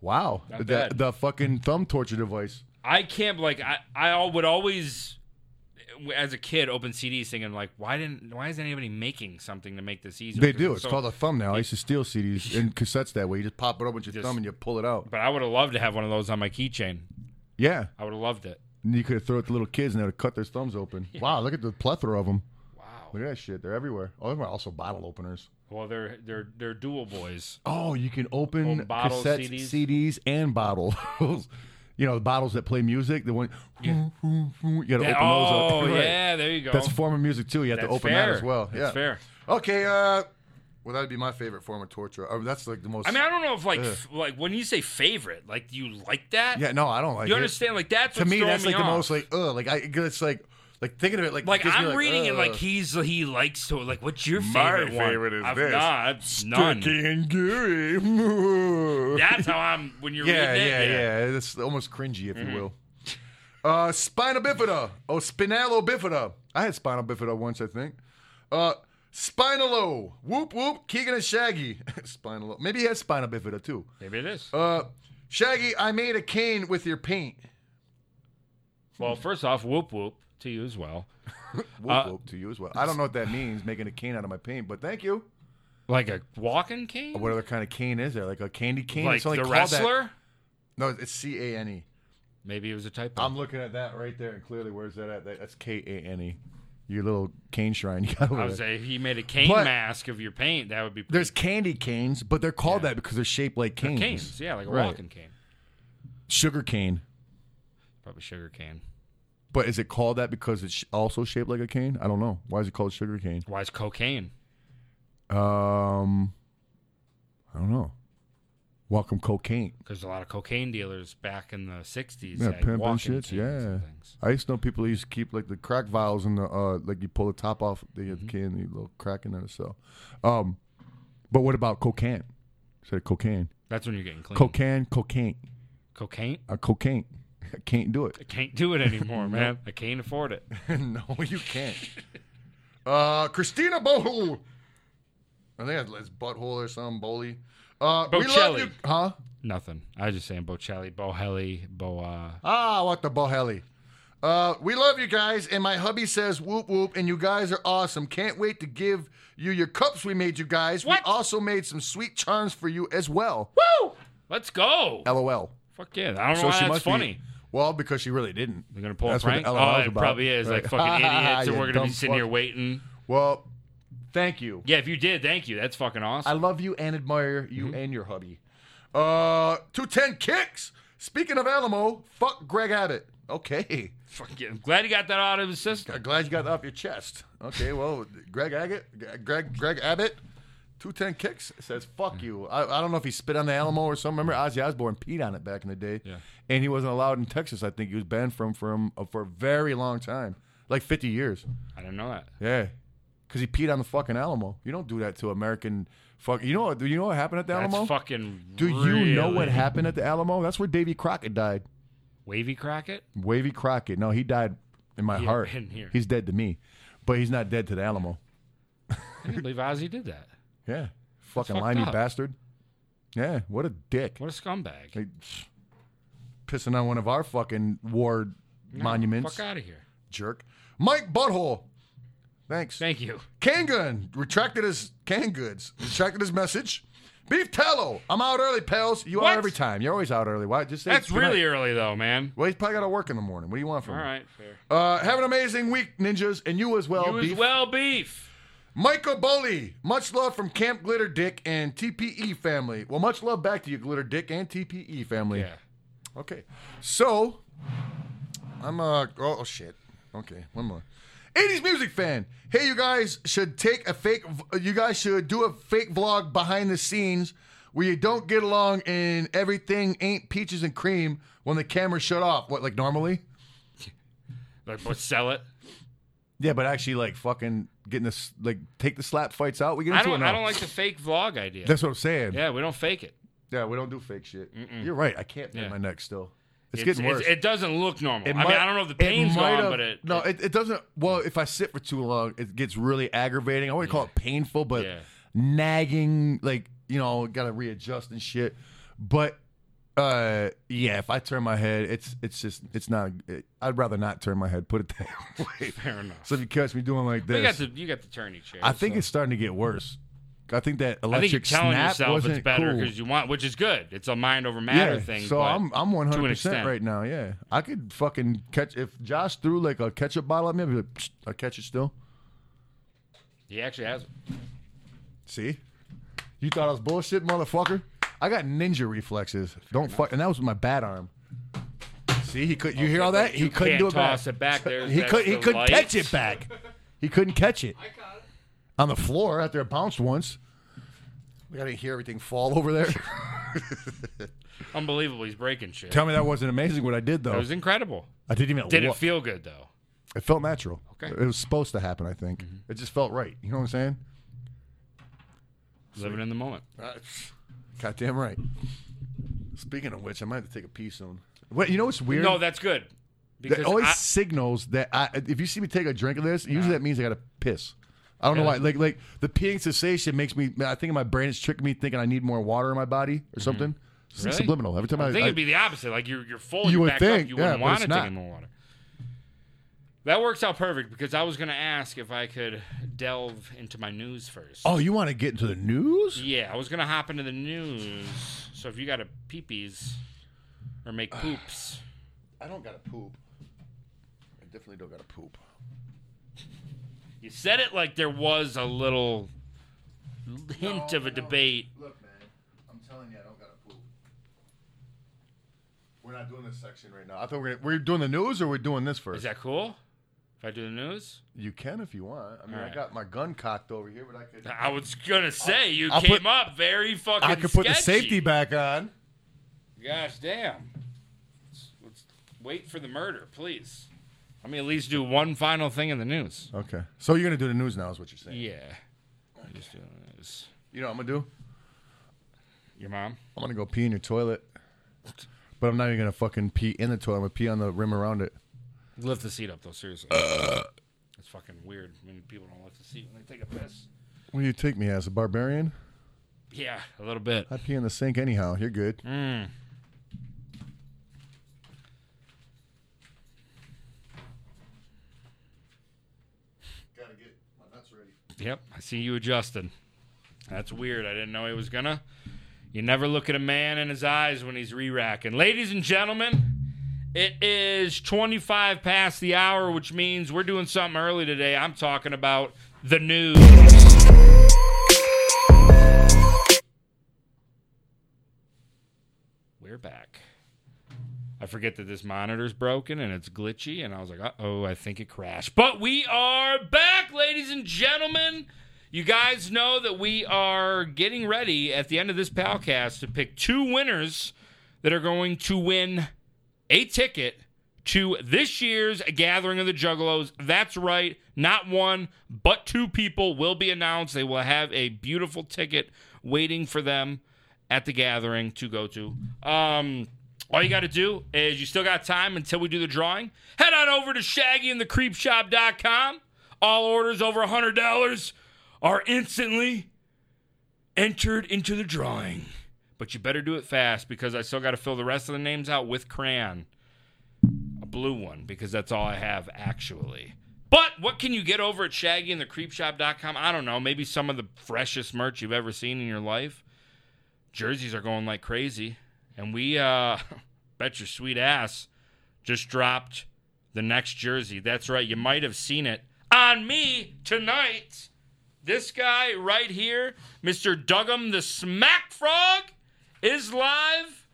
Speaker 3: Wow,
Speaker 2: Not
Speaker 3: the,
Speaker 2: bad.
Speaker 3: the fucking thumb torture device.
Speaker 2: I can't like I I al- would always as a kid open CDs thinking like why didn't why is anybody making something to make this easier?
Speaker 3: They
Speaker 2: 'Cause
Speaker 3: do. It's
Speaker 2: so-
Speaker 3: called a thumbnail. I used to steal CDs and cassettes that way. You just pop it up with your
Speaker 2: Just-
Speaker 3: thumb and you pull it out.
Speaker 2: But I would have loved to have one of those on my keychain.
Speaker 3: Yeah.
Speaker 2: I would have loved it.
Speaker 3: And you could have thrown it to little kids and they would have cut their thumbs open. Wow, look at the plethora of them.
Speaker 2: Wow.
Speaker 3: Look at that shit. They're everywhere. Oh, there were also bottle openers.
Speaker 2: Well, they're they're they're dual boys.
Speaker 3: Oh, you can open
Speaker 2: Oh, bottles,
Speaker 3: cassettes,
Speaker 2: CDs.
Speaker 3: CDs. and bottles. you know, the bottles that play music. The one, you got to open
Speaker 2: oh
Speaker 3: those up. Right.
Speaker 2: yeah, there you go.
Speaker 3: That's a form of music too. You have to open that as well.
Speaker 2: That's
Speaker 3: yeah.
Speaker 2: fair.
Speaker 3: Okay. Uh, well, that'd be my favorite form of torture. Uh, that's like the most.
Speaker 2: I mean, I don't know if like f- like when you say favorite, like do you like that?
Speaker 3: yeah. No, I don't like.
Speaker 2: you
Speaker 3: it.
Speaker 2: understand? Like that's
Speaker 3: To
Speaker 2: what's
Speaker 3: me,
Speaker 2: throwing
Speaker 3: that's like the
Speaker 2: off.
Speaker 3: most like. Ugh, like I. It's like like thinking of it like.
Speaker 2: Like
Speaker 3: gives me,
Speaker 2: I'm reading it like
Speaker 3: ugh.
Speaker 2: he's he likes to like what's your
Speaker 3: My
Speaker 2: favorite one?
Speaker 3: favorite is
Speaker 2: I've,
Speaker 3: this.
Speaker 2: Nah, I've- none.
Speaker 3: Sticky and gooey.
Speaker 2: That's how I'm when you're
Speaker 3: Yeah,
Speaker 2: reading it. Mm-hmm.
Speaker 3: yeah, yeah, It's almost cringy, if you will. Uh, spina bifida. Oh, spinalo bifida. I had spinal bifida once, I think. Uh, spinalo. Whoop, whoop. Keegan and Shaggy. spinalo. Maybe he had spinal bifida, too.
Speaker 2: Maybe it is.
Speaker 3: Uh, Shaggy, I made a cane with your paint.
Speaker 2: well, first off, whoop whoop to you as well.
Speaker 3: Whoop,
Speaker 2: Uh,
Speaker 3: whoop to you as well. I don't know what that means, making a cane out of my paint, but thank you.
Speaker 2: Like a walking cane.
Speaker 3: What other kind of cane is there? Like a candy cane?
Speaker 2: like
Speaker 3: It's only
Speaker 2: the
Speaker 3: called that-
Speaker 2: wrestler?
Speaker 3: No, it's C A N E.
Speaker 2: Maybe it was a typo.
Speaker 3: I'm looking at that right there, and clearly, where's that at? That- That's K A N E. Your little cane shrine. You got over
Speaker 2: I would
Speaker 3: there.
Speaker 2: say if he made a cane
Speaker 3: But-
Speaker 2: mask of your paint. That would be pretty
Speaker 3: There's candy canes, but they're called that because they're shaped like canes.
Speaker 2: canes. Yeah, like a
Speaker 3: Right.
Speaker 2: walking cane.
Speaker 3: Sugar cane.
Speaker 2: Probably sugar cane.
Speaker 3: But is it called that because it's sh- also shaped like a cane? I don't know. Why is it called sugar cane?
Speaker 2: Why is cocaine?
Speaker 3: Um, I don't know. Welcome cocaine.
Speaker 2: Because a lot of cocaine dealers back in the '60s
Speaker 3: Yeah,
Speaker 2: had
Speaker 3: pimping
Speaker 2: walking
Speaker 3: shits,
Speaker 2: canes and
Speaker 3: yeah.
Speaker 2: things.
Speaker 3: I used to know people who used to keep like the crack vials in the uh, like you pull the top off the the can, you little crack in there. So, um, but what about cocaine? Said cocaine,
Speaker 2: That's when you're getting clean.
Speaker 3: cocaine, cocaine.
Speaker 2: cocaine.
Speaker 3: I cocaine. I can't do
Speaker 2: I
Speaker 3: it.
Speaker 2: can't do it anymore, man. I can't afford it.
Speaker 3: no, you can't. uh, Christina Bohu. I think that's butthole or something, Bowley. Uh, we love
Speaker 2: Bocelli.
Speaker 3: you, huh?
Speaker 2: Nothing. I was just saying Bocelli, Bohelli, uh, Boa.
Speaker 3: Ah, what the Bohelli. Uh, we love you guys, and my hubby says whoop whoop, and you guys are awesome. Can't wait to give you your cups we made you guys.
Speaker 2: What?
Speaker 3: We also made some sweet charms for you as well.
Speaker 2: Woo! Let's go.
Speaker 3: LOL.
Speaker 2: Fuck yeah. I don't know why that's
Speaker 3: be-
Speaker 2: funny.
Speaker 3: well because she really didn't.
Speaker 2: They're gonna pull
Speaker 3: That's
Speaker 2: a prank.
Speaker 3: What the LOL
Speaker 2: oh,
Speaker 3: is
Speaker 2: it
Speaker 3: about,
Speaker 2: probably is.
Speaker 3: right?
Speaker 2: Like fucking idiots, and
Speaker 3: You
Speaker 2: we're gonna be
Speaker 3: dumb
Speaker 2: sitting here
Speaker 3: fuck.
Speaker 2: waiting.
Speaker 3: Well, thank you.
Speaker 2: Yeah, if you did, thank you. That's fucking
Speaker 3: I
Speaker 2: awesome.
Speaker 3: love you and admire you and your hubby. Uh, 210 kicks. Speaking of Alamo, fuck Greg Abbott. Okay.
Speaker 2: Fuck yeah. I'm glad he got that out of his system.
Speaker 3: I'm glad you got that off your chest. Okay, well, Greg Abbott, Greg Greg Abbott, 210 kicks says fuck you. I, I don't know if he spit on the Alamo or something. Remember Ozzy Osbourne peed on it back in the day.
Speaker 2: Yeah.
Speaker 3: And he wasn't allowed in Texas. I think he was banned from from uh, for a very long time. Like 50 years.
Speaker 2: I didn't know that.
Speaker 3: Yeah. because he peed on the fucking Alamo. You don't do that to American fuck. You know what? Do you know what happened at the
Speaker 2: That's
Speaker 3: Alamo?
Speaker 2: fucking.
Speaker 3: do you know what
Speaker 2: really-
Speaker 3: happened at the Alamo? That's where Davy Crockett died.
Speaker 2: Wavy Crockett?
Speaker 3: Wavy Crockett. No, he died in my
Speaker 2: Yeah,
Speaker 3: heart.
Speaker 2: in here.
Speaker 3: He's dead to me, but he's not dead to the Alamo.
Speaker 2: I can't believe Ozzy did that.
Speaker 3: Yeah, fucking
Speaker 2: fucked
Speaker 3: limey
Speaker 2: up.
Speaker 3: bastard. Yeah, what a dick.
Speaker 2: What a scumbag.
Speaker 3: Like, pff, pissing on one of our fucking war
Speaker 2: No,
Speaker 3: monuments,
Speaker 2: Fuck out of here.
Speaker 3: jerk. Mike Butthole. Thanks.
Speaker 2: Thank you.
Speaker 3: Kangun retracted his canned goods, retracted his message. Beef tallow. I'm out early, pals. You
Speaker 2: What?
Speaker 3: are every time. You're always out early. Why? Just say
Speaker 2: That's
Speaker 3: good
Speaker 2: really
Speaker 3: night.
Speaker 2: early though, man.
Speaker 3: Well, he's probably got to work in the morning. What do you want from
Speaker 2: All
Speaker 3: him?
Speaker 2: right, fair.
Speaker 3: Uh, have an amazing week, ninjas, and you as well.
Speaker 2: You as
Speaker 3: Beef.
Speaker 2: well, beef.
Speaker 3: Michael Boley, much love from Camp Glitter Dick and TPE family. Well, much love back to you, Glitter Dick and TPE family.
Speaker 2: Yeah.
Speaker 3: Okay. So, I'm a. Oh, oh, shit. Okay, one more. 80s music fan. Hey, you guys should take a fake. v- You guys should do a fake vlog behind the scenes where you don't get along and everything ain't peaches and cream when the camera shut off. What, like normally?
Speaker 2: Like, but sell it.
Speaker 3: Yeah, but actually, like fucking getting this, like take the slap fights out. We get into
Speaker 2: I
Speaker 3: it
Speaker 2: don't.
Speaker 3: now.
Speaker 2: I don't like the fake vlog idea.
Speaker 3: That's what I'm saying.
Speaker 2: yeah, we don't fake it.
Speaker 3: Yeah, we don't do fake shit. You're right. I can't bend
Speaker 2: Yeah.
Speaker 3: my neck still. It's,
Speaker 2: It's-
Speaker 3: getting worse.
Speaker 2: it's- it doesn't look normal. I mean,
Speaker 3: might-
Speaker 2: I don't know if the
Speaker 3: it
Speaker 2: pain's
Speaker 3: might
Speaker 2: gone,
Speaker 3: have-
Speaker 2: but it.
Speaker 3: no,
Speaker 2: it-
Speaker 3: it, it doesn't. Well, if I sit for too long, it gets really aggravating. I wouldn't call it painful, but
Speaker 2: Yeah.
Speaker 3: nagging, like you know, got to readjust and shit. But uh, yeah, if I turn my head, it's it's just it's not. It, I'd rather not turn my head. Put it that way.
Speaker 2: fair enough.
Speaker 3: So if you catch me doing like this,
Speaker 2: you got the you got the turny chair.
Speaker 3: I think
Speaker 2: so.
Speaker 3: it's starting to get worse. I think that
Speaker 2: I think
Speaker 3: electric
Speaker 2: you're telling
Speaker 3: snap
Speaker 2: yourself
Speaker 3: wasn't
Speaker 2: it's better
Speaker 3: cool.
Speaker 2: because you want, which is good. It's a mind over matter
Speaker 3: yeah,
Speaker 2: thing.
Speaker 3: So
Speaker 2: but
Speaker 3: I'm I'm 100 percent
Speaker 2: extent.
Speaker 3: right now. Yeah, I could fucking catch if Josh threw like a ketchup bottle at me. I'd be like, "Psst, I catch it still.
Speaker 2: he actually has. it.
Speaker 3: See, you thought I was bullshit, motherfucker. I got ninja reflexes. Don't fuck, and that was with my bat arm. See, he could. You hear all that? He
Speaker 2: You
Speaker 3: couldn't
Speaker 2: can't
Speaker 3: do it back.
Speaker 2: toss it back. There's-
Speaker 3: he
Speaker 2: that's
Speaker 3: could. He
Speaker 2: the
Speaker 3: couldn't catch
Speaker 2: lights.
Speaker 3: it back. He couldn't catch it
Speaker 4: I caught it.
Speaker 3: on the floor after it bounced once. We gotta hear everything fall over there.
Speaker 2: Unbelievable. He's breaking shit.
Speaker 3: Tell me that wasn't amazing what I did
Speaker 2: It
Speaker 3: though.
Speaker 2: was incredible.
Speaker 3: I didn't even
Speaker 2: Did
Speaker 3: look.
Speaker 2: it feel good though?
Speaker 3: It felt natural.
Speaker 2: Okay. Mm-hmm.
Speaker 3: It was supposed to happen, I think. It just felt right. You know what I'm saying?
Speaker 2: Living in the moment.
Speaker 3: Goddamn right. Speaking of which, I might have to take a pee soon. Wait, you know what's weird?
Speaker 2: No, that's good. Because
Speaker 3: that always
Speaker 2: I-
Speaker 3: signals that I, if you see me take a drink of this, usually that means I got to piss. I don't know why.
Speaker 2: Yeah.
Speaker 3: Like, like the peeing cessation makes me. I think my brain is tricking me, thinking I need more water in my body or something. It's
Speaker 2: Mm-hmm. Really?
Speaker 3: Subliminal. Every time I,
Speaker 2: I think
Speaker 3: I-
Speaker 2: it'd be the opposite. Like you're you're full.
Speaker 3: You
Speaker 2: You
Speaker 3: would
Speaker 2: back
Speaker 3: think,
Speaker 2: up. You
Speaker 3: yeah,
Speaker 2: wouldn't
Speaker 3: but
Speaker 2: want
Speaker 3: it's
Speaker 2: to
Speaker 3: not.
Speaker 2: take in more water. That works out perfect because I was going to ask if I could delve into my news first.
Speaker 3: oh, you want to get into the news?
Speaker 2: Yeah, I was going to hop into the news. So if you got a peepees or make poops,
Speaker 3: I don't got to poop. I definitely don't got to poop.
Speaker 2: you said it like there was a little hint
Speaker 3: No,
Speaker 2: of a
Speaker 3: no.
Speaker 2: debate.
Speaker 3: Look, man, I'm telling you, I don't gotta poop. We're not doing this section right now. I thought we are we're doing the news or we're doing this first.
Speaker 2: Is that cool? If I do the news,
Speaker 3: You can if you want. I mean, I
Speaker 2: Alright.
Speaker 3: got my gun cocked over here, but I could.
Speaker 2: I was gonna say you
Speaker 3: I'll
Speaker 2: came
Speaker 3: put-
Speaker 2: up very fucking.
Speaker 3: I could put the
Speaker 2: sketchy.
Speaker 3: safety back on.
Speaker 2: Gosh damn. Let's, let's wait for the murder, please. Let me at least do one final thing in the news.
Speaker 3: Okay. So you're gonna do the news now, is what you're saying?
Speaker 2: Yeah. I'm just doing this.
Speaker 3: You know what I'm gonna do?
Speaker 2: Your mom?
Speaker 3: I'm gonna go pee in your toilet. But I'm not even gonna fucking pee in the toilet. I'm gonna pee on the rim around it.
Speaker 2: Lift the seat up, though, seriously. it's fucking weird when people don't lift the seat when they take a piss.
Speaker 3: What do you take me as a barbarian?
Speaker 2: Yeah, a little bit.
Speaker 3: I pee in the sink anyhow. You're good. Gotta get my nuts ready.
Speaker 2: Yep, I see you adjusted. That's weird. I didn't know he was gonna. You never look at a man in his eyes when he's re-racking. Ladies and gentlemen, it is 25 past the hour, which means we're doing something early today. I'm talking about the news. We're back. I forget that this monitor's broken and it's glitchy, and I was like, uh oh, I think it crashed. But we are back, ladies and gentlemen. You guys know that we are getting ready at the end of this Palcast to pick two winners that are going to win a ticket to this year's gathering of the Juggalos. That's right, not one, but two people will be announced. They will have a beautiful ticket waiting for them at the gathering to go to. Um, all you got to do is you still got time until we do the drawing. Head on over to shaggyandthecreepshop.com. All orders over $100 are instantly entered into the drawing. But you better do it fast because I still got to fill the rest of the names out with crayon. A blue one because that's all I have actually. But what can you get over at shaggyandthecreepshop.com? I don't know. Maybe some of the freshest merch you've ever seen in your life. Jerseys are going like crazy. And we, uh, bet your sweet ass, just dropped the next jersey. That's right. You might have seen it on me tonight. This guy right here, Mr. Dugum the Smack Frog, is live.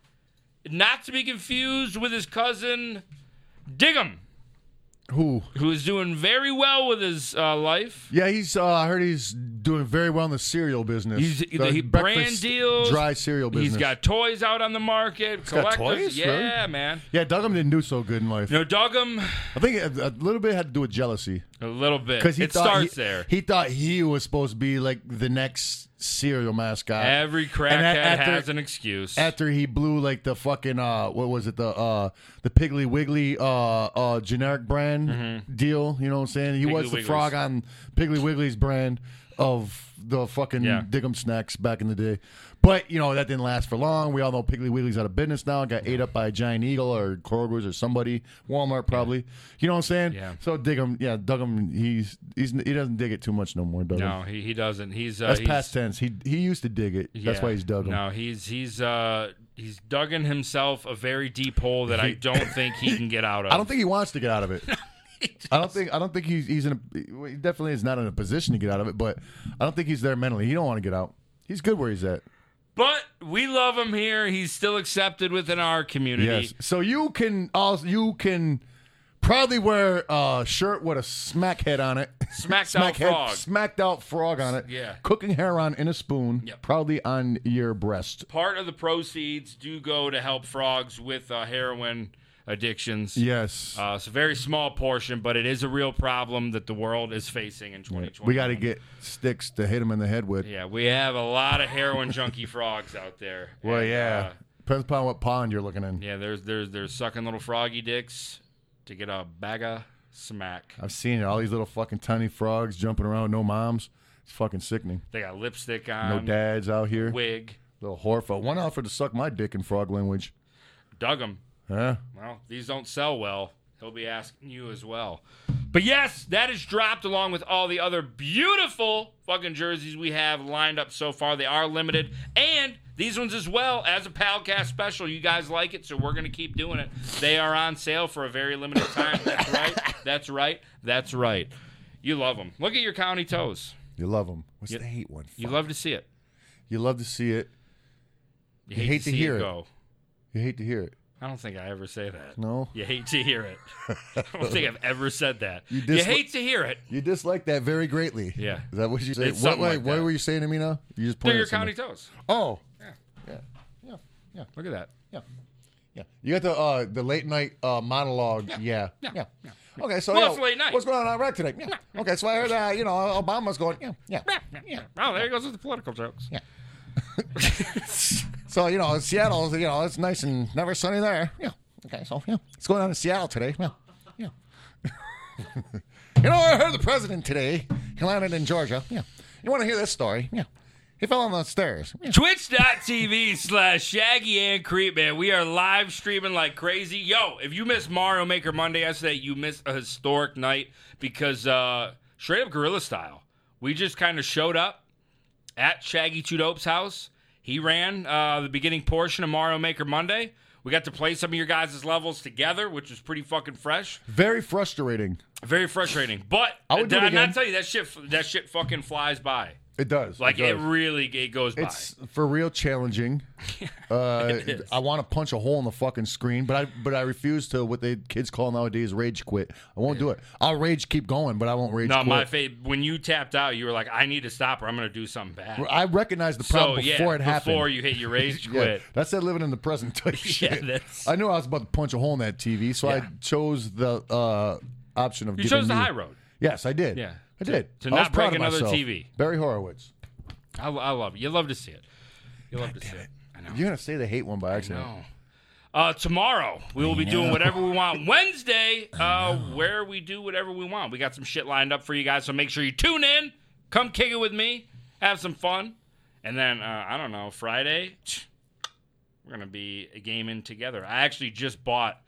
Speaker 2: Not to be confused with his cousin Diggum,
Speaker 3: Who?
Speaker 2: who is doing very well with his uh, life.
Speaker 3: Yeah, he's. Uh, I heard he's doing very well in the cereal business.
Speaker 2: He's-
Speaker 3: the
Speaker 2: he- brand
Speaker 3: breakfast
Speaker 2: deals.
Speaker 3: dry cereal business.
Speaker 2: He's got toys out on the market. He's
Speaker 3: got toys?
Speaker 2: yeah, man.
Speaker 3: Yeah, Duggan didn't do so good in life.
Speaker 2: No, Dugum,
Speaker 3: I think a, a little bit had to do with jealousy
Speaker 2: a little bit.
Speaker 3: because he
Speaker 2: it
Speaker 3: thought
Speaker 2: starts
Speaker 3: he,
Speaker 2: there.
Speaker 3: He thought he was supposed to be like the next cereal mascot.
Speaker 2: Every
Speaker 3: And
Speaker 2: crackhead
Speaker 3: a- after-
Speaker 2: has an excuse.
Speaker 3: after he blew like the fucking uh what was it the uh the Piggly Wiggly uh uh generic brand deal, you know what I'm saying? He was the
Speaker 2: Mm-hmm. Wiggly's.
Speaker 3: frog on Piggly Wiggly's brand of the fucking
Speaker 2: Yeah.
Speaker 3: Dick'em snacks back in the day. But you know that didn't last for long. We all know Piggly Wiggly's out of business now. Got ate up by a giant eagle or Kroger's or somebody, Walmart probably. You know what I'm saying?
Speaker 2: Yeah.
Speaker 3: So Dick'em, yeah, Dick'em, he's he's he doesn't dig it too much no more. Dick'em.
Speaker 2: no, he, he doesn't. He's uh,
Speaker 3: That's
Speaker 2: he's,
Speaker 3: past tense. He he used to dig it. That's
Speaker 2: Yeah.
Speaker 3: why he's Dick'em.
Speaker 2: No, he's he's uh he's dug in himself a very deep hole that I don't think he can get out of.
Speaker 3: I don't think he wants to get out of it. I don't think I don't think he's he's in a well, he definitely is not in a position to get out of it, but I don't think he's there mentally. He don't want to get out. He's good where he's at.
Speaker 2: But we love him here. He's still accepted within our community.
Speaker 3: Yes. So you can also you can proudly wear a shirt with a smack head on it.
Speaker 2: Smacked out
Speaker 3: head-
Speaker 2: frog.
Speaker 3: smacked out frog on it.
Speaker 2: Yeah.
Speaker 3: Cooking heron in a spoon.
Speaker 2: Yep.
Speaker 3: Proudly on your breast.
Speaker 2: Part of the proceeds do go to help frogs with uh, heroin addictions.
Speaker 3: Yes.
Speaker 2: Uh, it's a very small portion, but it is a real problem that the world is facing in 2020.
Speaker 3: we got to get sticks to hit him in the head with.
Speaker 2: Yeah, we have a lot of heroin junkie frogs out there.
Speaker 3: Well,
Speaker 2: And,
Speaker 3: yeah.
Speaker 2: uh,
Speaker 3: Depends upon what pond you're looking in.
Speaker 2: yeah, there's there's there's sucking little froggy dicks to get a bag of smack.
Speaker 3: I've seen it. All these little fucking tiny frogs jumping around, no moms. It's fucking sickening.
Speaker 2: They got lipstick
Speaker 3: No
Speaker 2: on,
Speaker 3: dads out here.
Speaker 2: wig.
Speaker 3: Little horfa. One offered to suck my dick in frog language.
Speaker 2: Dug them.
Speaker 3: Huh?
Speaker 2: Well, these don't sell well. He'll be asking you as well. But yes, that is dropped along with all the other beautiful fucking jerseys we have lined up so far. They are limited. And these ones as well as a Palcast special. You guys like it, so we're going to keep doing it. They are on sale for a very limited time. That's right. That's right. That's right. You love them. Look at your county toes.
Speaker 3: You love them. What's the hate one?
Speaker 2: You love to see it.
Speaker 3: You love to see it.
Speaker 2: You
Speaker 3: hate to
Speaker 2: see
Speaker 3: hear it.
Speaker 2: go.
Speaker 3: You hate to hear it.
Speaker 2: I don't think I ever say that.
Speaker 3: No.
Speaker 2: You hate to hear it. I don't think I've ever said that. You,
Speaker 3: disli-
Speaker 2: hate to hear it.
Speaker 3: You dislike that very greatly.
Speaker 2: Yeah.
Speaker 3: Is that what you say?
Speaker 2: It's
Speaker 3: What,
Speaker 2: something
Speaker 3: wait,
Speaker 2: like
Speaker 3: what
Speaker 2: that.
Speaker 3: were you saying to me now? You just
Speaker 2: Through
Speaker 3: pointed
Speaker 2: your
Speaker 3: at something.
Speaker 2: county toes.
Speaker 3: Oh.
Speaker 2: Yeah.
Speaker 3: Yeah. Yeah. Yeah.
Speaker 2: Look at that.
Speaker 3: Yeah. Yeah. You got the uh, the late night uh, monologue. Yeah. Yeah.
Speaker 2: Yeah.
Speaker 3: Okay, so
Speaker 2: Well,
Speaker 3: yeah,
Speaker 2: it's late night.
Speaker 3: what's going on in Iraq today? Yeah. Okay, so I heard uh, you know Obama's going. Yeah. Yeah. Yeah.
Speaker 2: Oh, there he goes with the political jokes.
Speaker 3: Yeah. So you know Seattle, you know it's nice and never sunny there. Yeah. Okay, so yeah, what's going on in Seattle today? Yeah. Yeah. you know, I heard the president today. He landed in Georgia. Yeah. You want to hear this story? Yeah. He fell on the stairs. Yeah.
Speaker 2: Twitch.tv slash Shaggy and Creep, man. We are live streaming like crazy. Yo, if you missed Mario Maker Monday yesterday, you missed a historic night because uh straight up guerrilla style. We just kind of showed up at Shaggy Two Dope's house. He ran uh, the beginning portion of Mario Maker Monday. We got to play some of your guys' levels together, which was pretty fucking fresh.
Speaker 3: Very frustrating.
Speaker 2: Very frustrating. But
Speaker 3: I would do
Speaker 2: did
Speaker 3: it
Speaker 2: I not
Speaker 3: again.
Speaker 2: tell you that shit? That shit fucking flies by.
Speaker 3: It does.
Speaker 2: Like it,
Speaker 3: does.
Speaker 2: really it goes by.
Speaker 3: It's for real challenging. Uh, I want to punch a hole in the fucking screen, but I but I refuse to what the kids call nowadays rage quit. I won't do it. I'll rage keep going, but I won't rage
Speaker 2: no,
Speaker 3: quit.
Speaker 2: my fa- when you tapped out, you were like, "I need to stop, or I'm going to do something bad."
Speaker 3: I recognize the
Speaker 2: so
Speaker 3: problem
Speaker 2: yeah,
Speaker 3: before it happened.
Speaker 2: before you hit your rage
Speaker 3: Yeah,
Speaker 2: quit.
Speaker 3: that's that living in the present type
Speaker 2: Yeah,
Speaker 3: shit.
Speaker 2: that's-
Speaker 3: I knew I was about to punch a hole in that TV, so I
Speaker 2: Yeah.
Speaker 3: chose the uh, option of
Speaker 2: You
Speaker 3: giving
Speaker 2: chose the high road.
Speaker 3: Yes, I did.
Speaker 2: Yeah.
Speaker 3: I did.
Speaker 2: to
Speaker 3: I was
Speaker 2: not
Speaker 3: proud
Speaker 2: break
Speaker 3: of
Speaker 2: another
Speaker 3: myself.
Speaker 2: TV.
Speaker 3: Barry Horowitz.
Speaker 2: I, I love it. You love to see it. You love to see it. I know.
Speaker 3: You're gonna say the hate one by accident.
Speaker 2: No. Uh, tomorrow we will be doing whatever we want. Wednesday, uh, where we do whatever we want. We got some shit lined up for you guys, so make sure you tune in. Come kick it with me, have some fun, and then uh, I don't know. Friday, we're gonna be gaming together. I actually just bought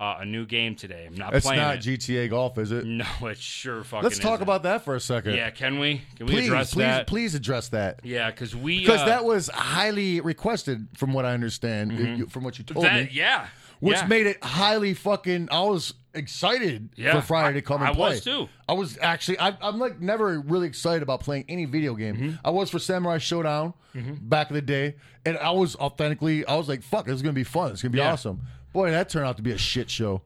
Speaker 2: uh, a new game today. I'm not
Speaker 3: It's
Speaker 2: playing
Speaker 3: not
Speaker 2: it.
Speaker 3: GTA golf, is it?
Speaker 2: no, it sure fucking.
Speaker 3: Let's talk
Speaker 2: isn't.
Speaker 3: about that for a second.
Speaker 2: Yeah, can we? Can we
Speaker 3: please,
Speaker 2: address
Speaker 3: please,
Speaker 2: that?
Speaker 3: please address that.
Speaker 2: Yeah, because we
Speaker 3: Because
Speaker 2: uh,
Speaker 3: that was highly requested, from what I understand,
Speaker 2: Mm-hmm.
Speaker 3: you- from what you told
Speaker 2: that-
Speaker 3: me,
Speaker 2: yeah,
Speaker 3: which
Speaker 2: yeah.
Speaker 3: made it highly fucking. I was excited
Speaker 2: Yeah,
Speaker 3: for Friday to
Speaker 2: I-
Speaker 3: come
Speaker 2: I
Speaker 3: and play.
Speaker 2: was too.
Speaker 3: I was actually. I, I'm like never really excited about playing any video game.
Speaker 2: Mm-hmm.
Speaker 3: I was for Samurai Showdown back in the day, and I was authentically. I was like, "Fuck, this is gonna be fun. It's gonna be
Speaker 2: Yeah.
Speaker 3: awesome." Boy, that turned out to be a shit show,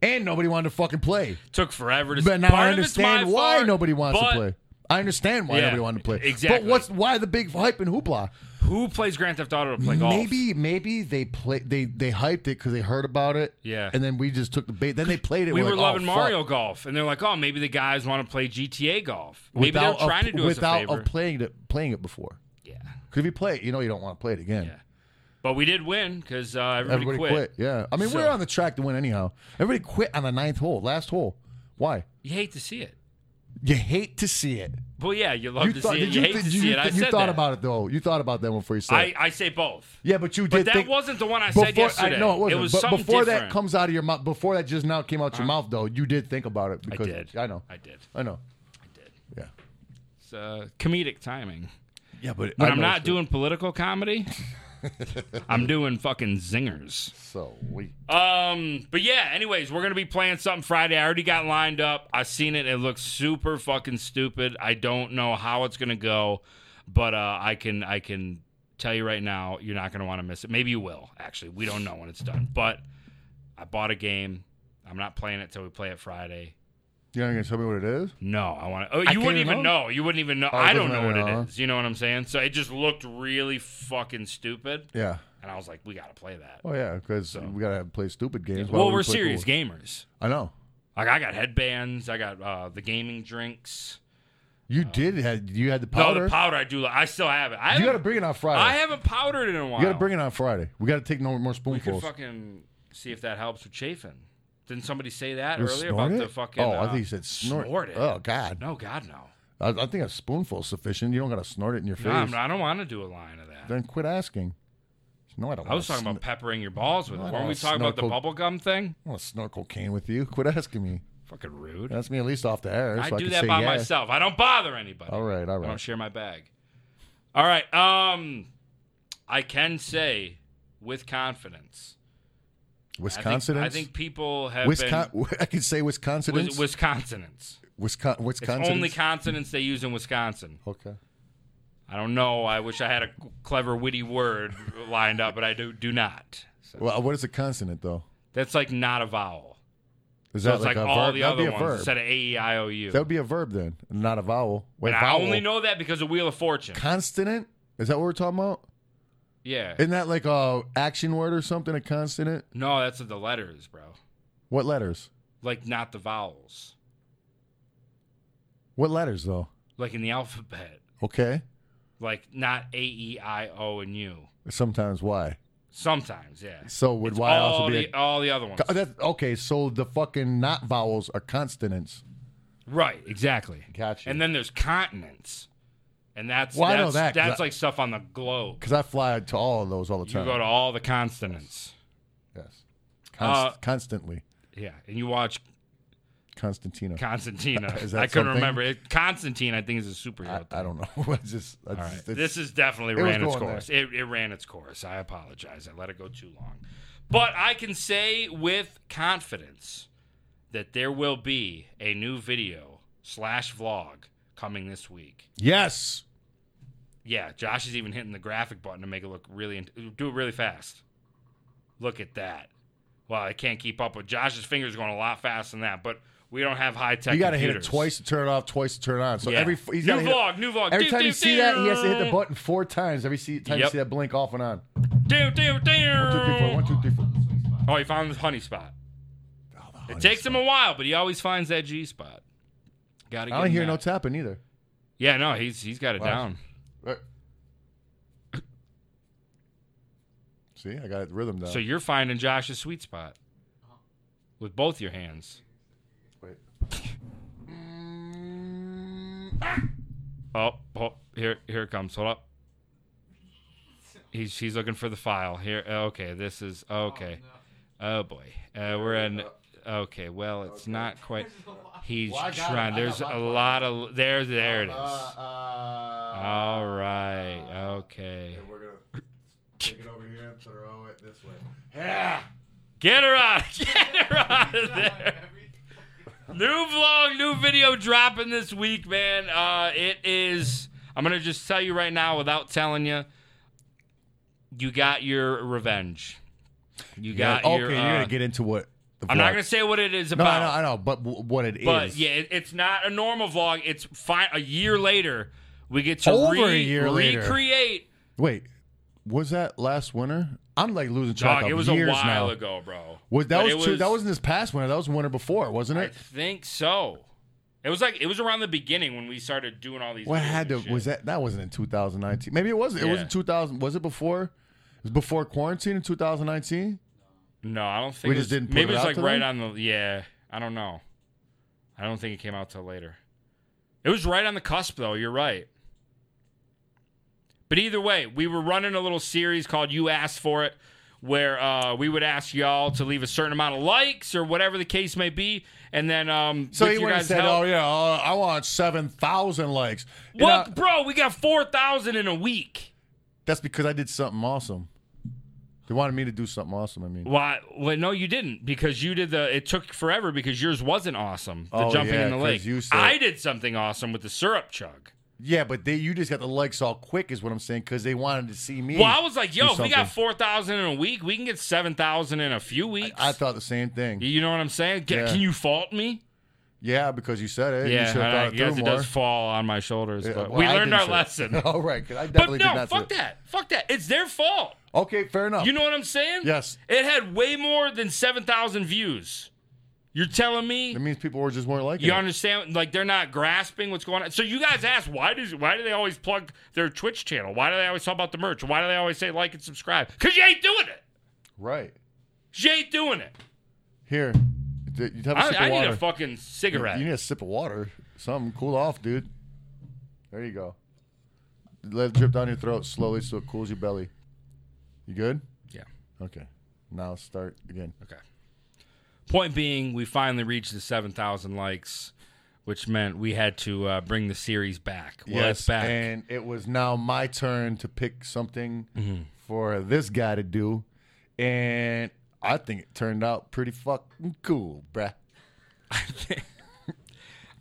Speaker 3: and nobody wanted to fucking play.
Speaker 2: took forever to.
Speaker 3: But now
Speaker 2: part
Speaker 3: I
Speaker 2: of it's my
Speaker 3: understand why
Speaker 2: fault,
Speaker 3: nobody wants
Speaker 2: but
Speaker 3: to play. I understand why
Speaker 2: Yeah,
Speaker 3: nobody wanted to play. But
Speaker 2: exactly.
Speaker 3: what's why the big hype and hoopla?
Speaker 2: Who plays Grand Theft Auto to play golf?
Speaker 3: Maybe maybe they play they they hyped it because they heard about it.
Speaker 2: Yeah.
Speaker 3: and then we just took the bait. Then they played it.
Speaker 2: we
Speaker 3: we're
Speaker 2: were
Speaker 3: like,
Speaker 2: loving
Speaker 3: oh, fuck.
Speaker 2: Mario Golf, and they're like, "Oh, maybe the guys want to play GTA Golf. Maybe
Speaker 3: without
Speaker 2: they're trying
Speaker 3: a,
Speaker 2: to do us a
Speaker 3: without
Speaker 2: favor."
Speaker 3: a playing it playing it before.
Speaker 2: yeah,
Speaker 3: Because if you play it, you know you don't want to play it again.
Speaker 2: Yeah. but we did win because uh, everybody,
Speaker 3: Everybody
Speaker 2: quit.
Speaker 3: quit. Yeah, I mean we're
Speaker 2: So-
Speaker 3: on the track to win anyhow. Everybody quit on the ninth hole, last hole. Why?
Speaker 2: You hate to see it.
Speaker 3: You hate to see it.
Speaker 2: Well, yeah, you love
Speaker 3: you
Speaker 2: to
Speaker 3: thought
Speaker 2: see it.
Speaker 3: did
Speaker 2: You
Speaker 3: you
Speaker 2: hate
Speaker 3: th-
Speaker 2: to
Speaker 3: you,
Speaker 2: see it. I
Speaker 3: th- you
Speaker 2: said
Speaker 3: thought
Speaker 2: that.
Speaker 3: about it though. You thought about that one before you said.
Speaker 2: I,
Speaker 3: it.
Speaker 2: I say both.
Speaker 3: Yeah, but you did.
Speaker 2: But that
Speaker 3: think,
Speaker 2: wasn't the one I said yesterday.
Speaker 3: I know it wasn't.
Speaker 2: was
Speaker 3: but
Speaker 2: something
Speaker 3: before that
Speaker 2: different.
Speaker 3: comes out of your mouth, before that just now came out your mouth, though, you did think about it.
Speaker 2: I
Speaker 3: Because,
Speaker 2: did.
Speaker 3: I know.
Speaker 2: I did.
Speaker 3: I know.
Speaker 2: I did.
Speaker 3: Yeah.
Speaker 2: It's uh, comedic timing.
Speaker 3: Yeah, but
Speaker 2: When I'm not doing political comedy, I'm doing fucking zingers.
Speaker 3: so weak.
Speaker 2: Um, but yeah, anyways, we're gonna be playing something Friday. I already got lined up. I seen it. It looks super fucking stupid. I don't know how it's gonna go, but uh, I can I can tell you right now, you're not gonna want to miss it. Maybe you will. Actually, we don't know when it's done. But I bought a game. I'm not playing it till we play it Friday.
Speaker 3: You're not gonna tell me what it is?
Speaker 2: No, I want to. Oh,
Speaker 3: I
Speaker 2: you
Speaker 3: can't
Speaker 2: wouldn't
Speaker 3: even
Speaker 2: even
Speaker 3: know?
Speaker 2: know. You wouldn't even know.
Speaker 3: Oh, it
Speaker 2: I don't know
Speaker 3: doesn't
Speaker 2: what
Speaker 3: matter, huh?
Speaker 2: it is. You know what I'm saying? So it just looked really fucking stupid,
Speaker 3: Yeah.
Speaker 2: and I was like, we gotta play that.
Speaker 3: Oh yeah, because we gotta play stupid games. Why
Speaker 2: Well,
Speaker 3: would we
Speaker 2: we're
Speaker 3: play
Speaker 2: serious
Speaker 3: cool?
Speaker 2: gamers.
Speaker 3: I know.
Speaker 2: Like I got headbands, I got uh, the gaming drinks.
Speaker 3: You did. Had, you had the
Speaker 2: Oh. No,
Speaker 3: powder.
Speaker 2: the powder I do. li- I still have it. I
Speaker 3: you
Speaker 2: haven't,
Speaker 3: gotta bring it on Friday.
Speaker 2: I haven't powdered it in a while.
Speaker 3: you gotta bring it on Friday. We gotta take no more
Speaker 2: We could
Speaker 3: spoonfuls.
Speaker 2: fucking see if that helps with chafing. Didn't somebody say that
Speaker 3: You
Speaker 2: earlier
Speaker 3: snort
Speaker 2: about
Speaker 3: it?
Speaker 2: the fucking?
Speaker 3: Oh, I
Speaker 2: uh,
Speaker 3: think you said snort.
Speaker 2: it.
Speaker 3: Oh God,
Speaker 2: No, God, no.
Speaker 3: I, I think a spoonful's sufficient. You don't gotta snort it in your face.
Speaker 2: no I'm not- I don't want to do a line of that.
Speaker 3: Then quit asking. No, I don't.
Speaker 2: I was
Speaker 3: wanna
Speaker 2: talking about peppering your balls with
Speaker 3: I don't
Speaker 2: it. Weren't we
Speaker 3: wanna
Speaker 2: talking about the
Speaker 3: snorkel-
Speaker 2: bubble gum thing?
Speaker 3: I want to snort cocaine with you. Quit asking me.
Speaker 2: Fucking rude.
Speaker 3: Ask me at least off the air. So I
Speaker 2: I do
Speaker 3: can
Speaker 2: that
Speaker 3: say
Speaker 2: by
Speaker 3: yeah.
Speaker 2: myself. I don't bother anybody.
Speaker 3: All right, all
Speaker 2: I don't
Speaker 3: right.
Speaker 2: share my bag. All right. Um, I can say with confidence. I think-
Speaker 3: Wisconsin.
Speaker 2: I think, people have
Speaker 3: Wisconsin. I can say Wisconsin.
Speaker 2: been Wis- Wisconsinans.
Speaker 3: Wisconsin.
Speaker 2: It's
Speaker 3: Wisconsin.
Speaker 2: only consonants they use in Wisconsin.
Speaker 3: okay.
Speaker 2: I don't know. I wish I had a clever, witty word lined up, but I do do not. So
Speaker 3: Well, what is a consonant though?
Speaker 2: that's like not a vowel.
Speaker 3: Is
Speaker 2: So it's like, all
Speaker 3: verb?
Speaker 2: the
Speaker 3: That'd be
Speaker 2: other
Speaker 3: a
Speaker 2: ones
Speaker 3: verb.
Speaker 2: instead of a e i o u.
Speaker 3: That would be a verb then, not a vowel. Wait,
Speaker 2: and I
Speaker 3: vowel.
Speaker 2: only know that because of Wheel of Fortune.
Speaker 3: consonant. Is that what we're talking about?
Speaker 2: Yeah.
Speaker 3: Isn't that like a action word or something? A consonant.
Speaker 2: No, that's the letters, bro.
Speaker 3: What letters?
Speaker 2: Like not the vowels.
Speaker 3: What letters though?
Speaker 2: Like in the alphabet.
Speaker 3: Okay.
Speaker 2: Like not a e i o and u.
Speaker 3: Sometimes why?
Speaker 2: Sometimes, yeah.
Speaker 3: So would
Speaker 2: It's
Speaker 3: why
Speaker 2: all
Speaker 3: also be a
Speaker 2: the, all the other ones?
Speaker 3: Co- That's, okay, so the fucking not vowels are consonants.
Speaker 2: Right, exactly.
Speaker 3: Gotcha.
Speaker 2: And then there's continents, and that's
Speaker 3: Well, I know
Speaker 2: that's,
Speaker 3: that 'cause
Speaker 2: that's
Speaker 3: I-
Speaker 2: like stuff on the globe.
Speaker 3: Because I fly to all of those all the
Speaker 2: You
Speaker 3: time.
Speaker 2: go to all the continents,
Speaker 3: yes. Const-
Speaker 2: Uh,
Speaker 3: constantly.
Speaker 2: yeah, and you watch
Speaker 3: Constantina.
Speaker 2: Constantine.
Speaker 3: Is that
Speaker 2: I couldn't
Speaker 3: something?
Speaker 2: remember it. Constantine, I think, is a superhero.
Speaker 3: I, I don't know. I just, I
Speaker 2: All right.
Speaker 3: just- it's-
Speaker 2: This is definitely
Speaker 3: was
Speaker 2: ran its
Speaker 3: going
Speaker 2: course. It, it ran its course. I apologize. I let it go too long. But I can say with confidence that there will be a new video slash vlog coming this week.
Speaker 3: yes.
Speaker 2: Yeah, Josh is even hitting the graphic button to make it look really. In- do it really fast. Look at that. Well, I can't keep up with Josh's fingers going a lot faster than that, but we don't have high tech.
Speaker 3: You got to hit it twice to turn it off, twice to turn it on. So every f- he's
Speaker 2: new
Speaker 3: gotta hit it-
Speaker 2: vlog, new vlog.
Speaker 3: Every
Speaker 2: Doo,
Speaker 3: time
Speaker 2: doo,
Speaker 3: you see that, he has to hit the
Speaker 2: doo.
Speaker 3: button four times. Every see- time
Speaker 2: Yep.
Speaker 3: you see that blink off and on.
Speaker 2: Doo, doo, doo.
Speaker 3: One, two, three, four. One, two, three, four.
Speaker 2: Oh, he found the honey spot.
Speaker 3: Oh, the
Speaker 2: It
Speaker 3: honey
Speaker 2: takes
Speaker 3: spot.
Speaker 2: him a while, but he always finds that G spot. Got to.
Speaker 3: I don't hear no
Speaker 2: that.
Speaker 3: tapping either.
Speaker 2: yeah, no, he's he's got it
Speaker 3: Wow.
Speaker 2: down.
Speaker 3: Right. See, I got the rhythm down.
Speaker 2: So you're finding Josh's sweet spot with both your hands.
Speaker 3: Wait.
Speaker 2: Oh, oh here here it comes. Hold up. He's he's looking for the file here. Okay, this is okay. Oh boy, uh, we're in. Okay, well it's not quite. He's
Speaker 3: Well, I got it.
Speaker 2: trying.
Speaker 3: I
Speaker 2: There's
Speaker 3: got
Speaker 2: a
Speaker 3: my part.
Speaker 2: lot of there. There it is.
Speaker 3: Uh, uh,
Speaker 2: All right. Okay.
Speaker 3: and we're gonna take it over here and throw it this way. Yeah.
Speaker 2: Get her out. Get her out of there. New vlog, new video dropping this week, man. Uh, it is. I'm gonna just tell you right now, without telling you, you got your revenge. You got
Speaker 3: okay,
Speaker 2: your.
Speaker 3: you're
Speaker 2: uh,
Speaker 3: gonna get into what. The
Speaker 2: I'm not
Speaker 3: vlog-
Speaker 2: gonna say what it is
Speaker 3: No, I
Speaker 2: about.
Speaker 3: know, I know, but w- what it is.
Speaker 2: but yeah, it, it's not a normal vlog. It's fi- a year later. We get to
Speaker 3: Over a
Speaker 2: re-
Speaker 3: year later.
Speaker 2: recreate.
Speaker 3: Wait, was that last winter? I'm like losing track
Speaker 2: Dog,
Speaker 3: of
Speaker 2: it was a
Speaker 3: years
Speaker 2: while
Speaker 3: now.
Speaker 2: ago, bro.
Speaker 3: Was that
Speaker 2: But
Speaker 3: was,
Speaker 2: it
Speaker 3: two, that wasn't this past winter? That was the winter before, wasn't
Speaker 2: I
Speaker 3: it?
Speaker 2: think so. It was like it was around the beginning when we started doing all these.
Speaker 3: What
Speaker 2: videos
Speaker 3: had to
Speaker 2: and shit.
Speaker 3: was that? That wasn't in 2019. Maybe it was. It was
Speaker 2: Yeah.
Speaker 3: in 2000. Was it before? It was before quarantine in 2019.
Speaker 2: No, I don't
Speaker 3: We
Speaker 2: think it
Speaker 3: just
Speaker 2: was-
Speaker 3: didn't put
Speaker 2: Maybe
Speaker 3: it
Speaker 2: it's
Speaker 3: out
Speaker 2: like
Speaker 3: to
Speaker 2: right
Speaker 3: them?
Speaker 2: on the. Yeah, I don't know. I don't think it came out till later. It was right on the cusp, though. You're right. But either way, we were running a little series called "You Asked for It," where uh, we would ask y'all to leave a certain amount of likes or whatever the case may be, and then um,
Speaker 3: So
Speaker 2: with
Speaker 3: he
Speaker 2: your
Speaker 3: went and
Speaker 2: guys'
Speaker 3: said,
Speaker 2: help-
Speaker 3: "Oh yeah, uh, I want 7,000 likes." You
Speaker 2: Well,
Speaker 3: know,
Speaker 2: bro, we got four thousand in a week.
Speaker 3: that's because I did something awesome. They wanted me to do something awesome. I mean,
Speaker 2: Why? Well, no, you didn't because you did the. It took forever because yours wasn't awesome. The
Speaker 3: Oh,
Speaker 2: jumping
Speaker 3: yeah,
Speaker 2: in the
Speaker 3: 'cause
Speaker 2: lake.
Speaker 3: you said-
Speaker 2: I did something awesome with the syrup chug.
Speaker 3: yeah, but they you just got the likes all quick, is what I'm saying, because they wanted to see me.
Speaker 2: Well, I was like,
Speaker 3: do
Speaker 2: yo, if we
Speaker 3: something.
Speaker 2: got four thousand in a week, we can get seven thousand in a few weeks.
Speaker 3: I thought the same thing.
Speaker 2: you know what I'm saying? Ca-
Speaker 3: Yeah.
Speaker 2: Can you fault me?
Speaker 3: Yeah, because you said it. you
Speaker 2: yeah,
Speaker 3: should have
Speaker 2: I,
Speaker 3: thought
Speaker 2: I
Speaker 3: it through
Speaker 2: guess it
Speaker 3: more.
Speaker 2: does fall on my shoulders,
Speaker 3: Yeah,
Speaker 2: but
Speaker 3: well,
Speaker 2: we
Speaker 3: I
Speaker 2: learned
Speaker 3: didn't
Speaker 2: our
Speaker 3: say it.
Speaker 2: lesson.
Speaker 3: All right, 'cause I
Speaker 2: But
Speaker 3: definitely did
Speaker 2: no,
Speaker 3: not.
Speaker 2: fuck
Speaker 3: say it.
Speaker 2: that. Fuck that. It's their fault.
Speaker 3: Okay, fair enough.
Speaker 2: You know what I'm saying?
Speaker 3: Yes.
Speaker 2: It had way more than seven thousand views. You're telling me
Speaker 3: It means people were just weren't liking
Speaker 2: You
Speaker 3: it.
Speaker 2: understand? Like they're not grasping what's going on. So you guys ask why does why do they always plug their Twitch channel? Why do they always talk about the merch? Why do they always say like and subscribe? Because you ain't doing it.
Speaker 3: Right.
Speaker 2: You ain't doing it.
Speaker 3: Here. D- You have a
Speaker 2: I,
Speaker 3: sip of
Speaker 2: I need
Speaker 3: water.
Speaker 2: a fucking cigarette.
Speaker 3: You need a sip of water. Something. Cool off, dude. There you go. Let it drip down your throat slowly so it cools your belly. You good?
Speaker 2: yeah.
Speaker 3: Okay. Now start again.
Speaker 2: Okay. Point being, we finally reached the seven thousand likes, which meant we had to uh, bring the series back. Well, it's back.
Speaker 3: And it was now my turn to pick something
Speaker 2: Mm-hmm.
Speaker 3: for this guy to do. And I think it turned out pretty fucking cool, bruh.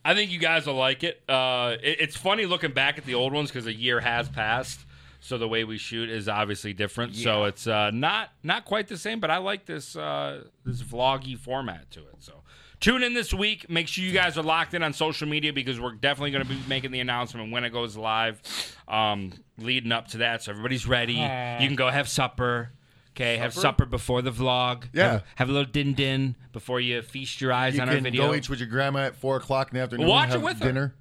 Speaker 2: I think you guys will like it. Uh, it it's funny looking back at the old ones because a year has passed, so the way we shoot is obviously different. So it's uh, not not quite the same, but I like this uh, this vloggy format to it. So tune in this week. Make sure you guys are locked in on social media because we're definitely going to be making the announcement when it goes live, um, leading up to that. So everybody's ready. You can go have supper. Okay, have supper before the vlog.
Speaker 3: Yeah.
Speaker 2: Have, have a little din din before you feast your eyes
Speaker 3: You
Speaker 2: on our
Speaker 3: can
Speaker 2: video.
Speaker 3: go eat with your grandma at four o'clock in the afternoon.
Speaker 2: Watch it
Speaker 3: have
Speaker 2: with her.
Speaker 3: dinner.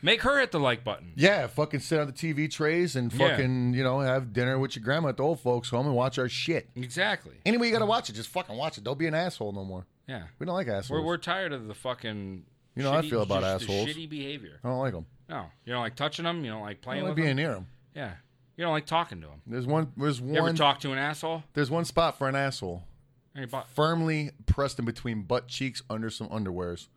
Speaker 2: Make her hit the like button.
Speaker 3: Yeah, fucking sit on the TV trays and
Speaker 2: Yeah.
Speaker 3: fucking you know have dinner with your grandma at the old folks' home and watch our shit.
Speaker 2: Exactly.
Speaker 3: Anyway, you gotta watch it. Just fucking watch it. Don't be an asshole no more.
Speaker 2: Yeah.
Speaker 3: We don't like assholes.
Speaker 2: We're, we're tired of the fucking.
Speaker 3: You know how I feel about
Speaker 2: just the
Speaker 3: assholes.
Speaker 2: shitty behavior.
Speaker 3: I don't like them.
Speaker 2: No, you don't like touching them. You don't like
Speaker 3: I
Speaker 2: playing
Speaker 3: don't like
Speaker 2: with them.
Speaker 3: being near them.
Speaker 2: Yeah, you don't like talking to them.
Speaker 3: There's one. There's
Speaker 2: You ever
Speaker 3: one.
Speaker 2: talk to an asshole?
Speaker 3: There's one spot for an asshole.
Speaker 2: Hey, bu-
Speaker 3: Firmly pressed in between butt cheeks under some underwears.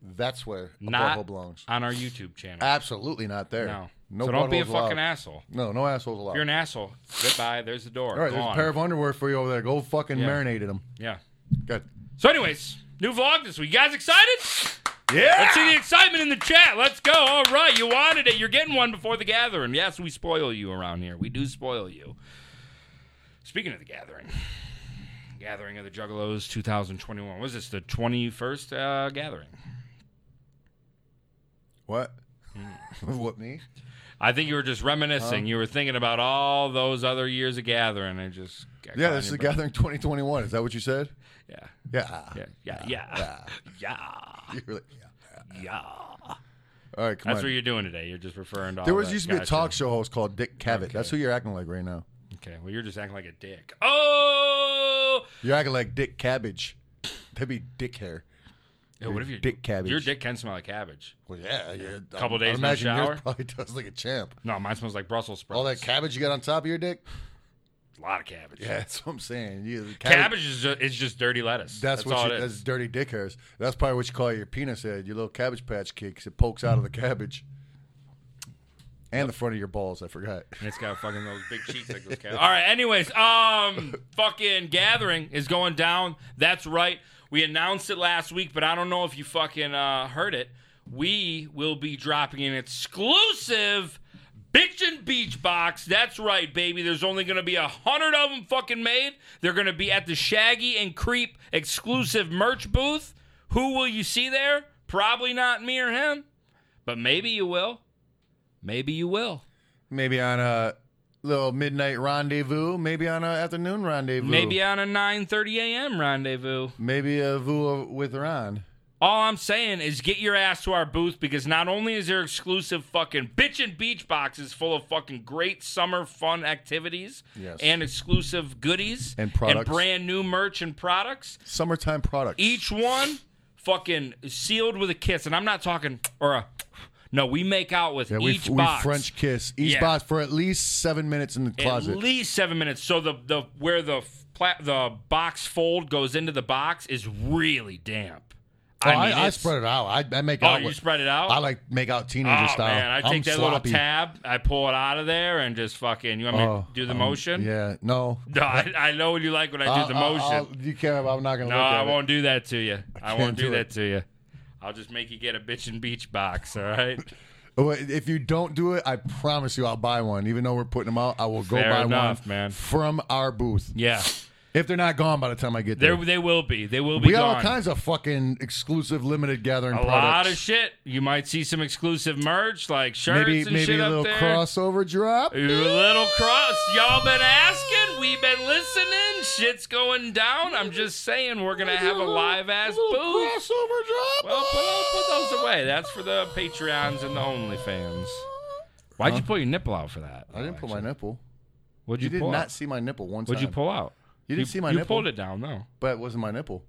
Speaker 3: That's where a
Speaker 2: Not
Speaker 3: butthole belongs.
Speaker 2: on our YouTube channel.
Speaker 3: Absolutely not there.
Speaker 2: no.
Speaker 3: No.
Speaker 2: so don't be a
Speaker 3: buttholes allowed.
Speaker 2: fucking asshole.
Speaker 3: No, no assholes allowed.
Speaker 2: If you're an asshole, goodbye. There's the door.
Speaker 3: All right, there's a
Speaker 2: Gone.
Speaker 3: pair of underwear for you over there. Go fucking
Speaker 2: Yeah.
Speaker 3: marinate in them.
Speaker 2: yeah.
Speaker 3: Good.
Speaker 2: So, anyways, new vlog this week. You guys excited?
Speaker 3: Yeah.
Speaker 2: Let's see the excitement in the chat. Let's go. All right, you wanted it. You're getting one before the gathering. Yes, we spoil you around here. We do spoil you. Speaking of the gathering, gathering of the Juggalos 2021. Was this the 21st uh, gathering?
Speaker 3: What? what me?
Speaker 2: I think you were just reminiscing. you were thinking about all those other years of gathering and just got
Speaker 3: Yeah,
Speaker 2: caught
Speaker 3: this is
Speaker 2: in
Speaker 3: the
Speaker 2: your
Speaker 3: gathering 2021. Is that what you said?
Speaker 2: brain. Yeah.
Speaker 3: Yeah.
Speaker 2: Yeah, yeah, yeah, yeah,
Speaker 3: You really- yeah.
Speaker 2: yeah.
Speaker 3: All right, come
Speaker 2: That's
Speaker 3: on.
Speaker 2: what you're doing today. You're just referring to.
Speaker 3: there
Speaker 2: all
Speaker 3: was
Speaker 2: that.
Speaker 3: used to be a
Speaker 2: Gotcha.
Speaker 3: talk show host called Dick Cavett. That's who you're acting like right now.
Speaker 2: Okay, well, you're just acting like a dick. Oh,
Speaker 3: You're acting like Dick Cabbage. That'd be dick hair.
Speaker 2: Yo, what if your
Speaker 3: dick cabbage.
Speaker 2: Your dick can smell like cabbage.
Speaker 3: Well, yeah. you
Speaker 2: Couple days in the
Speaker 3: imagine
Speaker 2: shower?
Speaker 3: Yours probably does like a champ.
Speaker 2: No, mine smells like Brussels sprouts.
Speaker 3: All that cabbage you got on top of your dick?
Speaker 2: a lot of cabbage.
Speaker 3: Yeah, that's what I'm saying. You, cabbage,
Speaker 2: cabbage is just, is just dirty lettuce.
Speaker 3: That's,
Speaker 2: That's, all
Speaker 3: what you,
Speaker 2: it is.
Speaker 3: that's dirty dick hairs. That's probably what you call your penis head, your little cabbage patch kid, 'cause it pokes out of the cabbage. And the front of your balls, I forgot.
Speaker 2: And it's got fucking those big cheeks like those cats. All right. Anyways, um, fucking gathering is going down. That's right. We announced it last week, but I don't know if you fucking uh, heard it. We will be dropping an exclusive bitch and beach box. That's right, baby. There's only gonna be a hundred of them fucking made. They're gonna be at the Shaggy and Creep exclusive merch booth. Who will you see there? Probably not me or him, but maybe you will. Maybe you will.
Speaker 3: Maybe on a little midnight rendezvous, maybe on a afternoon rendezvous.
Speaker 2: Maybe on a 9:30 a.m. rendezvous.
Speaker 3: maybe a voo with Ron.
Speaker 2: All I'm saying is get your ass to our booth because not only is there exclusive fucking bitch and beach boxes full of fucking great summer fun activities
Speaker 3: Yes.
Speaker 2: and exclusive goodies
Speaker 3: And products.
Speaker 2: brand new merch and products.
Speaker 3: Summertime products.
Speaker 2: Each one fucking sealed with a kiss and I'm not talking or a no, we make out with
Speaker 3: yeah, we,
Speaker 2: each
Speaker 3: we
Speaker 2: box.
Speaker 3: French kiss. Each
Speaker 2: Yeah.
Speaker 3: box for at least seven minutes in the closet.
Speaker 2: At least seven minutes. So the the where the pla- the box fold goes into the box is really damp.
Speaker 3: Oh, I, I
Speaker 2: it's-
Speaker 3: spread it out. I, I make
Speaker 2: Oh,
Speaker 3: out.
Speaker 2: you
Speaker 3: with-
Speaker 2: spread it out?
Speaker 3: I like make out teenager
Speaker 2: oh,
Speaker 3: style.
Speaker 2: man, I
Speaker 3: I'm
Speaker 2: take that
Speaker 3: sloppy.
Speaker 2: little tab, I pull it out of there, and just fucking. You want me
Speaker 3: Oh,
Speaker 2: to do the
Speaker 3: um,
Speaker 2: motion?
Speaker 3: Yeah, no.
Speaker 2: No, I, I know you like when I
Speaker 3: I'll-
Speaker 2: do the
Speaker 3: I'll-
Speaker 2: motion.
Speaker 3: I'll- you can't. I'm not gonna.
Speaker 2: no,
Speaker 3: look at
Speaker 2: I
Speaker 3: it.
Speaker 2: won't do that to you. I, won't
Speaker 3: can't
Speaker 2: do
Speaker 3: do
Speaker 2: that
Speaker 3: it.
Speaker 2: to you. I'll just make you get a bitch and beach box. All right.
Speaker 3: Oh, wait, If you don't do it, I promise you, I'll buy one. Even though we're putting them out, I will go
Speaker 2: Fair
Speaker 3: buy
Speaker 2: enough,
Speaker 3: one
Speaker 2: man.
Speaker 3: from our booth.
Speaker 2: Yeah,
Speaker 3: If they're not gone by the time I get
Speaker 2: there
Speaker 3: there,
Speaker 2: they will be. They will be
Speaker 3: we got
Speaker 2: gone.
Speaker 3: all kinds of fucking exclusive limited gathering
Speaker 2: a
Speaker 3: products.
Speaker 2: lot of shit. You might see some exclusive merch like shirts
Speaker 3: maybe
Speaker 2: and
Speaker 3: maybe
Speaker 2: shit
Speaker 3: a
Speaker 2: up
Speaker 3: little
Speaker 2: there.
Speaker 3: crossover drop.
Speaker 2: Ooh, little cross. Y'all been asking. We've been listening. Shit's going down. I'm just saying we're gonna have a live ass booth.
Speaker 3: Crossover drop.
Speaker 2: Well, put, oh, put those away. That's for the Patreons and the OnlyFans. Why'd you pull your nipple out for that?
Speaker 3: I didn't pull my nipple.
Speaker 2: What'd you,
Speaker 3: You did
Speaker 2: pull?
Speaker 3: not
Speaker 2: out?
Speaker 3: see my nipple one time.
Speaker 2: What'd you pull out?
Speaker 3: You didn't see my
Speaker 2: you
Speaker 3: nipple?
Speaker 2: pulled it down though.
Speaker 3: But it wasn't my nipple.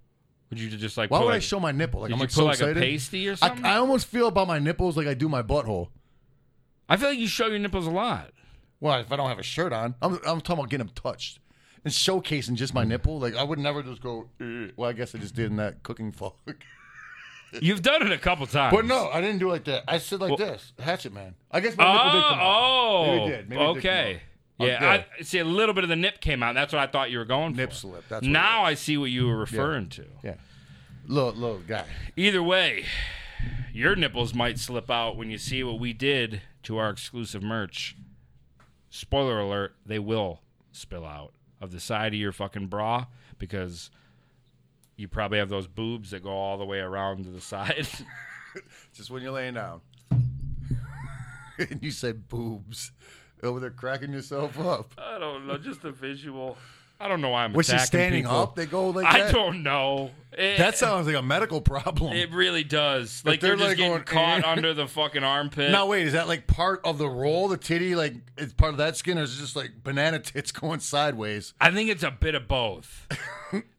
Speaker 2: Would you just like?
Speaker 3: Why
Speaker 2: pull
Speaker 3: would
Speaker 2: like,
Speaker 3: I show my nipple? Like
Speaker 2: Did
Speaker 3: I'm
Speaker 2: you
Speaker 3: like
Speaker 2: pull
Speaker 3: so
Speaker 2: like
Speaker 3: excited.
Speaker 2: a pasty or
Speaker 3: I,
Speaker 2: something?
Speaker 3: I
Speaker 2: I,
Speaker 3: almost feel about my nipples like I do my butthole.
Speaker 2: feel like you show your nipples a lot.
Speaker 3: Well, if I don't have a shirt on, I'm, I'm talking about getting them touched and showcasing just my nipple. Like I would never just go. "Eh." Well, I guess I just did in that cooking vlog.
Speaker 2: You've done it a couple times.
Speaker 3: but no, I didn't do like that. I said like this, hatchet man. I guess my nipple did come out.
Speaker 2: Oh,
Speaker 3: Maybe
Speaker 2: oh,
Speaker 3: it did. Maybe it did come
Speaker 2: okay.
Speaker 3: out.
Speaker 2: yeah,
Speaker 3: Okay.
Speaker 2: I see a little bit of the nip came out. That's what I thought you were going
Speaker 3: Nip
Speaker 2: for.
Speaker 3: slip, that's what it
Speaker 2: now I see what you were referring to.
Speaker 3: Yeah,
Speaker 2: oh.
Speaker 3: little little guy.
Speaker 2: Either way, your nipples might slip out when you see what we did to our exclusive merch. Spoiler alert, they will spill out of the side of your fucking bra because you probably have those boobs that go all the way around to the side.
Speaker 3: Just when you're laying down, and you said boobs over there cracking yourself up.
Speaker 2: I don't know, just the visual. I don't know why I'm
Speaker 3: Was she
Speaker 2: attacking
Speaker 3: standing
Speaker 2: people.
Speaker 3: up? They go like
Speaker 2: I
Speaker 3: that.
Speaker 2: don't know. It,
Speaker 3: That sounds like a medical problem.
Speaker 2: it really does. Like
Speaker 3: they're,
Speaker 2: they're, just
Speaker 3: like,
Speaker 2: getting
Speaker 3: going,
Speaker 2: caught
Speaker 3: eh.
Speaker 2: under the fucking armpit.
Speaker 3: Now wait, is that like part of the roll? The titty, like it's part of that skin, or is it just like banana tits going sideways?
Speaker 2: I think it's a bit of both.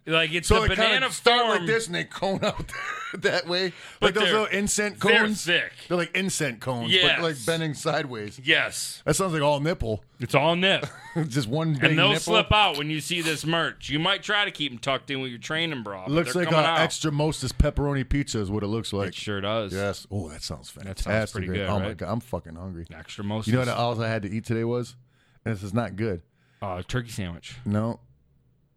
Speaker 2: like it's
Speaker 3: So
Speaker 2: the
Speaker 3: they kind
Speaker 2: banana
Speaker 3: of start
Speaker 2: form.
Speaker 3: like this and they cone out that way, like those
Speaker 2: they're-
Speaker 3: little incense
Speaker 2: they're
Speaker 3: cones.
Speaker 2: thick.
Speaker 3: They're like incense cones,
Speaker 2: Yes.
Speaker 3: but like bending sideways.
Speaker 2: Yes,
Speaker 3: That sounds like all nipple,
Speaker 2: it's all nip,
Speaker 3: just one big
Speaker 2: and they'll
Speaker 3: nipple.
Speaker 2: slip out when you see this merch. You might try to keep them tucked in with your training bra. But
Speaker 3: Looks
Speaker 2: they're
Speaker 3: like
Speaker 2: coming
Speaker 3: an
Speaker 2: out.
Speaker 3: extra mostest pepperoni pizza is what it looks like.
Speaker 2: It sure does.
Speaker 3: Yes. Oh, that sounds fantastic.
Speaker 2: sounds pretty good,
Speaker 3: Oh my
Speaker 2: right?
Speaker 3: god, I'm fucking hungry.
Speaker 2: Extra most.
Speaker 3: You know what? uh, All I had to eat today was, and this is not good.
Speaker 2: uh, turkey sandwich.
Speaker 3: No,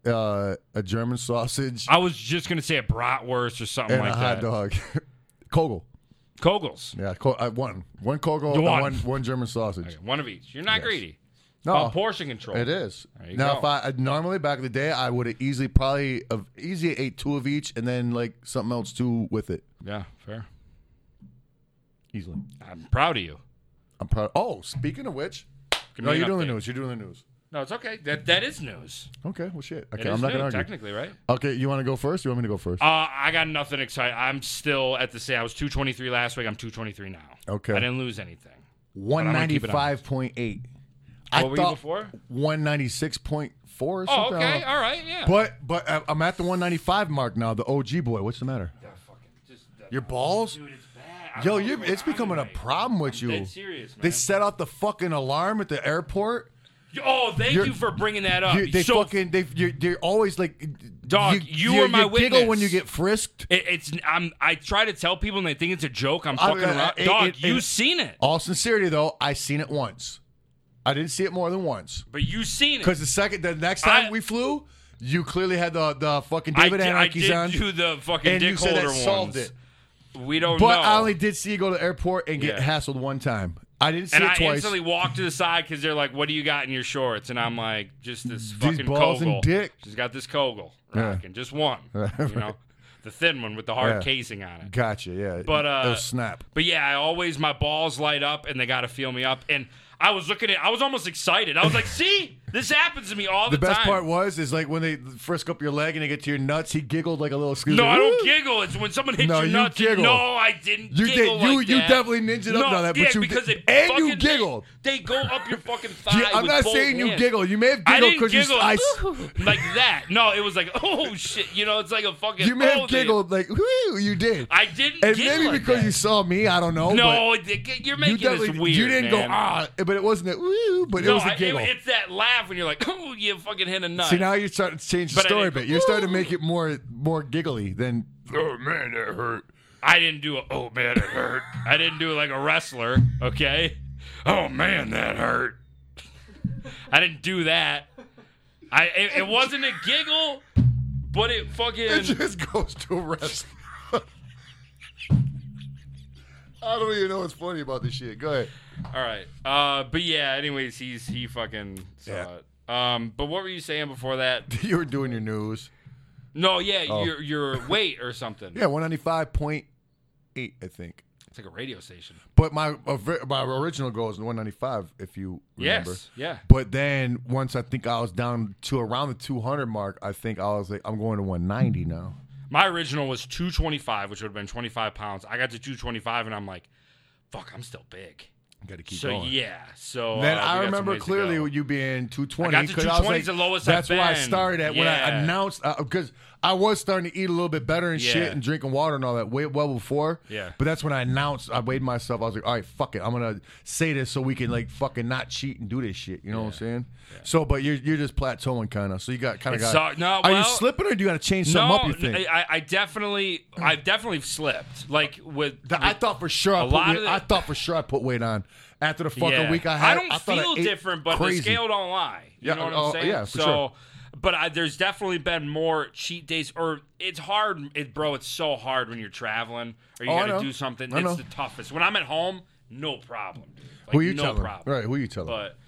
Speaker 3: uh, a German sausage.
Speaker 2: I was just gonna say a bratwurst or something
Speaker 3: and
Speaker 2: like
Speaker 3: a hot
Speaker 2: that.
Speaker 3: dog. Kogel.
Speaker 2: Kogels.
Speaker 3: Yeah, Ko- I, one. One Kogel,
Speaker 2: You
Speaker 3: and
Speaker 2: won.
Speaker 3: one, one German sausage.
Speaker 2: One of each. You're not greedy. It's
Speaker 3: No.
Speaker 2: about portion control.
Speaker 3: It is.
Speaker 2: There you
Speaker 3: Now,
Speaker 2: go.
Speaker 3: if I I'd normally back in the day, I would have easily probably of easy ate two of each and then like something else too with it.
Speaker 2: Yeah, fair.
Speaker 3: Easily.
Speaker 2: I'm proud of you.
Speaker 3: I'm proud. Oh, speaking of which,
Speaker 2: Give
Speaker 3: no,
Speaker 2: me an
Speaker 3: you're doing the
Speaker 2: update.
Speaker 3: news. You're doing the news.
Speaker 2: No, it's okay. That that is news.
Speaker 3: Okay, well, shit.
Speaker 2: It
Speaker 3: Okay,
Speaker 2: is
Speaker 3: I'm not
Speaker 2: news,
Speaker 3: gonna argue.
Speaker 2: technically, right?
Speaker 3: Okay, you want to go first? You want me to go first?
Speaker 2: Uh, I got nothing exciting. I'm still at the same. I was 223 last week. I'm 223 now.
Speaker 3: Okay.
Speaker 2: I didn't lose anything.
Speaker 3: One
Speaker 2: gonna
Speaker 3: ninety
Speaker 2: keep it on.
Speaker 3: five point eight. I
Speaker 2: what were you
Speaker 3: thought
Speaker 2: before?
Speaker 3: one ninety six point four or
Speaker 2: Oh,
Speaker 3: something. I don't
Speaker 2: okay.
Speaker 3: know.
Speaker 2: All right. Yeah.
Speaker 3: But but uh, I'm at the one ninety five mark now. The OG boy. What's the matter?
Speaker 2: Yeah, fucking just-
Speaker 3: Your balls?
Speaker 2: Dude, it's bad. I
Speaker 3: Yo,
Speaker 2: don't know
Speaker 3: you
Speaker 2: what's
Speaker 3: it's
Speaker 2: going on
Speaker 3: becoming a
Speaker 2: tonight.
Speaker 3: problem with you.
Speaker 2: Dead serious, man.
Speaker 3: They set off the fucking alarm at the airport.
Speaker 2: oh, thank
Speaker 3: You're-
Speaker 2: you for bringing that up.
Speaker 3: You- they
Speaker 2: so
Speaker 3: fucking they you're, they're always like
Speaker 2: Dog, you
Speaker 3: you
Speaker 2: were my
Speaker 3: giggle when
Speaker 2: witness.
Speaker 3: you get frisked.
Speaker 2: it, it's I'm I try to tell people and they think it's a joke. I'm
Speaker 3: I-
Speaker 2: fucking
Speaker 3: I-
Speaker 2: around.
Speaker 3: it-
Speaker 2: Dog,
Speaker 3: it-
Speaker 2: you
Speaker 3: it-
Speaker 2: seen it,
Speaker 3: All sincerity though, I seen it once. I didn't see it more than once
Speaker 2: but you seen it.
Speaker 3: because the second the next time
Speaker 2: I-
Speaker 3: we flew, you clearly had the the fucking
Speaker 2: I,
Speaker 3: David
Speaker 2: di- I
Speaker 3: Anarchies
Speaker 2: did
Speaker 3: on.
Speaker 2: do the fucking
Speaker 3: and
Speaker 2: dick
Speaker 3: you said
Speaker 2: holder
Speaker 3: that solved
Speaker 2: ones.
Speaker 3: it,
Speaker 2: We don't
Speaker 3: but
Speaker 2: know.
Speaker 3: I only did see you go to the airport and get
Speaker 2: Yeah.
Speaker 3: hassled one time. I didn't see
Speaker 2: and
Speaker 3: it
Speaker 2: I
Speaker 3: twice.
Speaker 2: instantly walked to the side because they're like, "What do you got in your shorts?" And I'm like, "Just this fucking
Speaker 3: balls and
Speaker 2: Kogel.
Speaker 3: dick.
Speaker 2: She's got this Kogel
Speaker 3: Yeah.
Speaker 2: rocking, just one, you know, the thin one with the hard
Speaker 3: Yeah.
Speaker 2: casing on it."
Speaker 3: gotcha. Yeah,
Speaker 2: But, uh,
Speaker 3: They'll snap.
Speaker 2: But yeah, I always my balls light up and they gotta feel me up. And I was looking at, I was almost excited. I was like, "See, this happens to me all the,
Speaker 3: The best
Speaker 2: time."
Speaker 3: part was is like when they frisk up your leg and they get to your nuts. He giggled like a little. Scooter.
Speaker 2: no, I don't giggle. It's when someone hits
Speaker 3: No,
Speaker 2: your
Speaker 3: you
Speaker 2: nuts.
Speaker 3: giggle.
Speaker 2: No, I didn't.
Speaker 3: You did.
Speaker 2: giggle
Speaker 3: You
Speaker 2: like
Speaker 3: you
Speaker 2: that.
Speaker 3: definitely ninja up
Speaker 2: no,
Speaker 3: on that.
Speaker 2: yeah,
Speaker 3: but you
Speaker 2: because
Speaker 3: did-
Speaker 2: it
Speaker 3: and you
Speaker 2: fucking- they-
Speaker 3: giggled.
Speaker 2: They, go up your fucking thigh.
Speaker 3: Yeah, I'm
Speaker 2: with
Speaker 3: not
Speaker 2: both
Speaker 3: saying you
Speaker 2: hands.
Speaker 3: giggle. You may have
Speaker 2: I
Speaker 3: giggled
Speaker 2: didn't
Speaker 3: because you. s-
Speaker 2: giggle
Speaker 3: I s-
Speaker 2: like that. No, it was like, oh shit. You know, it's like a fucking.
Speaker 3: you may
Speaker 2: oh,
Speaker 3: have
Speaker 2: they-
Speaker 3: giggled like whoo. You did.
Speaker 2: I didn't.
Speaker 3: and
Speaker 2: giggle
Speaker 3: maybe
Speaker 2: like
Speaker 3: because
Speaker 2: that.
Speaker 3: you saw me. I don't know.
Speaker 2: No, it- you're
Speaker 3: but you
Speaker 2: making
Speaker 3: definitely
Speaker 2: this weird.
Speaker 3: you didn't
Speaker 2: man.
Speaker 3: go ah, but it wasn't a woo, but
Speaker 2: No,
Speaker 3: it was
Speaker 2: I-
Speaker 3: a giggle.
Speaker 2: it's that laugh when you're like, oh, you fucking hit a nut.
Speaker 3: See now you're starting to change the
Speaker 2: But I
Speaker 3: story a
Speaker 2: didn't go,
Speaker 3: bit. You're starting to
Speaker 2: "Woo."
Speaker 3: make it more more giggly than oh man that hurt.
Speaker 2: I didn't do a oh man, it hurt. I didn't do it like a wrestler, okay? Oh man, that hurt. I didn't do that. I it, it wasn't a giggle, but it
Speaker 3: It
Speaker 2: fucking
Speaker 3: just goes to rest. I don't even know what's funny about this shit. Go ahead.
Speaker 2: all right. Uh, but yeah. Anyways, he's he fucking saw
Speaker 3: Yeah.
Speaker 2: it. Um, but what were you saying before that?
Speaker 3: You were doing your news.
Speaker 2: No, yeah,
Speaker 3: Oh.
Speaker 2: your your weight or something.
Speaker 3: Yeah, one ninety five point eight, I think.
Speaker 2: It's like a radio station.
Speaker 3: But my uh, my original goal is one ninety five. If you remember.
Speaker 2: Yes. Yeah.
Speaker 3: But then once I think I was down to around the two hundred mark, I think I was like, I'm going to one ninety now.
Speaker 2: My original was 225, which would have been 25 pounds. I got to 225, and I'm like, fuck, I'm still big.
Speaker 3: Got to keep
Speaker 2: so
Speaker 3: going.
Speaker 2: yeah, so
Speaker 3: Then
Speaker 2: uh, we got
Speaker 3: I
Speaker 2: some
Speaker 3: remember
Speaker 2: ways to
Speaker 3: clearly
Speaker 2: go.
Speaker 3: you being 220.
Speaker 2: I got to
Speaker 3: 'cause was
Speaker 2: 220 's the lowest I've
Speaker 3: That's where I
Speaker 2: been.
Speaker 3: started at when I
Speaker 2: Yeah.
Speaker 3: announced because I was starting to eat a little bit better and
Speaker 2: Yeah.
Speaker 3: shit and drinking water and all that way well before.
Speaker 2: Yeah.
Speaker 3: But that's when I announced I weighed myself. I was like, all right, fuck it, I'm gonna say this so we can like fucking not cheat and do this shit. You know what I'm saying? So, but you're you're just plateauing kind of. So you got kind
Speaker 2: It
Speaker 3: of got.
Speaker 2: suck- no,
Speaker 3: are Oh, you
Speaker 2: well-
Speaker 3: slipping or do you got to change
Speaker 2: no,
Speaker 3: something up? You think?
Speaker 2: n- I, I definitely, I've definitely slipped. Like with,
Speaker 3: That I thought for sure I put
Speaker 2: lot
Speaker 3: weight,
Speaker 2: of the-
Speaker 3: I thought for sure I put weight on after the fucking
Speaker 2: yeah.
Speaker 3: week I had.
Speaker 2: don't
Speaker 3: thought
Speaker 2: feel
Speaker 3: ate
Speaker 2: different, but
Speaker 3: crazy.
Speaker 2: the scale don't lie. You
Speaker 3: Yeah,
Speaker 2: know what I'm
Speaker 3: oh,
Speaker 2: saying?
Speaker 3: yeah, for
Speaker 2: so,
Speaker 3: sure.
Speaker 2: but I, there's definitely been more cheat days, or it's hard, it, bro. It's so hard when you're traveling or you
Speaker 3: Oh, I
Speaker 2: gotta
Speaker 3: know.
Speaker 2: do something.
Speaker 3: I
Speaker 2: it's
Speaker 3: know.
Speaker 2: the toughest. When I'm at home, no problem. dude. Like,
Speaker 3: Who you
Speaker 2: no
Speaker 3: telling?
Speaker 2: problem.
Speaker 3: Right? Who you telling?
Speaker 2: But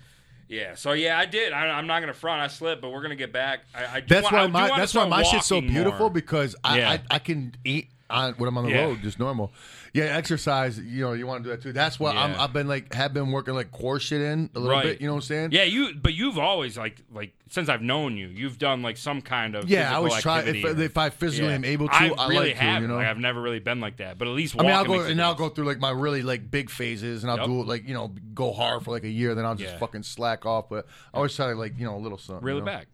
Speaker 2: yeah, so yeah, I did. I, I'm not gonna front. I slipped, but we're gonna get back. I, I do
Speaker 3: That's
Speaker 2: want, I
Speaker 3: why
Speaker 2: do
Speaker 3: my
Speaker 2: wanna
Speaker 3: that's why
Speaker 2: start
Speaker 3: my shit's so
Speaker 2: walking more.
Speaker 3: beautiful because I,
Speaker 2: Yeah.
Speaker 3: I I can eat on when I'm on the
Speaker 2: Yeah.
Speaker 3: road just normal. Yeah, exercise. You know, you want to do that too. That's why I'm,
Speaker 2: Yeah.
Speaker 3: I've been like have been working like core shit in a little
Speaker 2: Right.
Speaker 3: bit. You know what I'm saying?
Speaker 2: Yeah, you. But you've always like like since I've known you, you've done like some kind of
Speaker 3: Yeah, I always try if, uh,
Speaker 2: activity or-
Speaker 3: if I physically
Speaker 2: Yeah.
Speaker 3: am able to.
Speaker 2: I
Speaker 3: I,
Speaker 2: really
Speaker 3: like to.
Speaker 2: haven't.
Speaker 3: You know,
Speaker 2: Like, I've never really been like that, but at least
Speaker 3: I mean, I'll
Speaker 2: walking
Speaker 3: go
Speaker 2: makes a
Speaker 3: and I'll go
Speaker 2: difference.
Speaker 3: through like my really like big phases, and I'll
Speaker 2: Yep.
Speaker 3: do it like you know go hard for like a year, then I'll just
Speaker 2: Yeah.
Speaker 3: fucking slack off. But I always try to like you know a little something.
Speaker 2: reel
Speaker 3: you
Speaker 2: it
Speaker 3: know?
Speaker 2: back.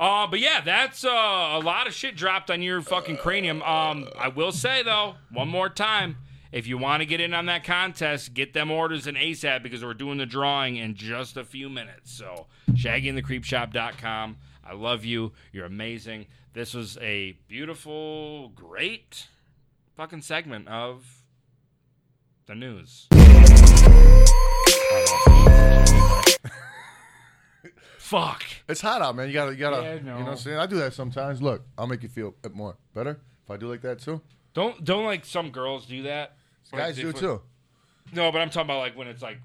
Speaker 2: Uh, but yeah, that's uh, a lot of shit dropped on your fucking cranium. Um, I will say though, one more time, if you want to get in on that contest, get them orders in ASAP because we're doing the drawing in just a few minutes. So shaggyandthecreepshop.com. I love you. You're amazing. This was a beautiful, great fucking segment of the news. Fuck.
Speaker 3: It's hot out, man. You gotta, you gotta,
Speaker 2: Yeah, I
Speaker 3: you know
Speaker 2: know.
Speaker 3: what I'm saying? I do that sometimes. Look, I'll make you feel more better if I do like that too.
Speaker 2: Don't don't like some girls do that. Like,
Speaker 3: Guys
Speaker 2: they
Speaker 3: do
Speaker 2: put-
Speaker 3: too.
Speaker 2: No, but I'm talking about like when it's like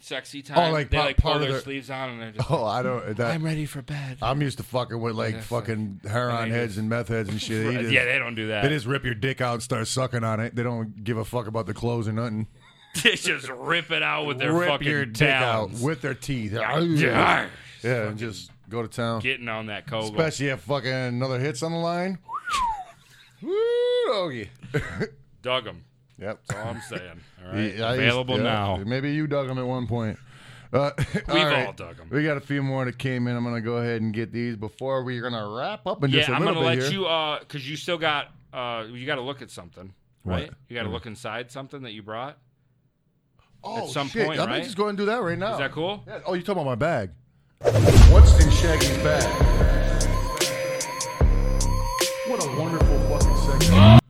Speaker 2: sexy time.
Speaker 3: Oh, like,
Speaker 2: they
Speaker 3: part-
Speaker 2: like pull
Speaker 3: part of
Speaker 2: their
Speaker 3: their-
Speaker 2: sleeves on and they're just.
Speaker 3: Oh, I don't. That,
Speaker 2: I'm
Speaker 3: I'm,
Speaker 2: ready for bed.
Speaker 3: used to fucking with like
Speaker 2: Yeah, fuck.
Speaker 3: fucking heroin
Speaker 2: they
Speaker 3: heads
Speaker 2: just-
Speaker 3: and meth heads and shit. They just-
Speaker 2: yeah, they don't do that.
Speaker 3: They just rip your dick out and start sucking on it. They don't give a fuck about the clothes or nothing.
Speaker 2: They just rip it out with their
Speaker 3: rip
Speaker 2: fucking
Speaker 3: your dick out
Speaker 2: talons.
Speaker 3: with their teeth.
Speaker 2: Yeah.
Speaker 3: Yeah, and just go to town.
Speaker 2: Getting on that Kogel.
Speaker 3: Especially if fucking another hit's on the line. Woo, doggy.
Speaker 2: Dug them.
Speaker 3: Yep.
Speaker 2: All I'm saying. All
Speaker 3: Yeah, I
Speaker 2: right.
Speaker 3: used-
Speaker 2: Available
Speaker 3: yeah,
Speaker 2: now.
Speaker 3: Maybe you dug them at one point. Uh, all
Speaker 2: all
Speaker 3: right.
Speaker 2: dug 'em.
Speaker 3: We got a few more that came in. I'm gonna go ahead and get these before we're gonna wrap up in
Speaker 2: Yeah,
Speaker 3: just a
Speaker 2: I'm
Speaker 3: little
Speaker 2: gonna
Speaker 3: bit
Speaker 2: let
Speaker 3: here.
Speaker 2: you uh, cause you still got uh, you got to look at something, right?
Speaker 3: What?
Speaker 2: You got to look inside something that you brought.
Speaker 3: oh,
Speaker 2: at some
Speaker 3: shit.
Speaker 2: point,
Speaker 3: I'm gonna
Speaker 2: right?
Speaker 3: just go ahead and do that right now.
Speaker 2: Is that cool?
Speaker 3: Yeah. Oh, you talking about my bag? What's in Shaggy's bag? What a wonderful fucking segment.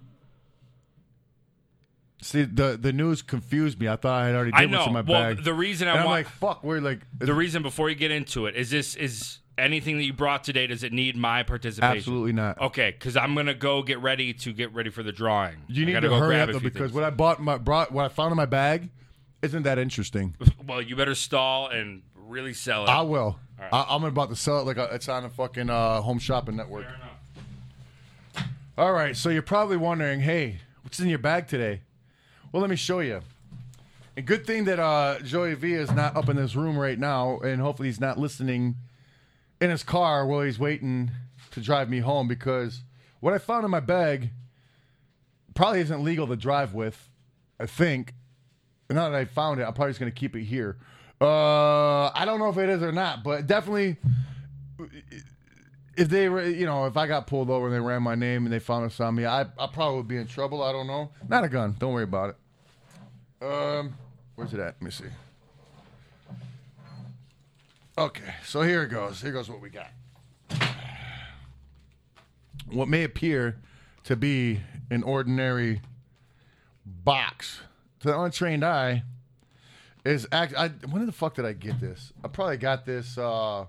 Speaker 3: See, the the news confused me. I thought I had already
Speaker 2: I
Speaker 3: did
Speaker 2: know.
Speaker 3: what's in my
Speaker 2: well,
Speaker 3: bag.
Speaker 2: the reason
Speaker 3: and
Speaker 2: I
Speaker 3: I'm
Speaker 2: want
Speaker 3: like, fuck, we're like,
Speaker 2: the reason before you get into it is this is anything that you brought today. Does it need my participation?
Speaker 3: absolutely not.
Speaker 2: Okay, because I'm gonna go get ready to get ready for the drawing.
Speaker 3: You
Speaker 2: I
Speaker 3: need to
Speaker 2: gotta go
Speaker 3: hurry
Speaker 2: grab
Speaker 3: up
Speaker 2: a
Speaker 3: though,
Speaker 2: few
Speaker 3: because
Speaker 2: things.
Speaker 3: what I bought my brought what I found in my bag isn't that interesting.
Speaker 2: well, you better stall and really sell it.
Speaker 3: I will. I, I'm about to sell it like a, it's on a fucking uh, home shopping network.
Speaker 2: Fair enough.
Speaker 3: All right, so you're probably wondering, hey, what's in your bag today? Well, let me show you. And good thing that uh, Joey V is not up in this room right now, and hopefully he's not listening in his car while he's waiting to drive me home because what I found in my bag probably isn't legal to drive with, I think. And now that I found it, I'm probably just going to keep it here. Uh, I don't know if it is or not, but definitely if they were, you know, if I got pulled over and they ran my name and they found us on me, I, I probably would be in trouble. I don't know. Not a gun. Don't worry about it. Um, where's it at? Let me see. Okay, so here it goes. Here goes what we got. What may appear to be an ordinary box to the untrained eye is act. I, when the fuck did I get this? I probably got this. Uh,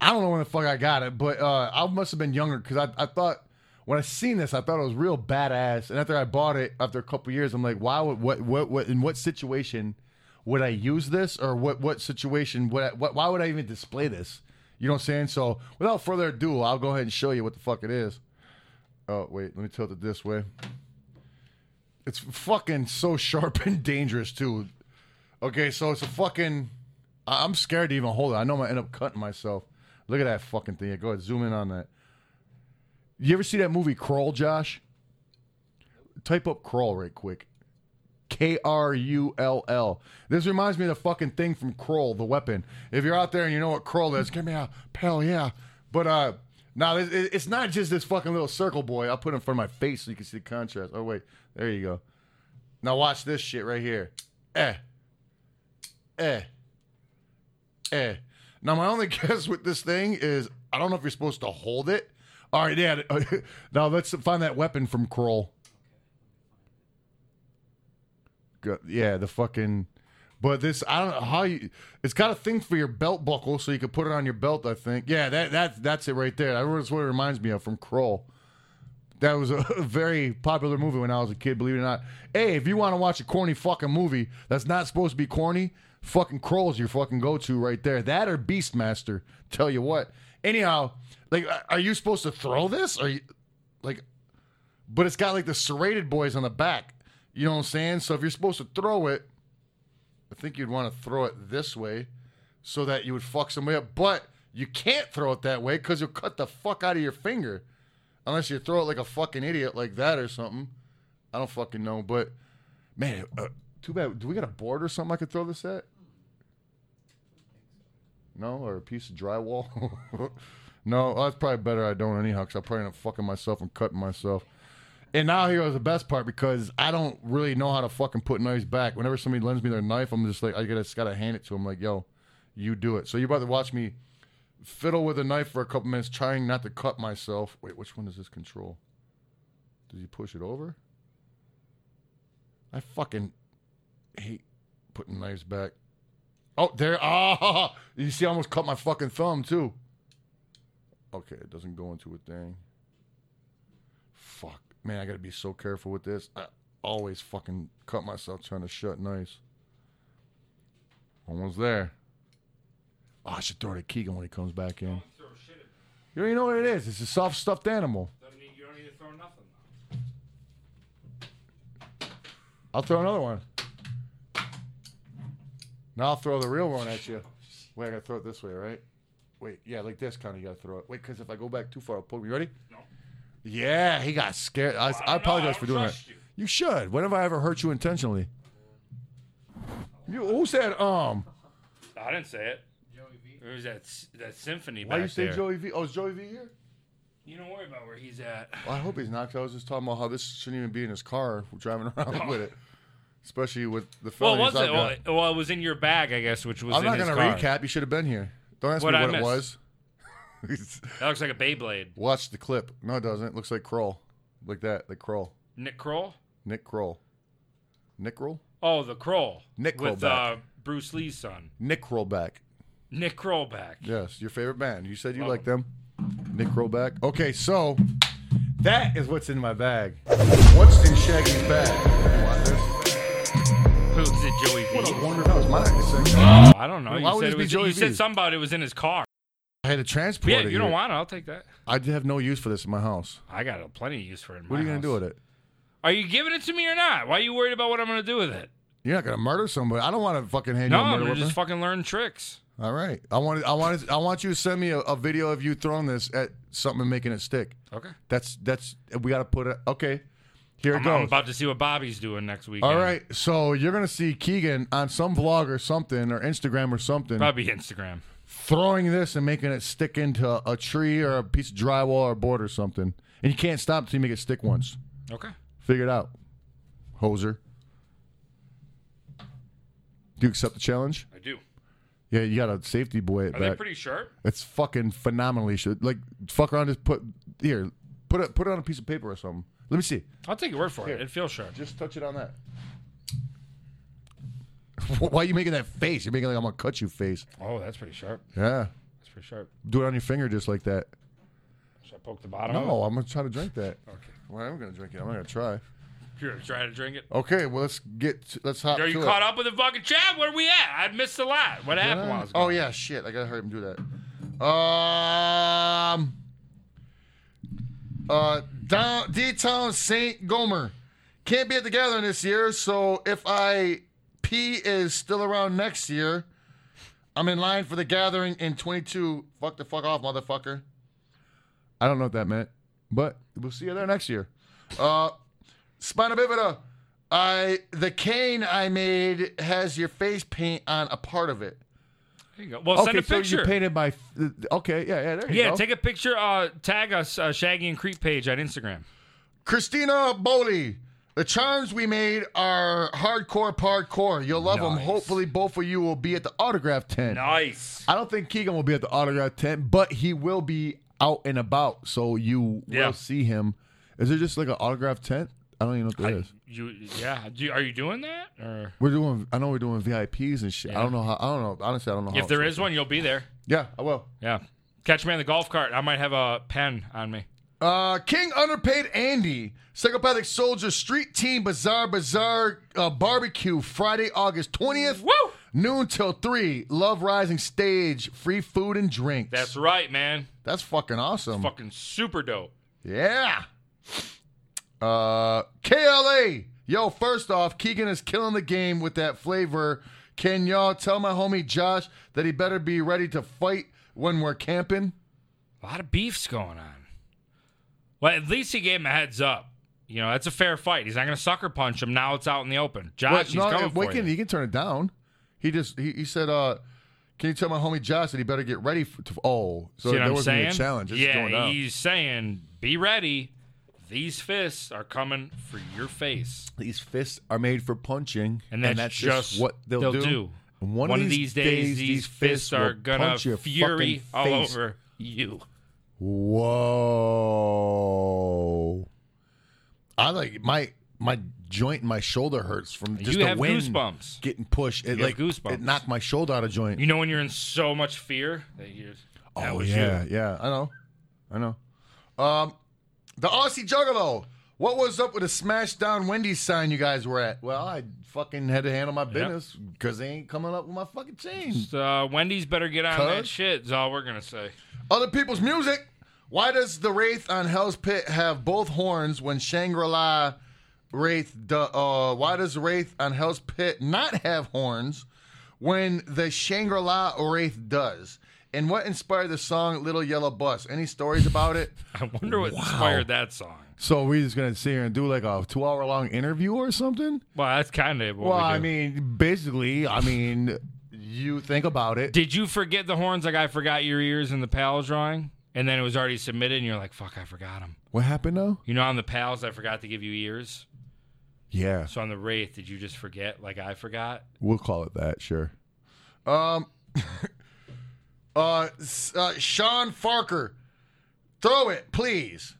Speaker 3: I don't know when the fuck I got it, but uh, I must have been younger because I, I thought when I seen this, I thought it was real badass. And after I bought it, after a couple years, I'm like, why would what what what in what situation would I use this or what what situation would I, what why would I even display this? You know what I'm saying? So without further ado, I'll go ahead and show you what the fuck it is. Oh wait, let me tilt it this way. It's fucking so sharp and dangerous too. Okay, so it's a fucking. I- I'm scared to even hold it. I know I'm gonna end up cutting myself. Look at that fucking thing. Go ahead, zoom in on that. You ever see that movie Crawl, Josh? Type up Crawl right quick. K R U L L. This reminds me of the fucking thing from Kroll, the weapon. If you're out there and you know what Kroll is, give me a pal, yeah. But uh, no, it- it- it's not just this fucking little circle boy. I'll put it in front of my face so you can see the contrast. Oh wait, there you go. Now watch this shit right here. Eh, eh, eh. Now my only guess with this thing is I don't know if you're supposed to hold it. All right, yeah. now let's find that weapon from Kroll. Go- yeah, the fucking. But this, I don't know how you. It's got a thing for your belt buckle, so you can put it on your belt. I think. Yeah, that that that's it right there. That's what it reminds me of from Kroll. That was a very popular movie when I was a kid. Believe it or not. Hey, if you want to watch a corny fucking movie that's not supposed to be corny, fucking Kroll's your fucking go to right there. That or Beastmaster. Tell you what. Anyhow, like, are you supposed to throw this? Are you like? but it's got like the serrated boys on the back. You know what I'm saying? So if you're supposed to throw it, I think you'd want to throw it this way so that you would fuck somebody up. But you can't throw it that way because you'll cut the fuck out of your finger unless you throw it like a fucking idiot like that or something. I don't fucking know. But man, uh, too bad. Do we got a board or something I could throw this at? No, or a piece of drywall. no, that's probably better. I don't anyhow, because I probably end up fucking myself and cutting myself. And now here was the best part because I don't really know how to fucking put knives back. Whenever somebody lends me their knife, I'm just like, I gotta, just gotta hand it to them. Like, yo, you do it. So you're about to watch me fiddle with a knife for a couple minutes, trying not to cut myself. Wait, which one does this control? Does he push it over? I fucking hate putting knives back. Oh, there. Ah, you see, I almost cut my fucking thumb too. Okay, it doesn't go into a thing. Fuck. man, I got to be so careful with this. I always fucking cut myself trying to shut nice. Almost there. Oh, I should throw it at Keegan when he comes back in.
Speaker 2: Don't throw shit at me.
Speaker 3: You already know what it is. It's a soft stuffed animal.
Speaker 2: Doesn't need, you don't need to throw nothing.
Speaker 3: I'll throw another one. Now I'll throw the real one at you. Wait, I gotta throw it this way, right? Wait, yeah, like this kind of. You gotta throw it. Wait, because if I go back too far, I'll poke me. You ready?
Speaker 2: No.
Speaker 3: Yeah, he got scared. I,
Speaker 2: don't
Speaker 3: I
Speaker 2: know.
Speaker 3: apologize
Speaker 2: I
Speaker 3: for
Speaker 2: don't
Speaker 3: doing that.
Speaker 2: trust you.
Speaker 3: You should. When have I ever hurt you intentionally? You who said um?
Speaker 2: I didn't say it.
Speaker 4: Joey V.
Speaker 2: It was that s- that symphony
Speaker 3: Why
Speaker 2: back
Speaker 3: you say
Speaker 2: there.
Speaker 3: Joey V? Oh, is Joey V here?
Speaker 2: You don't worry about where he's at.
Speaker 3: Well, I hope he's not. 'cause I was just talking about how this shouldn't even be in his car driving around with it, especially with the
Speaker 2: Well,
Speaker 3: felonies
Speaker 2: was
Speaker 3: I've
Speaker 2: it? Well,
Speaker 3: got.
Speaker 2: it- well, it was in your bag, I guess, which was
Speaker 3: I'm
Speaker 2: in
Speaker 3: not
Speaker 2: his
Speaker 3: gonna
Speaker 2: car.
Speaker 3: recap. You should have been here. Don't ask
Speaker 2: What'd
Speaker 3: me
Speaker 2: I
Speaker 3: what it
Speaker 2: miss?
Speaker 3: was.
Speaker 2: That looks like a Beyblade.
Speaker 3: Watch the clip. No, it doesn't. It looks like Kroll. Like that. Like Kroll.
Speaker 2: Nick Kroll.
Speaker 3: Nick Kroll. Nick Kroll?
Speaker 2: Oh, the Kroll.
Speaker 3: Nick
Speaker 2: with
Speaker 3: Krollback.
Speaker 2: uh, Bruce Lee's son,
Speaker 3: Nick Krollback.
Speaker 2: Nick Krollback.
Speaker 3: Yes, your favorite band. You said you
Speaker 2: Love
Speaker 3: like them. Nick Krollback. Okay, so that is what's in my bag. What's in Shaggy's bag? You want this?
Speaker 2: Who's it? Joey V.
Speaker 3: What a wonderful. That was mine. It's like-
Speaker 2: Oh, I don't know.
Speaker 3: Why
Speaker 2: you
Speaker 3: would
Speaker 2: said,
Speaker 3: this
Speaker 2: it
Speaker 3: be
Speaker 2: was,
Speaker 3: Joey
Speaker 2: you said
Speaker 3: V's?
Speaker 2: somebody was in his car.
Speaker 3: I had to transport
Speaker 2: Yeah,
Speaker 3: it.
Speaker 2: you don't
Speaker 3: here.
Speaker 2: want it. I'll take that.
Speaker 3: I did have no use for this in my house.
Speaker 2: I got a plenty of use for it. In
Speaker 3: What
Speaker 2: my
Speaker 3: are you going to do
Speaker 2: house.
Speaker 3: with it?
Speaker 2: Are you giving it to me or not? Why are you worried about what I'm going to do with it?
Speaker 3: You're not going to murder somebody. I don't want to fucking hand
Speaker 2: No,
Speaker 3: you a
Speaker 2: I'm
Speaker 3: murder
Speaker 2: gonna
Speaker 3: weapon.
Speaker 2: just fucking learn tricks.
Speaker 3: All right. I wanted. I wanted. I want you to send me a, a video of you throwing this at something and making it stick.
Speaker 2: Okay.
Speaker 3: That's that's we got to put it. Okay, here it
Speaker 2: I'm, I'm
Speaker 3: goes.
Speaker 2: about to see what Bobby's doing next weekend.
Speaker 3: All right, so you're gonna see Keegan on some vlog or something or Instagram or something
Speaker 2: Probably Instagram.
Speaker 3: throwing this and making it stick into a tree or a piece of drywall or a board or something, and you can't stop until you make it stick once.
Speaker 2: Okay.
Speaker 3: Figure it out, hoser. Do you accept the challenge?
Speaker 2: I do.
Speaker 3: Yeah, you got a safety boy at
Speaker 2: Are
Speaker 3: back.
Speaker 2: they pretty sharp?
Speaker 3: It's fucking phenomenally shit. Like fuck around, just put here, put it put it on a piece of paper or something. Let me see.
Speaker 2: I'll take your word for it. It feels sharp.
Speaker 3: Just touch it on that. Why are you making that face? You're making like I'm gonna cut you face.
Speaker 2: Oh, that's pretty sharp.
Speaker 3: Yeah,
Speaker 2: That's pretty sharp.
Speaker 3: do it on your finger just like that.
Speaker 2: Should I poke the bottom?
Speaker 3: No,
Speaker 2: Of
Speaker 3: I'm gonna try to drink that.
Speaker 2: it? Oh. Okay.
Speaker 3: Well, I'm gonna drink it. I'm gonna try.
Speaker 2: You're gonna try to drink it.
Speaker 3: Okay, well let's get to- let's hop.
Speaker 2: Are you
Speaker 3: to
Speaker 2: caught
Speaker 3: it.
Speaker 2: up with the fucking chat? Where we at? I missed a lot. What happened? While I was
Speaker 3: Oh
Speaker 2: gone?
Speaker 3: yeah, shit. I gotta hurry up and do that. Um. Uh, down D Town Saint Gomer can't be at the gathering this year. So if I P is still around next year, I'm in line for the gathering in 22. Fuck the fuck off, motherfucker. I don't know what that meant, but we'll see you there next year. Uh, Spina bifida. I the cane I made has your face paint on a part of it.
Speaker 2: There you go. Well, send a picture.
Speaker 3: painted my. Okay, yeah, yeah. There
Speaker 2: yeah, take a picture. Uh, tag us, uh, Shaggy and Creep page on Instagram.
Speaker 3: Christina Boley. The charms we made are hardcore, hardcore. You'll love them.
Speaker 2: Nice.
Speaker 3: Hopefully, both of you will be at the autograph tent.
Speaker 2: Nice.
Speaker 3: I don't think Keegan will be at the autograph tent, but he will be out and about, so you
Speaker 2: Yeah.
Speaker 3: will see him. Is there just like an autograph tent? I don't even know what that is.
Speaker 2: You yeah? Do you, are you doing that? Or
Speaker 3: We're doing. I know we're doing VIPs and shit. I don't know how. I don't know. Honestly, I don't know. how
Speaker 2: if there
Speaker 3: it's-
Speaker 2: is one, you'll be there.
Speaker 3: Oh, yeah, I will.
Speaker 2: Yeah. Catch me on the golf cart. I might have a pen on me.
Speaker 3: Uh, King Underpaid Andy, Psychopathic Soldier, Street Team Bazaar Bazaar uh, Barbecue, Friday, August 20th.
Speaker 2: Woo!
Speaker 3: Noon till 3. Love Rising Stage, free food and drinks.
Speaker 2: That's right, man.
Speaker 3: That's fucking awesome.
Speaker 2: Fucking super dope.
Speaker 3: Yeah. Uh, KLA. Yo, first off, Keegan is killing the game with that flavor. Can y'all tell my homie Josh that he better be ready to fight when we're camping?
Speaker 2: A lot of beefs going on. Well, at least he gave him a heads up. You know, that's a fair fight. He's not going to sucker punch him. Now it's out in the open. Josh,
Speaker 3: Wait,
Speaker 2: he's
Speaker 3: no,
Speaker 2: coming
Speaker 3: wait,
Speaker 2: for
Speaker 3: can,
Speaker 2: you.
Speaker 3: He can turn it down. He just he, he said, uh, "Can you tell my homie Josh that he better get ready for?" To, oh, so
Speaker 2: See what
Speaker 3: there
Speaker 2: I'm
Speaker 3: wasn't even
Speaker 2: saying?
Speaker 3: a challenge. It's just going
Speaker 2: yeah,
Speaker 3: down.
Speaker 2: he's saying, be ready. These fists are coming for your face.
Speaker 3: These fists are made for punching,
Speaker 2: And that's, just
Speaker 3: what they'll,
Speaker 2: they'll
Speaker 3: And
Speaker 2: One, of these days, these fists
Speaker 3: will
Speaker 2: are going
Speaker 3: punch your
Speaker 2: to
Speaker 3: fucking
Speaker 2: fury all
Speaker 3: face.
Speaker 2: over you.
Speaker 3: Whoa! I like my my joint, in my shoulder hurts from just
Speaker 2: you
Speaker 3: the
Speaker 2: have
Speaker 3: wind
Speaker 2: goosebumps.
Speaker 3: getting pushed. It
Speaker 2: You
Speaker 3: like
Speaker 2: have goosebumps.
Speaker 3: it knocked my shoulder out of joint.
Speaker 2: You know when you're in so much fear that you're. That
Speaker 3: Oh
Speaker 2: was
Speaker 3: yeah,
Speaker 2: you.
Speaker 3: yeah. I know, I know. Um, the Aussie Juggalo, What was up with the smash down Wendy's sign you guys were at? Well, I fucking had to handle my business because they ain't coming up with my fucking change.
Speaker 2: So, uh, Wendy's better get on that
Speaker 3: Cuz?
Speaker 2: shit. Is all we're gonna say.
Speaker 3: Other people's music. Why does the Wraith on Hell's Pit have both horns when Shangri La Wraith? do- Uh, why does Wraith on Hell's Pit not have horns when the Shangri La Wraith does? And what inspired the song Little Yellow Bus? Any stories about it?
Speaker 2: I wonder what inspired that song.
Speaker 3: So we just gonna sit here and do like a two hour long interview or something?
Speaker 2: Well, that's kind of what
Speaker 3: Well,
Speaker 2: we do.
Speaker 3: I mean, basically, I mean, you think about it.
Speaker 2: Did you forget the horns like I forgot your ears in the PAL drawing? And then it was already submitted, and you're like, fuck, I forgot them.
Speaker 3: What happened though?
Speaker 2: You know, on the PALs, I forgot to give you ears.
Speaker 3: Yeah,
Speaker 2: So on the Wraith, did you just forget like I forgot?
Speaker 3: we'll call it that. Sure. Um. uh, s- uh, Sean Farker, throw it, please.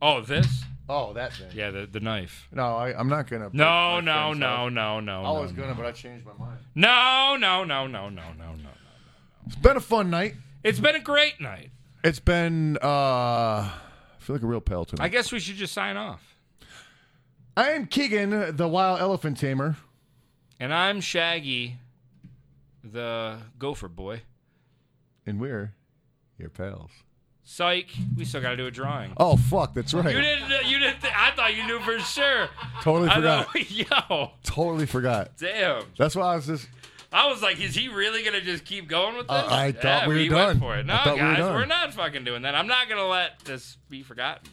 Speaker 2: Oh, this?
Speaker 3: Oh, that thing.
Speaker 2: Yeah, the, the knife.
Speaker 3: No, I, I'm not gonna.
Speaker 2: No,
Speaker 3: break my
Speaker 2: no,
Speaker 3: friend's
Speaker 2: no,
Speaker 3: house.
Speaker 2: no, no.
Speaker 3: I
Speaker 2: no,
Speaker 3: was
Speaker 2: no.
Speaker 3: gonna, but I changed my mind.
Speaker 2: No, no, no, no, no, no, no.
Speaker 3: It's been a fun night.
Speaker 2: It's been a great night.
Speaker 3: It's been. uh I feel like a real pal tonight.
Speaker 2: I guess we should just sign off.
Speaker 3: I am Keegan, the wild elephant tamer.
Speaker 2: And I'm Shaggy, the gopher boy.
Speaker 3: and we're your pals.
Speaker 2: Psych, we still got to do a drawing.
Speaker 3: Oh fuck, that's right.
Speaker 2: You didn't. You didn't. Th- I thought you knew for sure.
Speaker 3: Totally
Speaker 2: I
Speaker 3: forgot.
Speaker 2: thought, yo,
Speaker 3: Totally forgot.
Speaker 2: damn.
Speaker 3: That's why I was just.
Speaker 2: I was like, is he really gonna just keep going with this?
Speaker 3: Uh, I thought
Speaker 2: Yeah,
Speaker 3: we were done.
Speaker 2: Went for it.
Speaker 3: I
Speaker 2: No,
Speaker 3: thought we were
Speaker 2: guys,
Speaker 3: done.
Speaker 2: are not fucking doing that. I'm not gonna let this be forgotten.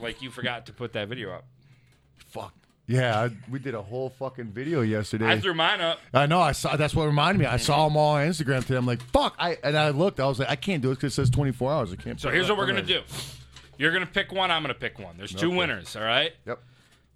Speaker 2: Like you forgot to put that video up. Fuck.
Speaker 3: Yeah, I, we did a whole fucking video yesterday.
Speaker 2: I threw mine up.
Speaker 3: I know. I saw. That's what reminded me. I saw them all on Instagram today. I'm like, fuck. I and I looked. I was like, I can't do it because it says 24 hours. I can't.
Speaker 2: So
Speaker 3: put it
Speaker 2: here's
Speaker 3: up.
Speaker 2: what we're gonna
Speaker 3: Okay.
Speaker 2: do. You're gonna pick one. I'm gonna pick one. There's two
Speaker 3: Okay.
Speaker 2: winners. All right.
Speaker 3: Yep.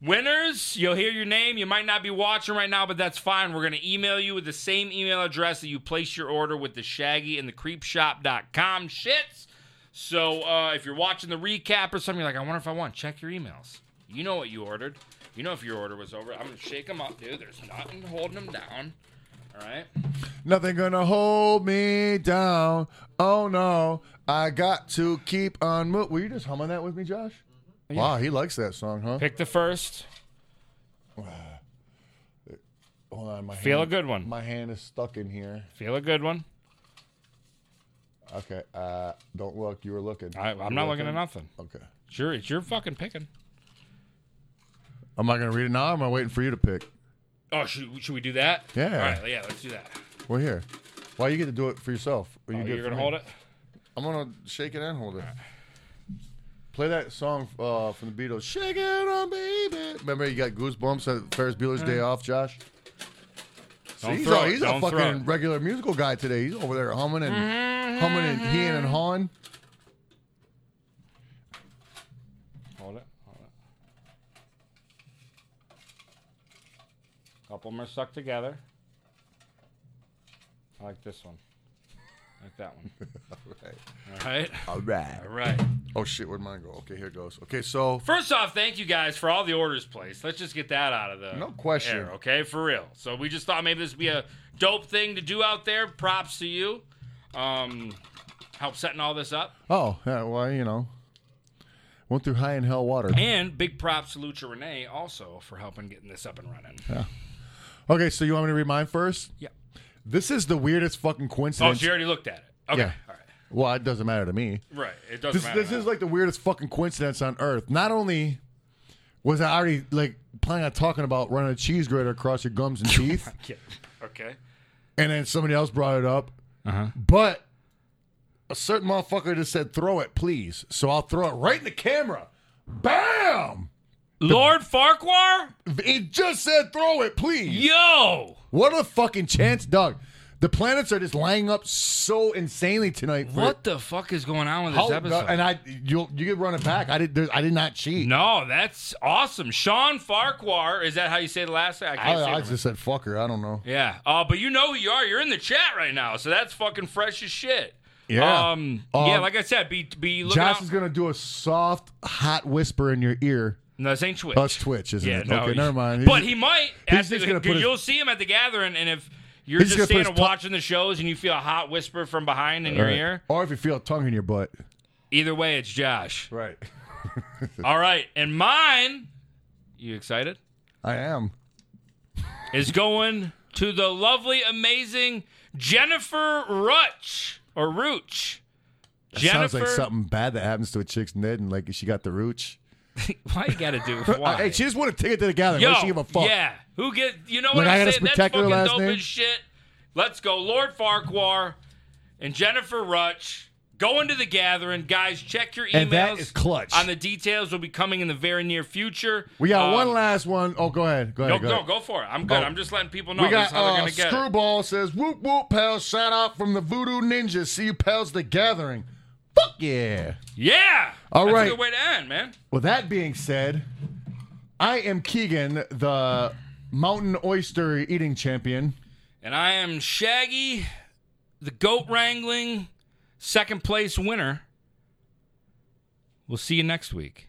Speaker 2: Winners, you'll hear your name. You might not be watching right now, but that's fine. We're going to email you with the same email address that you placed your order with the shaggy and the creepshop.com shits. So uh, if you're watching the recap or something, you're like, I wonder if I won. Check your emails. You know what you ordered. You know if your order was over. I'm going to shake them up, dude. There's nothing holding them down. All right.
Speaker 3: Nothing gonna hold me down. Oh no, I got to keep on. Mo- Were you just humming that with me, Josh? Wow, he likes that song, huh?
Speaker 2: Pick the first.
Speaker 3: Hold on, my
Speaker 2: Feel a
Speaker 3: hand,
Speaker 2: good one.
Speaker 3: My hand is stuck in here.
Speaker 2: Feel a good one.
Speaker 3: Okay, uh, don't look. You were looking.
Speaker 2: I,
Speaker 3: You
Speaker 2: I'm
Speaker 3: were
Speaker 2: not looking at nothing.
Speaker 3: Okay.
Speaker 2: It's your, it's your fucking picking.
Speaker 3: Am I going to read it now or am I waiting for you to pick?
Speaker 2: Oh, should, should we do that?
Speaker 3: Yeah.
Speaker 2: All right. Yeah, let's do that.
Speaker 3: We're here. Why you get to do it for yourself? Or you
Speaker 2: Oh,
Speaker 3: do
Speaker 2: you're
Speaker 3: for
Speaker 2: going to
Speaker 3: me?
Speaker 2: hold it?
Speaker 3: I'm going to shake it and hold it. Play that song uh, from the Beatles. Shake it on, baby. Remember, you got goosebumps at Ferris Bueller's Day Off, Josh? See,
Speaker 2: Mm-hmm. Don't
Speaker 3: he's
Speaker 2: throw
Speaker 3: a,
Speaker 2: it.
Speaker 3: he's a
Speaker 2: Don't throw
Speaker 3: fucking
Speaker 2: it.
Speaker 3: regular musical guy today. He's over there humming and humming and
Speaker 2: Mm-hmm.
Speaker 3: heeing and hawing.
Speaker 2: Hold it. Hold it. Couple of them are stuck together. I like this one. I like that one. All right.
Speaker 3: All right.
Speaker 2: All right.
Speaker 3: Oh, shit, where'd mine go? Okay, here it goes. Okay, so
Speaker 2: First off, thank you guys for all the orders placed. Let's just get that out of the
Speaker 3: No question.
Speaker 2: air, okay, for real. So we just thought maybe this would be a dope thing to do out there. Props to you. Um, help setting all this up.
Speaker 3: Oh, yeah, well, you know. Went through high and hell water.
Speaker 2: And big props to Lucha Renee also for helping getting this up and running.
Speaker 3: Okay, so you want me to read mine first?
Speaker 2: Yeah.
Speaker 3: This is the weirdest fucking
Speaker 2: Oh,
Speaker 3: coincidence.
Speaker 2: she already looked at it. Okay.
Speaker 3: Yeah.
Speaker 2: All right.
Speaker 3: well, it doesn't matter to me.
Speaker 2: Right. It doesn't
Speaker 3: This,
Speaker 2: matter.
Speaker 3: this is like the weirdest fucking coincidence on earth. Not only was I already like planning on talking about running a cheese grater across your gums and teeth,
Speaker 2: like okay.
Speaker 3: and then somebody else brought it up, but a certain motherfucker just said, "Throw it, please." So I'll throw it right in the camera. Bam!
Speaker 2: Lord Farquhar,
Speaker 3: It just said, "Throw it, please."
Speaker 2: yo,
Speaker 3: What a fucking chance, Doug. The planets are just lining up so insanely tonight. for-
Speaker 2: what the fuck is going on with this
Speaker 3: How-
Speaker 2: episode?
Speaker 3: And I, you, you can run it back. I did. There, I did not cheat.
Speaker 2: no, that's awesome. Sean Farquhar, is that how you say the last name? I
Speaker 3: I,
Speaker 2: can't say.
Speaker 3: I
Speaker 2: it.
Speaker 3: just said fuck her. I don't know.
Speaker 2: yeah. Uh, but you know who you are. You're in the chat right now, so that's fucking fresh as shit.
Speaker 3: Yeah.
Speaker 2: Um,
Speaker 3: Um,
Speaker 2: yeah, like I said, be be looking
Speaker 3: Josh
Speaker 2: out.
Speaker 3: is gonna do a soft, hot whisper in your ear.
Speaker 2: no, this ain't Twitch.
Speaker 3: Oh, it's Twitch, isn't
Speaker 2: yeah,
Speaker 3: it?
Speaker 2: no,
Speaker 3: okay,
Speaker 2: he-
Speaker 3: never mind.
Speaker 2: But he might.
Speaker 3: he's
Speaker 2: at the-
Speaker 3: just gonna put his-
Speaker 2: you'll see him at the gathering, and if you're
Speaker 3: He's
Speaker 2: just,
Speaker 3: just gonna put
Speaker 2: standing
Speaker 3: his tongue-
Speaker 2: watching the shows and you feel a hot whisper from behind in your
Speaker 3: All right.
Speaker 2: ear,
Speaker 3: Or if you feel a tongue in your butt.
Speaker 2: either way, it's Josh.
Speaker 3: Right.
Speaker 2: All right, and mine. You excited?
Speaker 3: I am.
Speaker 2: Is going to the lovely, amazing Jennifer Rutch or Rooch.
Speaker 3: That sounds like something bad that happens to a chick's nid and like she got the rooch.
Speaker 2: Why you gotta do?
Speaker 3: Uh,
Speaker 2: Why?
Speaker 3: hey, she just won a ticket to the gathering. Why does she give a fuck?
Speaker 2: Yeah. Who get you know
Speaker 3: Like,
Speaker 2: what
Speaker 3: I
Speaker 2: I'm
Speaker 3: gotta
Speaker 2: saying? That's
Speaker 3: protect her
Speaker 2: fucking
Speaker 3: last
Speaker 2: dope
Speaker 3: name?
Speaker 2: as shit. Let's go. Lord Farquhar and Jennifer Rutch. Go into the gathering. Guys, check your emails.
Speaker 3: And that is clutch.
Speaker 2: On the details will be coming in the very near future.
Speaker 3: We got
Speaker 2: Um,
Speaker 3: one last one. Oh, go ahead. Go
Speaker 2: No,
Speaker 3: ahead. go
Speaker 2: no,
Speaker 3: ahead.
Speaker 2: go for it. I'm good.
Speaker 3: Oh.
Speaker 2: I'm just letting people know
Speaker 3: We
Speaker 2: this
Speaker 3: got
Speaker 2: is how they're
Speaker 3: uh,
Speaker 2: gonna get it.
Speaker 3: Screwball says, Whoop whoop, pals. Shout out from the Voodoo Ninja. See you, pals, the gathering. Fuck yeah.
Speaker 2: Yeah.
Speaker 3: All
Speaker 2: That's
Speaker 3: right.
Speaker 2: a good way to end, man.
Speaker 3: Well, that being said, I am Keegan, the mountain oyster eating champion.
Speaker 2: And I am Shaggy, the goat wrangling second place winner. We'll see you next week.